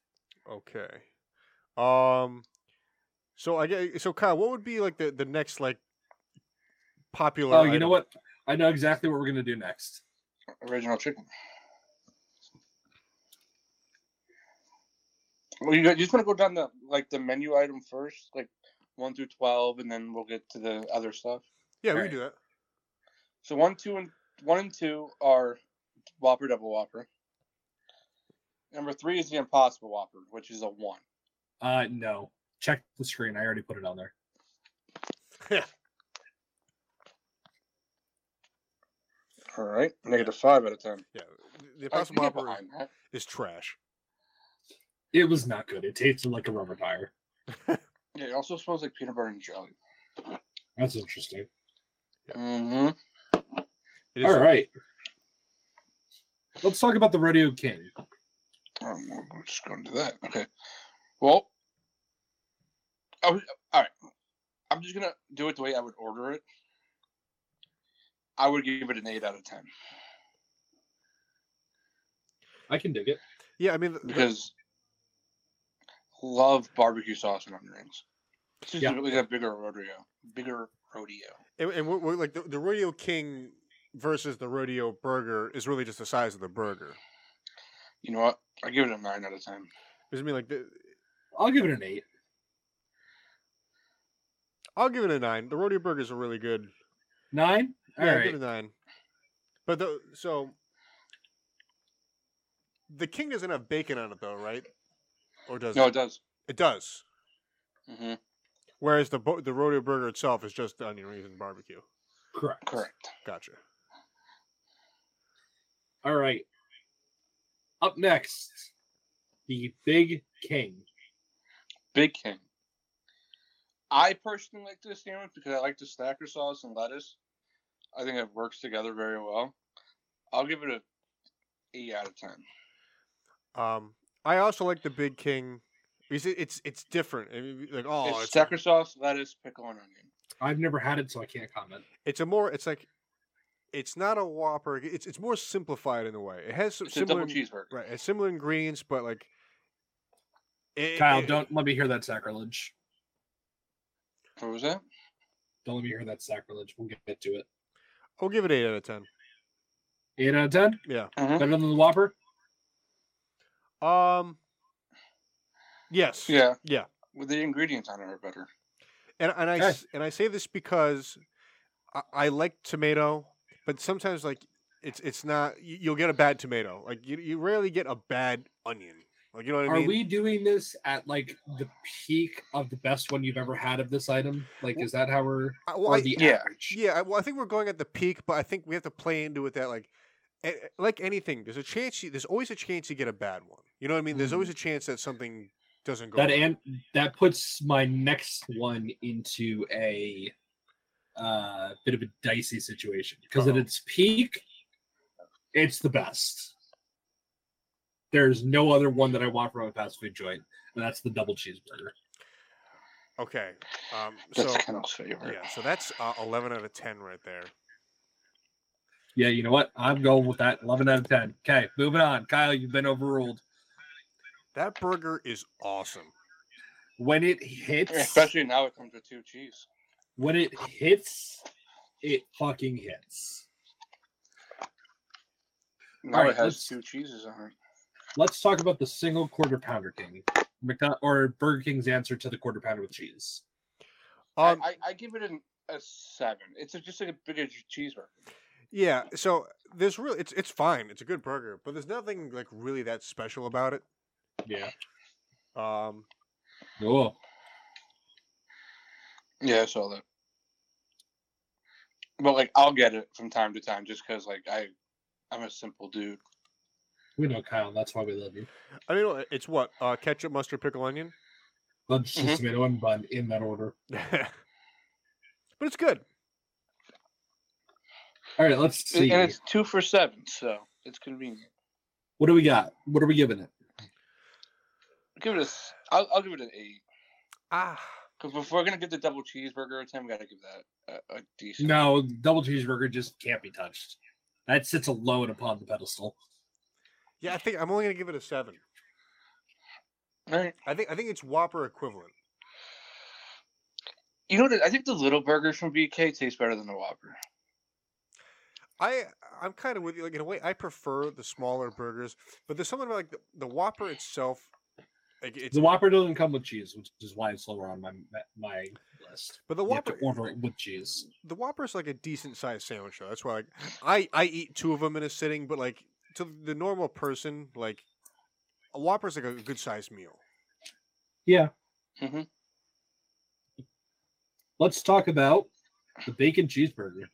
S1: okay. Um, so I get so Kyle, what would be like the the next like popular?
S2: Oh, you know
S1: item?
S2: what? I know exactly what we're gonna do next.
S3: Original chicken. Well, you, you just want to go down the like the menu item first, like one through twelve, and then we'll get to the other stuff.
S1: Yeah, we
S2: Alright.
S1: can do that.
S3: So one, two, and one and two are Whopper Double Whopper. Number three is the Impossible Whopper, which is a one.
S2: Uh, no. Check the screen. I already put it on there.
S3: All right, negative five out of ten.
S1: Yeah, the
S9: I
S1: Impossible
S9: can get
S1: Whopper
S9: behind that.
S1: is trash.
S2: It was not good. It tasted like a rubber tire.
S9: Yeah, it also smells like peanut butter and jelly.
S2: That's interesting.
S9: Mm-hmm.
S1: It is,
S2: All right. Let's talk about the Rodeo King.
S9: Um, we're we're just going to that. Okay. Well, I was, all right. I'm just gonna do it the way I would order it. I would give it an eight out of ten
S7: I can dig it.
S1: Yeah, I mean, th-
S9: because love barbecue sauce and onion rings. Specifically, that bigger rodeo, bigger rodeo.
S1: and, and we're, we're like the, the Rodeo King versus the Rodeo Burger is really just the size of the burger.
S9: You know what? I give it a nine out of ten.
S1: Because I mean, like, the,
S2: I'll give it an eight.
S1: I'll give it a nine. The Rodeo Burgers are really good.
S2: Nine? All
S1: Yeah,
S2: right.
S1: I'll give it a nine. But the so the king doesn't have bacon on it though, right? Or does
S9: No,
S1: it?
S9: it does.
S1: It does.
S9: hmm
S1: Whereas the bo- the rodeo burger itself is just onion rings and barbecue.
S2: Correct.
S9: Correct.
S1: Gotcha.
S2: All right. Up next, the Big King.
S9: Big King. I personally like this sandwich because I like the stacker sauce and lettuce. I think it works together very well. I'll give it a eight out of ten.
S1: Um, I also like the big king. Because it- it's it's different. I mean, like oh,
S9: it's
S1: it's,
S9: stacker sauce, lettuce, pickle, and onion.
S2: I've never had it, so I can't comment.
S1: it's a more it's like it's not a Whopper. It's it's more simplified in a way. It has some
S9: It's
S1: similar
S9: a double cheeseburger.
S1: right, it has similar ingredients, but like it,
S2: Kyle,
S1: it-
S2: don't let me hear that sacrilege.
S9: What was that?
S2: Don't let me hear that sacrilege. We'll get to it.
S1: I'll give it eight out of ten.
S2: Eight out of ten.
S1: Yeah.
S9: Mhm.
S2: Better than the Whopper.
S1: Um. Yes.
S9: Yeah.
S1: Yeah.
S9: Well, the ingredients on it are better.
S1: And and I
S2: Okay.
S1: s- and I say this because I, I like tomato, but sometimes like it's it's not you, you'll get a bad tomato. Like you you rarely get a bad onion. Like you know what I
S2: Are
S1: mean?
S2: we doing this at like the peak of the best one you've ever had of this item? Like, is that how we're
S1: I, well,
S2: or
S1: I,
S2: the
S9: yeah.
S2: average?
S1: yeah. I- Well, I think we're going at the peak, but I think we have to play into it that like. a- Like anything, there's a chance. You, there's always a chance you get a bad one. You know what I mean? There's always a chance that something doesn't go.
S2: Mm. That
S1: right.
S2: and that puts my next one into a uh, bit of a dicey situation because at
S1: Uh-oh.
S2: its peak, it's the best. There's no other one that I want from a fast food joint, and that's the double cheeseburger.
S1: okay. Um,
S9: That's
S1: so
S9: Kendall's favorite.
S1: yeah, so that's uh, 11 out of 10 right there.
S2: Yeah, you know what? I'm going with that. 11 out of 10. Okay, moving on. Kyle, you've been overruled.
S1: That burger is awesome.
S2: When it hits,
S9: Especially now it comes with two cheese.
S2: when it hits, it fucking hits.
S9: Now
S2: Alright,
S9: it has
S2: let's-
S9: two cheeses on it.
S2: Let's talk about the single quarter pounder king, McDon- or Burger King's answer to the quarter pounder with cheese.
S1: Um,
S9: I, I, I give it an, a seven. It's a, just like a bigger cheeseburger.
S1: yeah, so there's really it's it's fine. It's a good burger, but there's nothing like really that special about it.
S2: Yeah.
S1: Um,
S2: Oh,
S9: Yeah, I saw that. But like, I'll get it from time to time just because like I, I'm a simple dude.
S2: we know Kyle. That's why we love you.
S1: I mean, it's what uh, ketchup, mustard, pickle, onion,
S2: Let's just
S9: Mhm.
S2: tomato and bun in that order.
S1: but it's good.
S2: All right, let's
S9: And-
S2: see.
S9: And it's two for seven, so it's convenient.
S2: What do we got? What are we giving it?
S9: Give it a, s- I'll, I'll give it an eight.
S1: Ah,
S9: Because if we're gonna give the double cheeseburger a ten, we gotta give that a, a decent.
S2: No, double cheeseburger just can't be touched. That sits alone upon the pedestal.
S1: yeah. I think I'm only gonna give it a seven.
S9: All right.
S1: I think I think it's Whopper equivalent.
S9: You know what? I think the little burgers from BK taste better than the Whopper.
S1: I I'm kind of with you. Like in a way, I prefer the smaller burgers, but there's something about like the, the Whopper itself. Like it's
S2: The Whopper doesn't come with cheese, which is why it's lower on my my list.
S1: but the
S2: You have
S1: Whopper
S2: to order it with cheese.
S1: the Whopper's like a decent sized sandwich though. That's why like I I eat two of them in a sitting, but like to the normal person, like a Whopper's like a good sized meal.
S2: Yeah.
S9: Mhm.
S2: Let's talk about the bacon cheeseburger.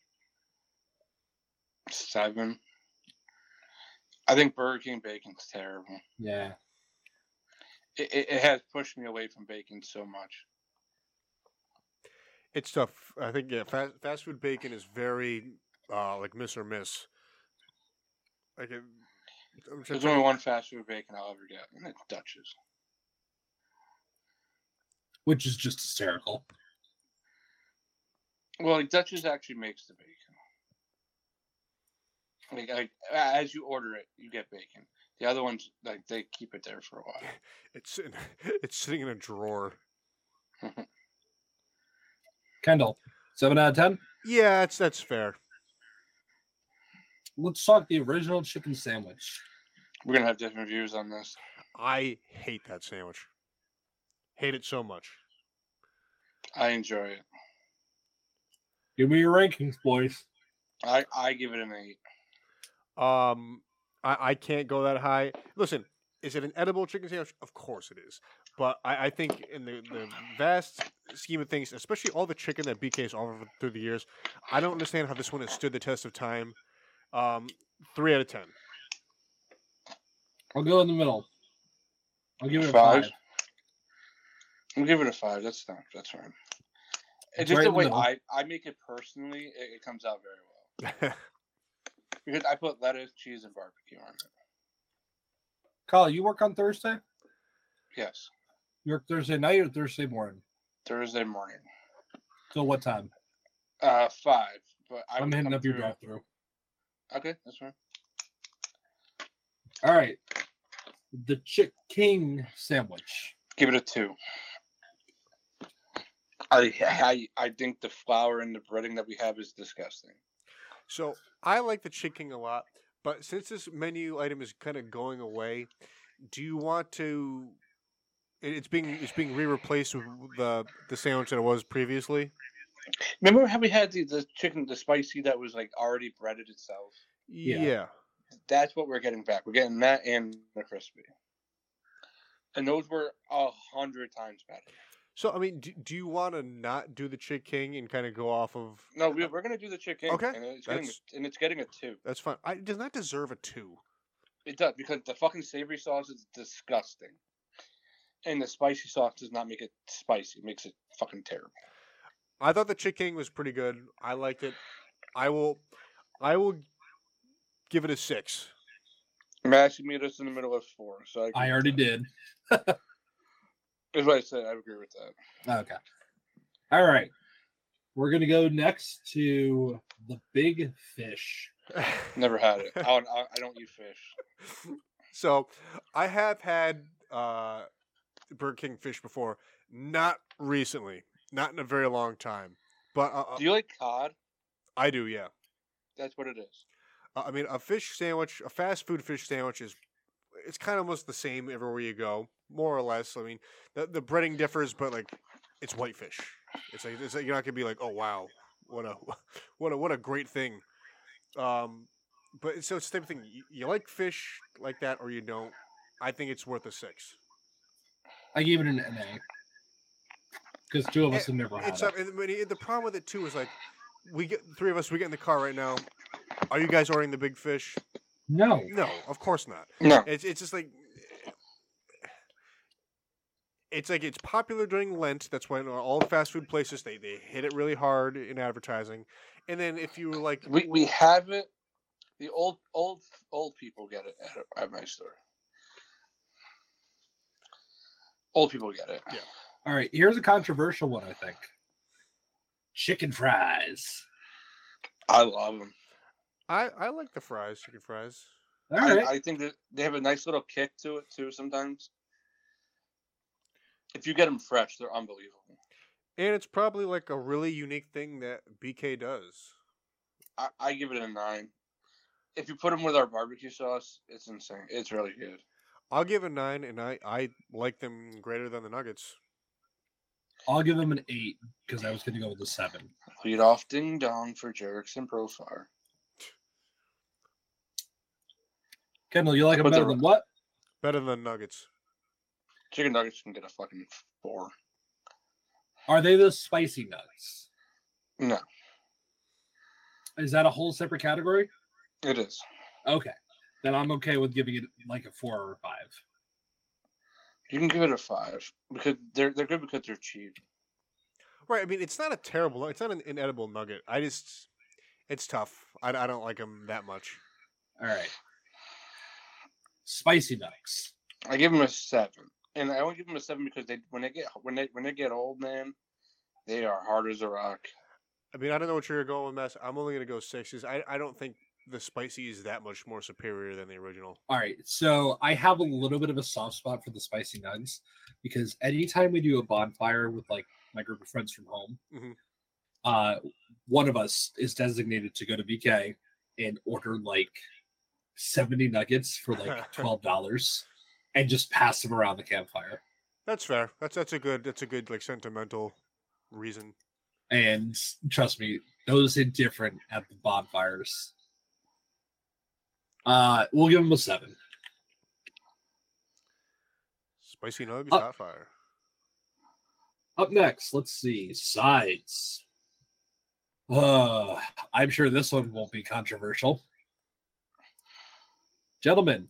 S9: seven. I think Burger King bacon's terrible.
S7: Yeah.
S9: It, it, it has pushed me away from bacon so much.
S1: It's tough. I think yeah, fast, fast food bacon is very uh, like miss or miss. Like it, I'm just
S9: There's
S1: trying
S9: only
S1: to-
S9: one fast food bacon I'll ever get, and it's Dutch's.
S2: which is just hysterical.
S9: Well, like, Dutch's actually makes the bacon. Like, like as you order it, you get bacon. The other ones, like they keep it there for a while.
S1: it's in, it's sitting in a drawer.
S2: Kendall, seven out of ten.
S1: Yeah, that's that's fair.
S2: Let's talk the original chicken sandwich.
S9: We're gonna have different views on this.
S1: I hate that sandwich. Hate it so much.
S9: I enjoy it.
S2: Give me your rankings, boys.
S9: I I give it an eight.
S1: Um, I, I can't go that high. Listen, is it an edible chicken sandwich? Of course it is. But I, I think in the, the vast scheme of things, especially all the chicken that BK's offered through the years, I don't understand how this one has stood the test of time. Um, three out of ten.
S2: I'll go in the middle. I'll give it a
S9: Five.
S2: five.
S9: I'm giving it a five. That's not. That's fine.
S2: It's
S9: It's just
S2: right
S9: the
S2: in the
S9: way
S2: middle.
S9: I, I make it personally, it, it comes out very well because I put lettuce, cheese, and barbecue on it.
S2: Kyle, you work on Thursday?
S9: Yes,
S2: You work Thursday night or Thursday morning?
S9: Thursday morning,
S2: So what time?
S9: uh, five. But I
S2: I'm
S9: would
S2: hitting
S9: come
S2: up your
S9: through-
S2: drive through.
S9: Okay, that's fine.
S2: All right. The Chick King sandwich.
S9: Give it a two. I, I I think the flour and the breading that we have is disgusting.
S1: so I like the chicken a lot, but since this menu item is kind of going away, do you want to? it- It's being it's being re replaced with the the sandwich that it was previously.
S9: Remember how we had the, the chicken, the spicy that was like already breaded itself?
S2: Yeah.
S1: yeah.
S9: That's what we're getting back. We're getting that and the crispy. And those were a hundred times better.
S1: So I mean, do, do you want to not do the Chick King and kind of go off of?
S9: No, we, we're gonna do the chicken.
S1: Okay,
S9: and it's getting
S1: that's-
S9: a, and it's getting a two.
S1: That's fine. I, it does not deserve a two.
S9: It does because the fucking savory sauce is disgusting, and the spicy sauce does not make it spicy. It makes it fucking terrible.
S1: I thought the Chick King was pretty good. I liked it. I will, I will give it a six.
S9: Max meet us in the middle of four, so I, agree
S2: I
S9: with
S2: already
S9: that.
S2: did.
S9: That's what I said. I agree with that.
S2: Okay. All right. We're gonna go next to the big fish.
S9: Never had it. Uh, I don't, I I don't eat fish.
S1: so, I have had uh, Burger King fish before, not recently, not in a very long time, but uh, uh,
S9: Do you like cod?
S1: I do. Yeah.
S9: That's what it is.
S1: Uh, I mean, a fish sandwich, a fast food fish sandwich is, it's kind of almost the same everywhere you go, more or less. I mean, the, the breading differs, but like, it's whitefish. It's like, it's like you're not gonna be like, oh wow, what a, what a, what a great thing. Um, but so it's the same thing. You, you like fish like that or you don't. I think it's worth a six.
S2: I gave it an A. Because two of us
S1: Eh,
S2: have never had
S1: It's
S2: it.
S1: up. And, the- the problem with it too is like, we get three of us. We get in the car right now. Are you guys ordering the big fish?
S2: No.
S1: No, of course not.
S9: No.
S1: It's it's just like it's like it's popular during Lent. That's when all the fast food places they, they hit it really hard in advertising. And then if you were like
S9: We we have it. The old old old people get it at, at my store. Old people get it.
S1: Yeah.
S2: All right. Here's a controversial one, I think. Chicken fries.
S9: I love them.
S1: I, I like the fries, chicken fries.
S2: All
S9: I,
S2: right.
S9: I think that they have a nice little kick to it too. Sometimes, if you get them fresh, they're unbelievable.
S1: And it's probably like a really unique thing that BK does.
S9: I, I give it a nine. If you put them with our barbecue sauce, it's insane. It's really good.
S1: I'll give a nine and I, I like them greater than the nuggets.
S2: I'll give them an eight because I was going to go with a seven.
S9: Lead off ding dong for Jerks and Profar.
S2: Kendall, you like them
S9: But
S2: better
S9: they're-
S2: than what?
S1: Better than nuggets.
S9: Chicken nuggets can get a fucking four.
S2: Are they the spicy nuts?
S9: No,
S2: Is that a whole separate category?
S9: It is.
S2: Okay. Then I'm okay with giving it like a four or a five.
S9: You can give it a five because they're they're good because they're cheap.
S1: Right. I mean, it's not a terrible. It's not an inedible nugget. I just, it's tough. I, I don't like them that much.
S2: All right. Spicy nuggets.
S9: I give them a seven, and I only give them a seven because they when they get when they when they get old, man, they are hard as a rock.
S1: I mean, I don't know what you're going with, Mess. I'm only gonna go sixes. I I don't think the spicy is that much more superior than the original.
S2: All right. So I have a little bit of a soft spot for the spicy nugs because anytime we do a bonfire with like my group of friends from home,
S1: Mhm.
S2: uh, one of us is designated to go to BK and order like 70 nuggets for like $12 and just pass them around the campfire.
S1: That's fair. That's that's a good that's a good like sentimental reason.
S2: And trust me, those hit different at the bonfires. Uh, we'll give them a seven.
S1: Spicy nugs,
S2: Uh,
S1: hot fire.
S2: Up next, let's see sides. Uh, I'm sure this one won't be controversial. Gentlemen,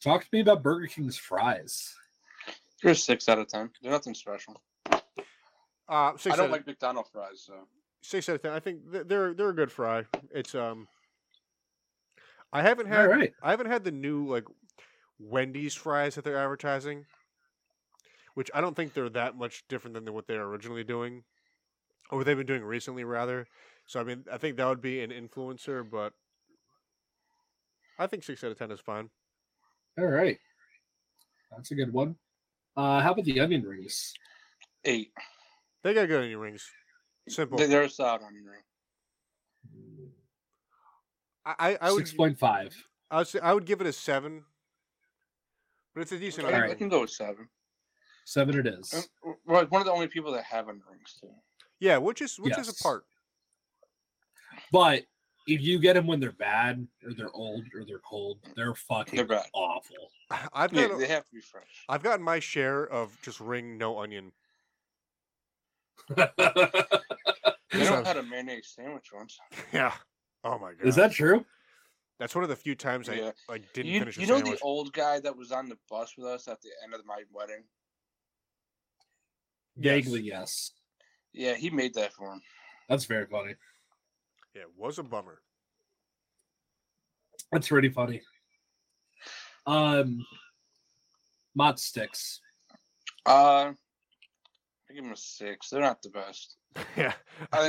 S2: talk to me about Burger King's fries.
S9: They're a six out of ten. They're nothing special.
S1: Uh, six
S9: I don't
S1: out of-
S9: like McDonald's fries, so
S1: six out of ten. I think th- they're they're a good fry. It's um, I haven't had
S2: All right.
S1: I haven't had the new like Wendy's fries that they're advertising, which I don't think they're that much different than what they're originally doing, or what they've been doing recently rather. So I mean, I think that would be an influencer, but I think six out of ten is fine.
S2: All right. That's a good one. Uh, how about the onion rings?
S9: eight.
S1: They got good onion rings. Simple.
S9: They- They're a solid on ring.
S1: I, I, I would
S2: 6.5.
S1: I would, say, I would give it a seven, but it's a decent.
S9: I,
S1: onion
S9: I
S1: ring.
S9: can go with seven.
S2: 7 it is.
S1: Oh.
S9: Um, We're one of the only people that have onion rings too.
S1: Yeah, which is which is
S2: Yes.
S1: a part.
S2: But if you get them when they're bad or they're old or they're cold, they're fucking
S9: They're bad.
S2: awful.
S1: I've
S9: Yeah,
S1: got a-
S9: they have to be fresh.
S1: I've gotten my share of just ring no onion.
S9: They don't
S1: So-
S9: had a mayonnaise sandwich once.
S1: Yeah. Oh my god.
S2: is that true?
S1: That's one of the few times I
S9: Yeah.
S1: like didn't
S9: you
S1: finish a
S9: you know
S1: sandwich.
S9: the old guy that was on the bus with us at the end of my wedding?
S1: Yes.
S2: Vaguely, yes.
S9: Yeah, he made that for him.
S2: That's very funny.
S1: yeah, it was a bummer.
S2: That's really funny. Um, mod sticks.
S9: Uh, I give them a six. They're not the best.
S1: yeah.
S9: I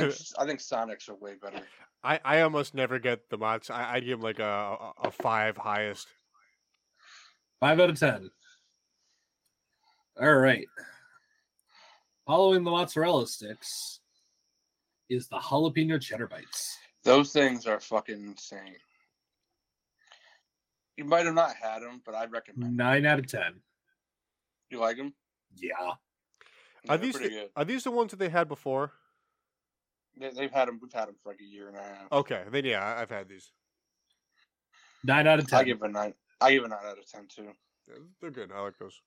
S9: think I think Sonics are way better.
S1: I, I almost never get the mods. I, I'd give them like a, a a five highest.
S2: Five out of ten. All right. Following the mozzarella sticks is the jalapeno cheddar bites.
S9: Those things are fucking insane. You might have not had them, but I recommend. 'em.
S2: Nine out of ten.
S9: You like them?
S2: Yeah.
S1: Are
S9: they're
S1: these
S9: pretty
S1: the,
S9: good.
S1: are these the ones that they had before?
S9: They, they've had them. We've had them for like a year and a half.
S1: Okay, then yeah, I- I've had these.
S2: Nine out of
S9: I
S2: ten.
S9: give it a nine. I give it a nine out of ten too.
S1: Yeah, They're good. I like those.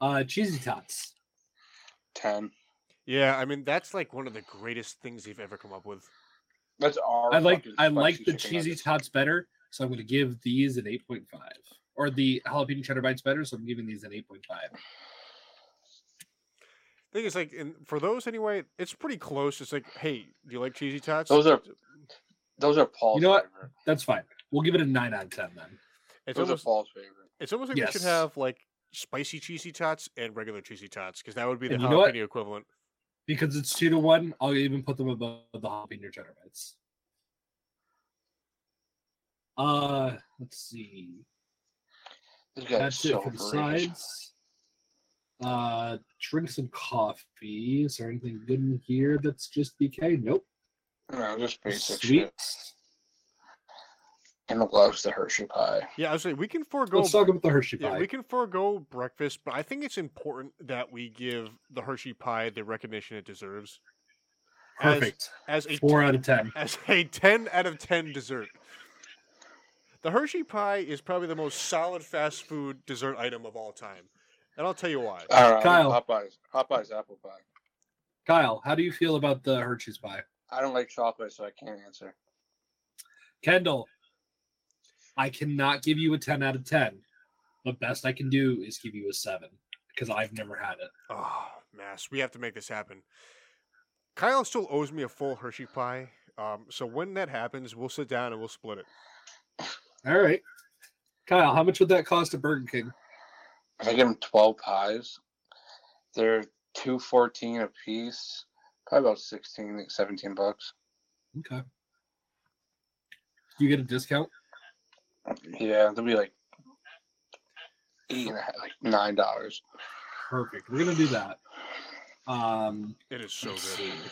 S2: uh, cheesy tots.
S9: Ten.
S1: Yeah, I mean that's like one of the greatest things they've ever come up with.
S9: That's our.
S2: I like
S9: Oh, fucking
S2: I like
S9: spicy
S2: the
S9: chicken
S2: cheesy
S9: nuggets.
S2: tots better, so I'm going to give these an eight point five. Or the jalapeno cheddar bites better, so I'm giving these an eight point five.
S1: thing is like in, for those anyway it's pretty close it's like hey do you like cheesy tots
S9: Those are. Those are Paul's
S2: know what?
S9: favorite.
S2: That's fine. We'll give it a nine out of ten then.
S1: it's
S9: those
S1: almost,
S9: are Paul's favorite.
S1: it's almost like we
S2: Yes.
S1: should have like spicy cheesy tots and regular cheesy tots because that would be the
S2: And you know what?
S1: jalapeno equivalent
S2: Because it's two to one, I'll even put them above the jalapeno cheddar bites. Uh let's see.
S9: This guy
S2: That's
S9: is so
S2: it for the
S9: overrated.
S2: sides. Uh drinks and coffee. Is there anything good in here that's just BK? Nope.
S9: No, just basic shit.
S2: Sweets.
S9: And loves the Hershey pie.
S1: yeah i was like we can forego
S2: Let's talk about the Hershey
S1: yeah,
S2: pie.
S1: we can forego breakfast but i think it's important that we give the hershey pie the recognition it deserves as-
S2: Perfect.
S1: as a
S2: Four out of ten.
S1: as a 10 out of 10 dessert the hershey pie is probably the most solid fast food dessert item of all time and i'll tell you why
S2: Uh.
S9: All right,
S2: Kyle.
S9: Popeyes, Popeyes apple pie.
S2: Kyle, how do you feel about the Hershey's pie?
S9: I don't like chocolate, so I can't answer.
S2: Kendall, I cannot give you a 10 out of 10. The best I can do is give you a 7 because I've never had it.
S1: Oh, Mass, we have to make this happen. Kyle still owes me a full Hershey pie. Um, so when that happens, we'll sit down and we'll split it.
S2: All right. Kyle, how much would that cost at Burger King?
S9: If I give them 12 pies, they're 214 a piece, probably about 16, 17 bucks.
S2: Okay. You get a discount?
S9: Yeah, they'll be like eight and a half, like nine dollars.
S2: Perfect. We're going to do that. Um,
S1: It is so
S2: let's
S1: good.
S2: see.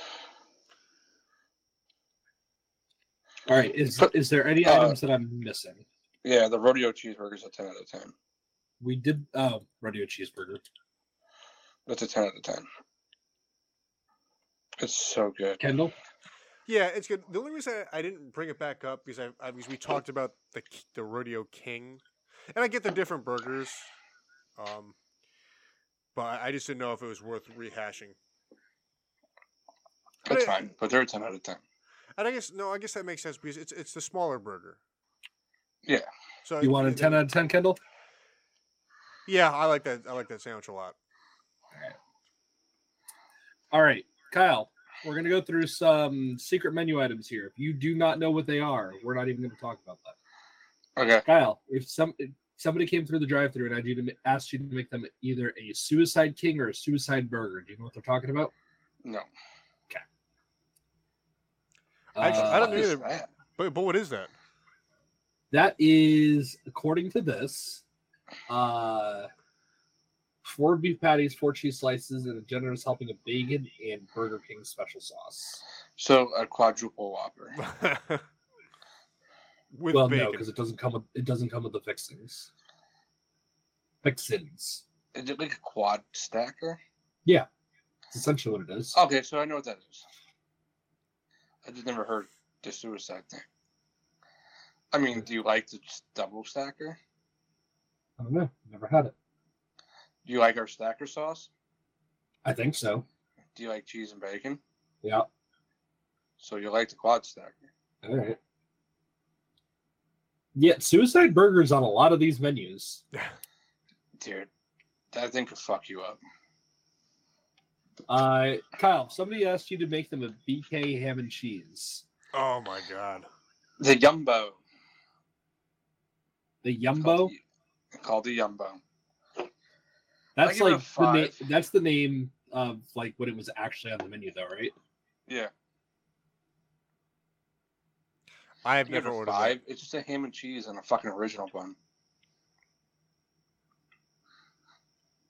S2: All right. Is is there any
S9: Uh,
S2: items that I'm missing?
S9: Yeah, the rodeo cheeseburger's a 10 out of 10.
S2: We did oh rodeo cheeseburger.
S9: That's a 10 out of 10. It's so good.
S2: Kendall,
S1: Yeah, it's good. The only reason I, I didn't bring it back up because I, I because we talked about the k- the rodeo king, and I get the different burgers, um, but I just didn't know if it was worth rehashing. But-
S9: That's fine, but they're a 10 out of 10.
S1: And I guess no, I guess that makes sense because it's it's the smaller burger.
S9: Yeah.
S1: So
S2: you want a ten out of ten, Kendall?
S1: Yeah, I like that. I like that sandwich a lot.
S2: All right, Kyle, we're gonna go through some secret menu items here. If you do not know what they are, we're not even gonna talk about that.
S9: Okay.
S2: Kyle, if some if somebody came through the drive-through and asked you to ma- asked you to make them either a suicide king or a suicide burger, do you know what they're talking about?
S9: No.
S1: Actually, I don't
S2: Uh,
S1: know either.
S9: It's that.
S1: But but what is that?
S2: That is, according to this, uh, four beef patties, four cheese slices, and a generous helping of bacon and Burger King special sauce.
S9: So a quadruple whopper.
S1: With
S2: well, no,
S1: bacon.
S2: because it doesn't come with it doesn't come with the fixings. Fixins.
S9: Is it like a quad stacker?
S2: It's essentially what it is.
S9: Okay, so I know what that is. I just never heard the suicide thing. I mean, do you like the s- double stacker?
S2: I don't know. Never had it.
S9: Do you like our stacker sauce?
S2: I think so.
S9: Do you like cheese and bacon?
S2: Yeah.
S9: So you like the quad stacker.
S2: All right. Yet suicide burgers on a lot of these menus.
S9: Dude, that thing could fuck you up.
S2: Uh, Kyle, somebody asked you to make them a BK ham and cheese.
S1: oh my god.
S9: The Yumbo.
S2: The
S9: Oh,
S2: Yumbo.
S9: Called the Yumbo. I
S2: That's
S9: give it a
S2: like the na-
S9: five.
S2: that's the name of like what it was actually on the menu though, right?
S9: Yeah.
S1: I have
S9: You give
S1: never
S9: it a
S1: ordered
S9: five. It's just a ham and cheese and a fucking original bun.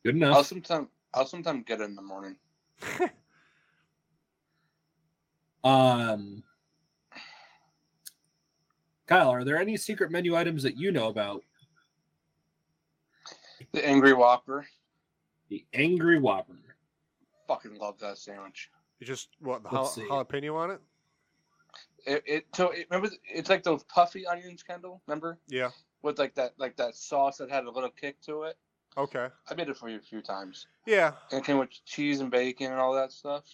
S2: Good
S9: I'll
S2: enough.
S9: sometime I'll sometime get it in the morning.
S1: that.
S2: Um Kyle, are there any secret menu items that you know about?
S9: The Angry Whopper.
S2: The Angry Whopper.
S9: Fucking love that sandwich.
S1: You just what the
S2: Let's
S1: jala-
S2: see.
S1: jalapeno on it?
S9: It, it so it, remember th- it's like those puffy onions, Kendall. Remember
S1: Yeah.
S9: with like that like that sauce that had a little kick to it.
S1: Okay.
S9: I made it for you a few times.
S1: Yeah.
S9: And it came with cheese and bacon and all that stuff.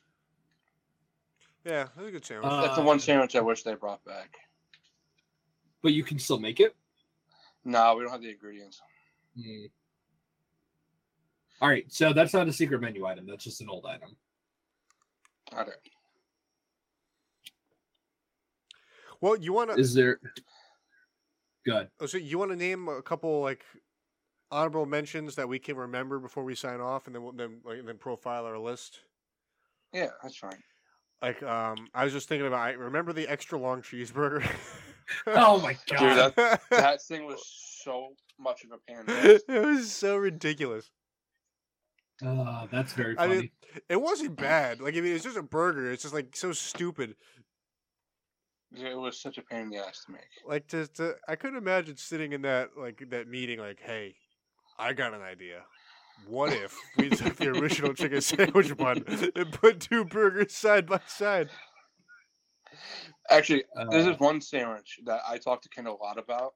S1: Yeah. That's a good sandwich.
S2: Uh,
S9: That's the one sandwich I wish they brought back.
S2: But you can still make it?
S9: No, we don't have the ingredients.
S2: Hmm. All right, so that's not a secret menu item. That's just an old item.
S9: Okay.
S1: well, you want to
S2: Is there Good.
S1: so you want to name a couple like honorable mentions that we can remember before we sign off, and then we'll, then like, then profile our list.
S9: Yeah, that's fine.
S1: Like, um, I was just thinking about. I remember the extra long cheeseburger.
S2: Oh my god.
S9: Dude, that-
S1: it
S9: That thing was so much of a pain. in the ass.
S1: was so ridiculous.
S2: Uh, that's very
S1: I
S2: funny.
S1: mean, it wasn't bad. Like, I mean, it's just a burger. It's just like so stupid.
S9: It was such a pain in the ass to make.
S1: Like, to, to I couldn't imagine sitting in that like that meeting. Like, hey, I got an idea. What if we took the original chicken sandwich bun and put two burgers side by side?
S9: Actually,
S2: Uh,
S9: This is one sandwich that I talked to Ken a lot about.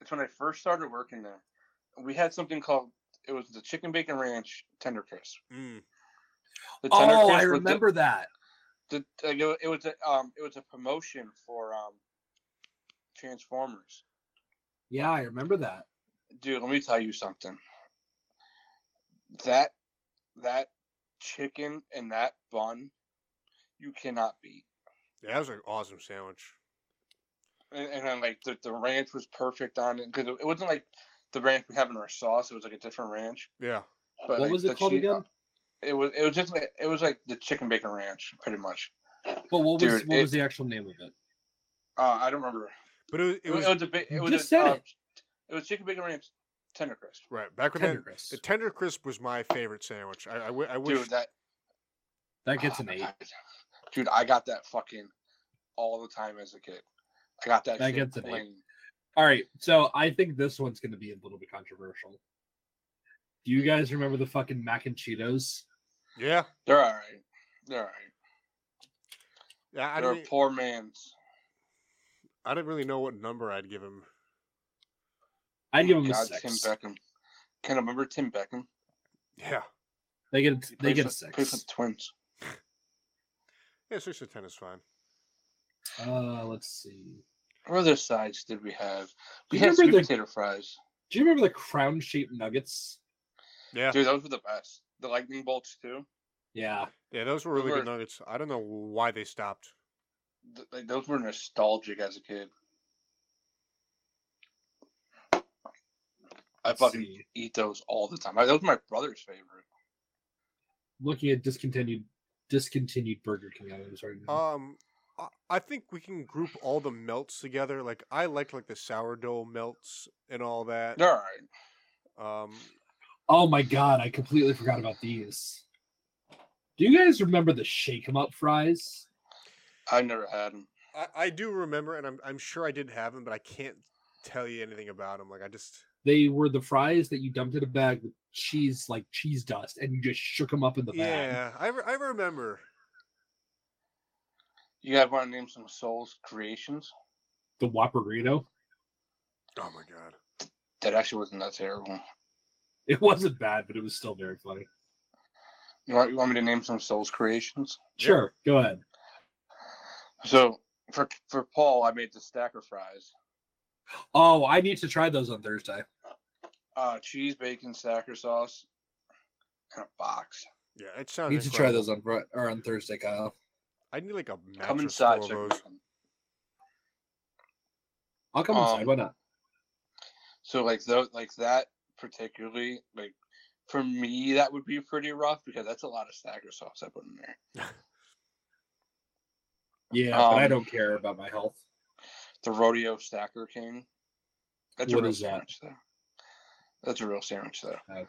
S9: It's when I first started working there. We had something called it was the chicken bacon ranch tender crisp.
S1: Mm.
S9: The tender
S2: oh, I
S9: crisp with the-
S2: remember that.
S9: The, like, it wa- it was a um it was a promotion for um Transformers.
S7: Yeah, I remember that.
S9: Dude, let me tell you something. That that chicken and that bun, you cannot beat.
S1: Yeah, that was an awesome sandwich.
S9: And, and then like the, the ranch was perfect on it because it wasn't like the ranch we have in our sauce. It was like a different ranch.
S1: Yeah.
S7: what
S9: But like,
S7: was
S9: the
S7: it called
S9: chi-
S7: again?
S9: It was it was just like, it was like the chicken bacon ranch, pretty much.
S2: But what was
S9: Dude,
S2: what
S9: it-
S2: was the actual name of it?
S9: Uh, I don't remember.
S1: But it was, it was
S9: a bit. It
S7: You
S9: was
S7: just
S9: a,
S7: said
S9: uh, it was chicken bacon ranch tender crisp.
S1: right back when
S7: Tender
S1: that,
S7: crisp.
S1: the tender crisp was my favorite sandwich. I, I, w- I wish
S9: Dude, that
S2: That gets an
S9: oh my
S2: eight.
S9: God. Dude, I got that fucking all the time as a kid. I got that.
S2: That
S9: shit
S2: gets an eight.
S9: plain.
S2: All right, so I think this one's going to be a little bit controversial. Do you guys remember the fucking mac and Cheetos?
S1: yeah.
S9: They're all right. They're all right.
S1: Yeah, I
S9: They're
S1: didn't, e,
S9: poor man's.
S1: I didn't really know what number I'd give him.
S2: I'd give them a
S9: God, Tim
S2: six.
S9: Beckham. Can I remember Tim Beckham?
S1: Yeah,
S2: They get
S9: He
S2: they
S9: plays
S2: get a
S9: for- Plays for the
S2: six.
S9: Twins.
S1: yeah, six to ten is fine.
S2: Uh, let's see.
S9: What other sides did we have? We
S7: You
S9: had
S7: remember
S9: sweet
S7: the-
S9: potato fries.
S7: Do you remember the crown shaped nuggets?
S1: Yeah,
S9: Dude, those were the best. The lightning bolts too.
S7: Yeah.
S1: yeah, those were really
S9: those
S1: good
S9: were-
S1: nuggets. I don't know why they stopped.
S9: Th- like, those were nostalgic as a kid. I
S2: Let's
S9: fucking
S2: see.
S9: eat those all the time. I, that was my brother's favorite.
S2: Looking at discontinued discontinued Burger King items right now.
S1: Um, I, I think we can group all the melts together. Like I liked like the sourdough melts and all that.
S9: They're all right.
S1: Um,
S2: oh my god, I completely forgot about these. Do you guys remember the shake 'em up fries?
S9: I never had them.
S1: I, I do remember, and I'm I'm sure I did have them, but I can't tell you anything about them. Like I just
S2: They were the fries that you dumped in a bag with cheese like cheese dust, and you just shook them up in the bag.
S1: yeah, I, re- I remember.
S9: You guys want to name some Souls creations?
S2: The Whopperito.
S1: Oh my god.
S9: That actually wasn't that terrible.
S2: It wasn't bad, but it was still very funny.
S9: You want, you want me to name some Souls creations?
S2: Sure, go ahead.
S9: So for for Paul, I made the stacker fries.
S2: Oh, I need to try those on Thursday.
S9: Uh, cheese, bacon, stacker sauce, and a box.
S1: Yeah, it sounds.
S7: need to try
S1: incredible.
S7: those on Fri- or on Thursday, Kyle.
S1: I need like a
S9: Come
S1: mattress full
S9: inside.
S1: of
S9: check
S1: those.
S9: it out.
S7: I'll come
S9: Um,
S7: inside. Why not?
S9: So like though like that particularly like for me that would be pretty rough because that's a lot of stacker sauce I put in there.
S7: Yeah, but I
S9: um,
S7: don't care about my health.
S9: The rodeo stacker king. That's
S2: What
S9: a real
S2: is that?
S9: sandwich though. That's a real sandwich though.
S7: Okay.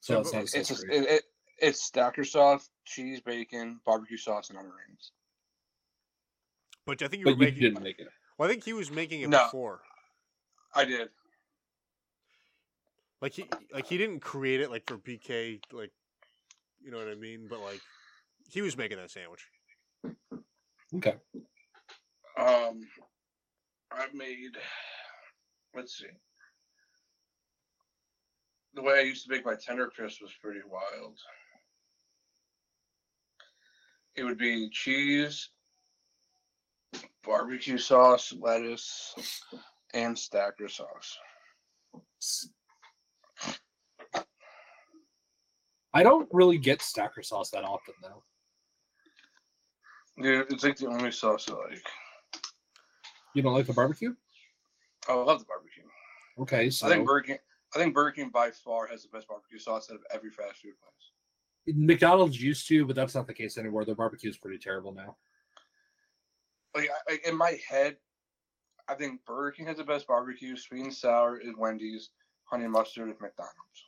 S7: So it's not a
S9: It's
S7: sex
S9: just,
S7: creep.
S9: it, it, it's stacker sauce, cheese, bacon, barbecue sauce, and other rings.
S1: But I think you were
S7: But you
S1: making.
S7: didn't make it.
S1: Well, I think he was making it
S9: No.
S1: before.
S9: I did.
S1: Like he like he didn't create it like for BK like you know what I mean, but like he was making that sandwich.
S7: Okay.
S9: Um, I made. Let's see. The way I used to make my tender crisp was pretty wild. It would be cheese, barbecue sauce, lettuce, and stacker sauce.
S7: I don't really get stacker sauce that often though.
S9: Dude, it's like the only sauce I like.
S7: You don't like the barbecue?
S9: I love the barbecue.
S7: Okay, so
S9: I think Burger King. I think Burger King by far has the best barbecue sauce out of every fast food place.
S7: McDonald's used to, but that's not the case anymore. Their barbecue is pretty terrible now.
S9: Like, I, like in my head, I think Burger King has the best barbecue. Sweet and sour is Wendy's. Honey mustard is McDonald's.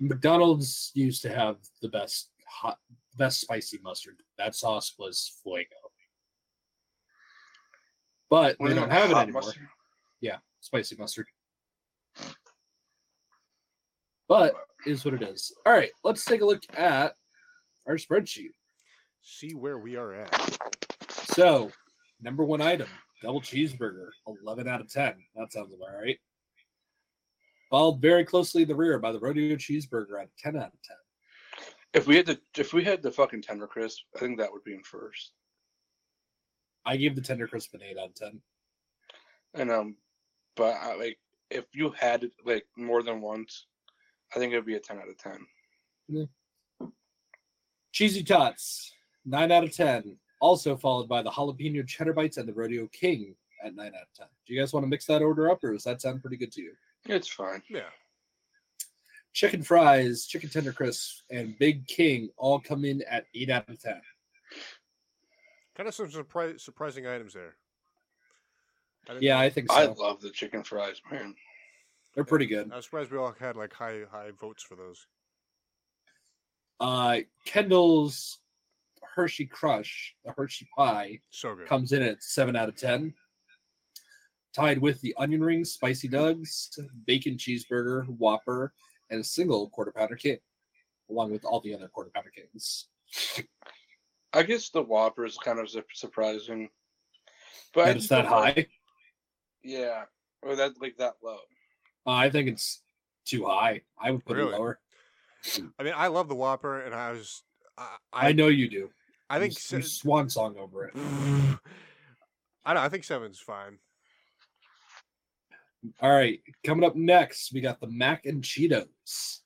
S7: McDonald's used to have the best hot, best spicy mustard. That sauce was fuego. But they
S9: Wasn't
S7: don't
S9: it
S7: have it
S9: hot
S7: anymore.
S9: mustard?
S7: Spicy mustard. But is what it is. All right, let's take a look at our spreadsheet.
S1: See where we are at.
S7: So, number one item, double cheeseburger, 11 out of 10. That sounds about right. Followed very closely in the rear by the rodeo cheeseburger at 10 out of 10.
S9: If we had the if we had the fucking tender crisp, I think that would be in first.
S7: I gave the tender crisp an 8 out of 10.
S3: And um, but I, like if you had it like more than once, I think it'd be a ten out of ten.
S2: Cheesy Tots, 9 out of 10. Also followed by the Jalapeno Cheddar Bites and the Rodeo King at 9 out of 10. Do you guys want to mix that order up or does that sound pretty good to you?
S3: It's fine.
S1: Yeah.
S2: Chicken Fries, Chicken Tender Crisp, and Big King all come in at 8 out of 10.
S1: Kind of some surpri- surprising items there. I didn't-
S2: Yeah, I think
S3: I
S2: so.
S3: love the chicken fries, man.
S2: They're pretty good.
S1: I was surprised we all had like high high votes for those.
S2: Uh, Kendall's Hershey Crush, the Hershey Pie,
S1: So good.
S2: comes in at 7 out of 10. Tied with the onion rings, spicy nugs, bacon cheeseburger, whopper, and a single quarter pounder king, along with all the other quarter pounder kings.
S3: I guess the Whopper is kind of su- surprising, but I
S2: That it's
S3: just
S2: that
S3: don't like-
S2: high.
S3: yeah, or that like that low.
S2: Uh, I think it's too high. I would put
S1: Really?
S2: it lower.
S1: I mean, I love the Whopper, and I was, I,
S2: I,
S1: I,
S2: know you do.
S1: I think,
S2: you, s- you
S1: se-
S2: swan song over it.
S1: I don't. I think seven's fine.
S2: All right, coming up next, we got the mac and Cheetos,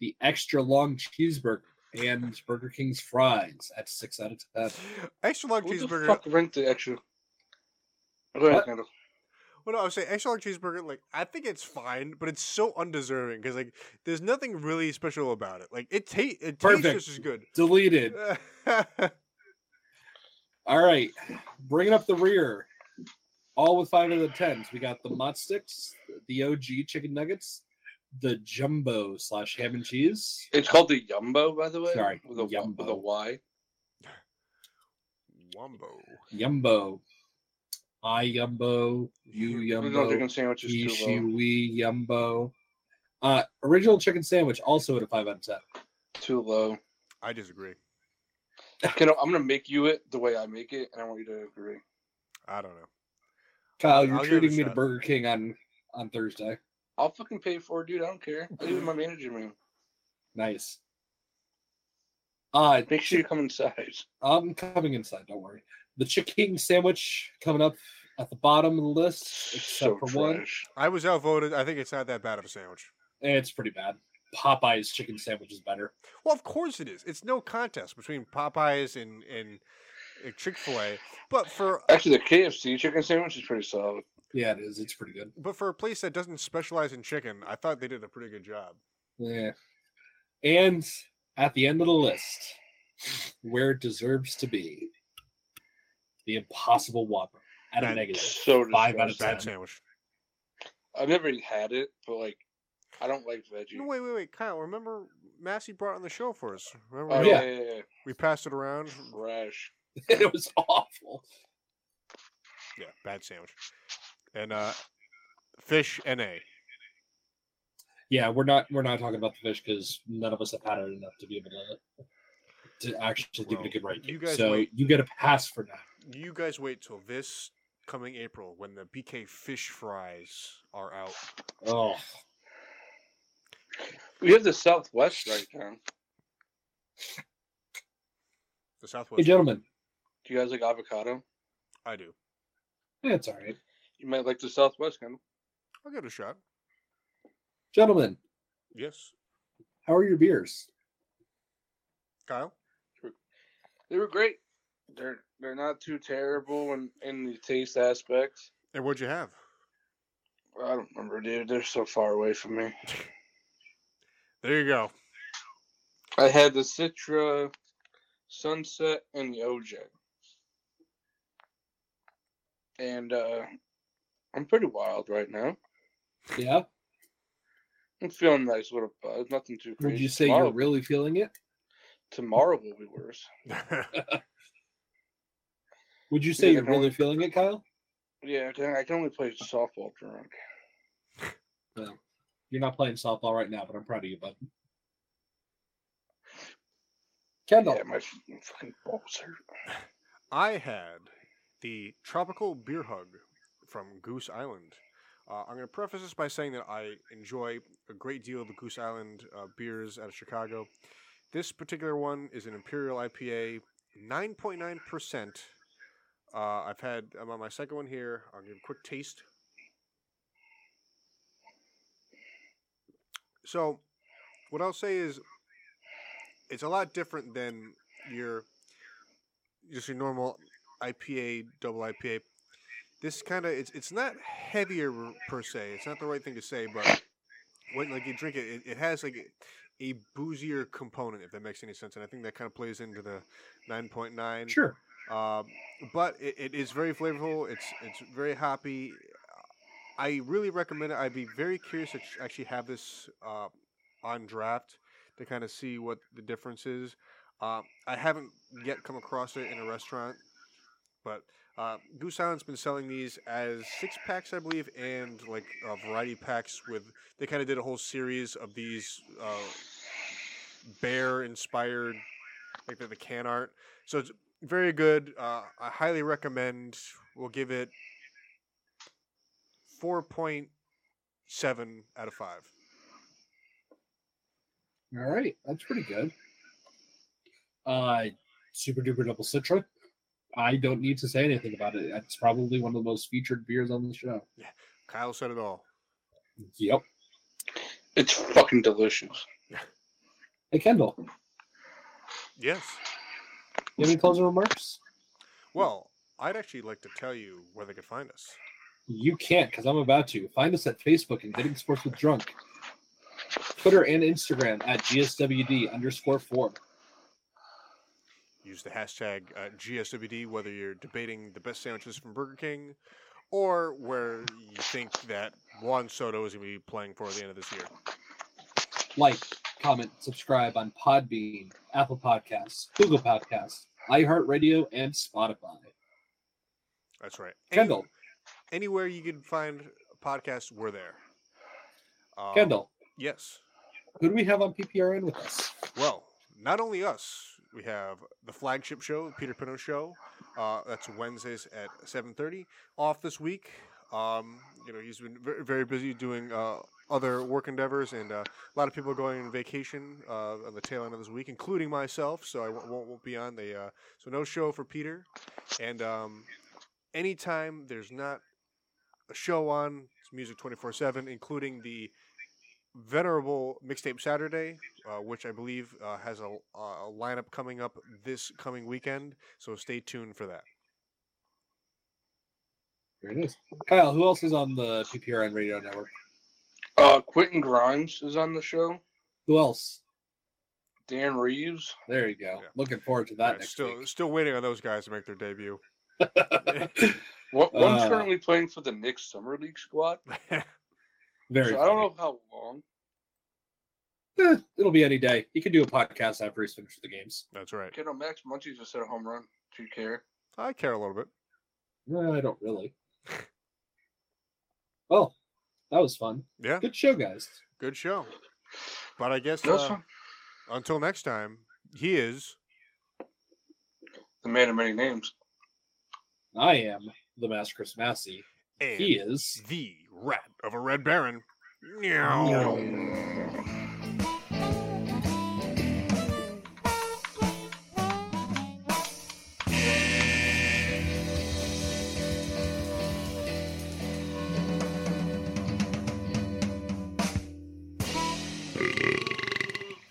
S2: the extra long cheeseburger, and Burger King's fries at six out of ten.
S1: Extra large
S3: Who the
S1: cheeseburger.
S3: fuck ranked the extra? Go ahead,
S2: What?
S3: Kendall.
S1: Well, no, I was saying extra large cheeseburger. Like, I think it's fine, but it's so undeserving because like, there's nothing really special about it. Like, it, ta- it tastes
S2: Perfect.
S1: just as good.
S2: Deleted. All right, bringing up the rear. All with five out of the tens. We got the mod sticks, the OG chicken nuggets, the jumbo slash ham and cheese.
S3: It's called the Yumbo, by the way.
S2: Sorry,
S3: with a, wa- with a
S2: Yumbo.
S3: Y.
S1: Wombo.
S2: Yumbo. I Yumbo. You
S3: Blue Zone
S2: Yumbo.
S3: chicken sandwich is
S2: He,
S3: too
S2: she,
S3: low.
S2: we, Yumbo. Uh, original chicken sandwich also at a 5 out of 10.
S3: Too low.
S1: I disagree.
S3: Kendall, I'm gonna make you it the way I make it, and I want you to agree.
S1: I don't know.
S2: Kyle, you're
S1: I'll give it a
S2: treating me to
S1: shot.
S2: Burger King on, on Thursday.
S3: I'll fucking pay for it, dude. I don't care. I'll even my manager, man.
S2: Nice. Uh,
S3: Make sure you come inside.
S2: I'm Um, coming inside, don't worry. The chicken sandwich coming up at the bottom of the list, except
S3: So
S2: for one. Eh,
S3: trash.
S1: I was outvoted. I think it's not that bad of a sandwich.
S2: It's pretty bad. Popeye's chicken sandwich is better.
S1: Well, of course it is. It's no contest between Popeyes and and Chick Fil A. But for
S3: Actually, the KFC chicken sandwich is pretty solid.
S2: Yeah, it is. It's pretty good.
S1: but for a place that doesn't specialize in chicken, I thought they did a pretty good job.
S2: Yeah. And at the end of the list, where it deserves to be, the impossible whopper at a
S1: That-
S2: negative.
S3: So
S2: Five out of
S3: disgusting.
S1: Bad
S2: Sad.
S1: sandwich.
S3: I've never had it, but like, I don't like veggie.
S1: No, wait, wait, wait, Kyle. Remember Massey brought on the show for us. Remember
S3: Oh
S1: we,
S3: yeah,
S2: Yeah.
S3: yeah, yeah,
S1: we passed it around.
S3: yeah. trash.
S2: it was awful.
S1: Yeah, bad sandwich. And uh, fish na.
S2: Yeah, we're not we're not talking about the fish because none of us have had it enough to be able to to actually give it
S1: Well,
S2: a good rating.
S1: you guys
S2: so
S1: wait.
S2: you get a pass for that.
S1: You guys wait till this coming April when the BK fish fries are out.
S2: Oh,
S3: We have the Southwest right now.
S1: The Southwest.
S2: hey gentlemen,
S3: Do you guys like avocado?
S1: I do.
S2: Yeah, it's all right,
S3: You might like the Southwest, Kendall.
S1: I'll give it a shot.
S2: gentlemen.
S1: Yes,
S2: How are your beers?
S1: Kyle.
S3: They were great. They're they're not too terrible in, in the taste aspect.
S1: And what'd you have?
S3: I don't remember, dude. They're so far away from me.
S1: There you go.
S3: I had the Citra Sunset and the OJ. And uh I'm pretty wild right now.
S2: Yeah,
S3: I'm feeling nice little buzz, nothing too crazy.
S2: would you say
S3: tomorrow,
S2: you're really feeling it?
S3: tomorrow will be worse.
S2: Would you say
S3: Yeah,
S2: you're
S3: no.
S2: really feeling it, Kyle?
S3: Yeah, I can, I can only play softball drunk.
S2: You're not playing softball right now, but I'm proud of you, bud. Kendall,
S3: Yeah, my f- my fucking balls hurt.
S1: I had the tropical beer hug from Goose Island. Uh, I'm going to preface this by saying that I enjoy a great deal of the Goose Island uh, beers out of Chicago. This particular one is an Imperial IPA, 9.9%. Uh, I've had, I'm on my second one here. I'll give a quick taste. So, what I'll say is, it's a lot different than your just your normal IPA, double IPA. This kind of it's it's not heavier per se. It's not the right thing to say, but when like you drink it, it, it has like a, a boozier component, if that makes any sense. And I think that kind of plays into the nine point nine.
S2: Sure.
S1: Um, but it, it is very flavorful. It's it's very hoppy. I really recommend it. I'd be very curious to ch- actually have this uh, on draft to kind of see what the difference is. Um, I haven't yet come across it in a restaurant, but uh, Goose Island's been selling these as six packs, I believe, and like uh, variety packs with. They kind of did a whole series of these uh, bear inspired, like the, the can art. So it's very good. Uh, I highly recommend. We'll give it four point seven out of five.
S2: All right, that's pretty good. Uh, super duper double citra. I don't need to say anything about it. It's probably one of the most featured beers on the show.
S1: Kyle said it all.
S2: Yep.
S3: It's fucking delicious.
S2: Hey Kendall,
S1: Yes.
S2: you have any closing remarks?
S1: Well, I'd actually like to tell you where they could find us.
S2: You can't because I'm about to. Find us at Facebook and Getting Sports with Drunk. Twitter and Instagram at GSWD underscore four.
S1: Use the hashtag uh, GSWD whether you're debating the best sandwiches from Burger King or where you think that Juan Soto is going to be playing for at the end of this year.
S2: Like, comment, subscribe on Podbean, Apple Podcasts, Google Podcasts, iHeartRadio, and Spotify.
S1: That's right. Any-
S2: Kendall,
S1: Anywhere you can find podcasts, we're there.
S3: Oh.
S1: Um,
S2: Kendall,
S1: Yes.
S2: who do we have on PPRN with us?
S1: Well, not only us, we have the flagship show, Peter Pino Show. Uh, that's Wednesdays at seven thirty. Off this week. Um, you know, he's been very, very busy doing uh, other work endeavors, and uh, a lot of people are going on vacation uh, on the tail end of this week, including myself. So I won't, won't, won't be on the. Uh, so no show for Peter. And um, anytime there's not a show on, it's music twenty four seven, including the venerable mixtape Saturday, uh, which I believe uh, has a, a lineup coming up this coming weekend. So stay tuned for that.
S2: There it is. Kyle, who else is on the PPRN radio network?
S3: Uh, Quentin Grimes is on the show.
S2: Who else?
S3: Dan Reeves.
S2: There you go.
S1: Yeah.
S2: Looking forward to that
S1: Yeah,
S2: next
S1: still, still waiting on those guys to make their debut.
S2: week.
S3: What, one's
S2: Uh.
S3: currently playing for the Knicks summer league squad.
S2: Very.
S3: so I don't
S2: funny.
S3: know how long.
S2: Eh, it'll be any day. He could do a podcast after he's finished with the games.
S1: That's right.
S3: You know, Max Muncie just hit a home run. Do you care?
S1: I care a little bit.
S2: No, I don't really. Well, that was fun.
S1: Yeah,
S2: Good show, guys.
S1: good show. But I guess
S3: No, it's
S1: uh,
S3: fine.
S1: until next time, he is.
S3: The man of many names.
S2: I am the Master Chris Massey.
S1: And
S2: He is.
S1: the rat of a red baron. Meow.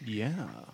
S10: Yeah.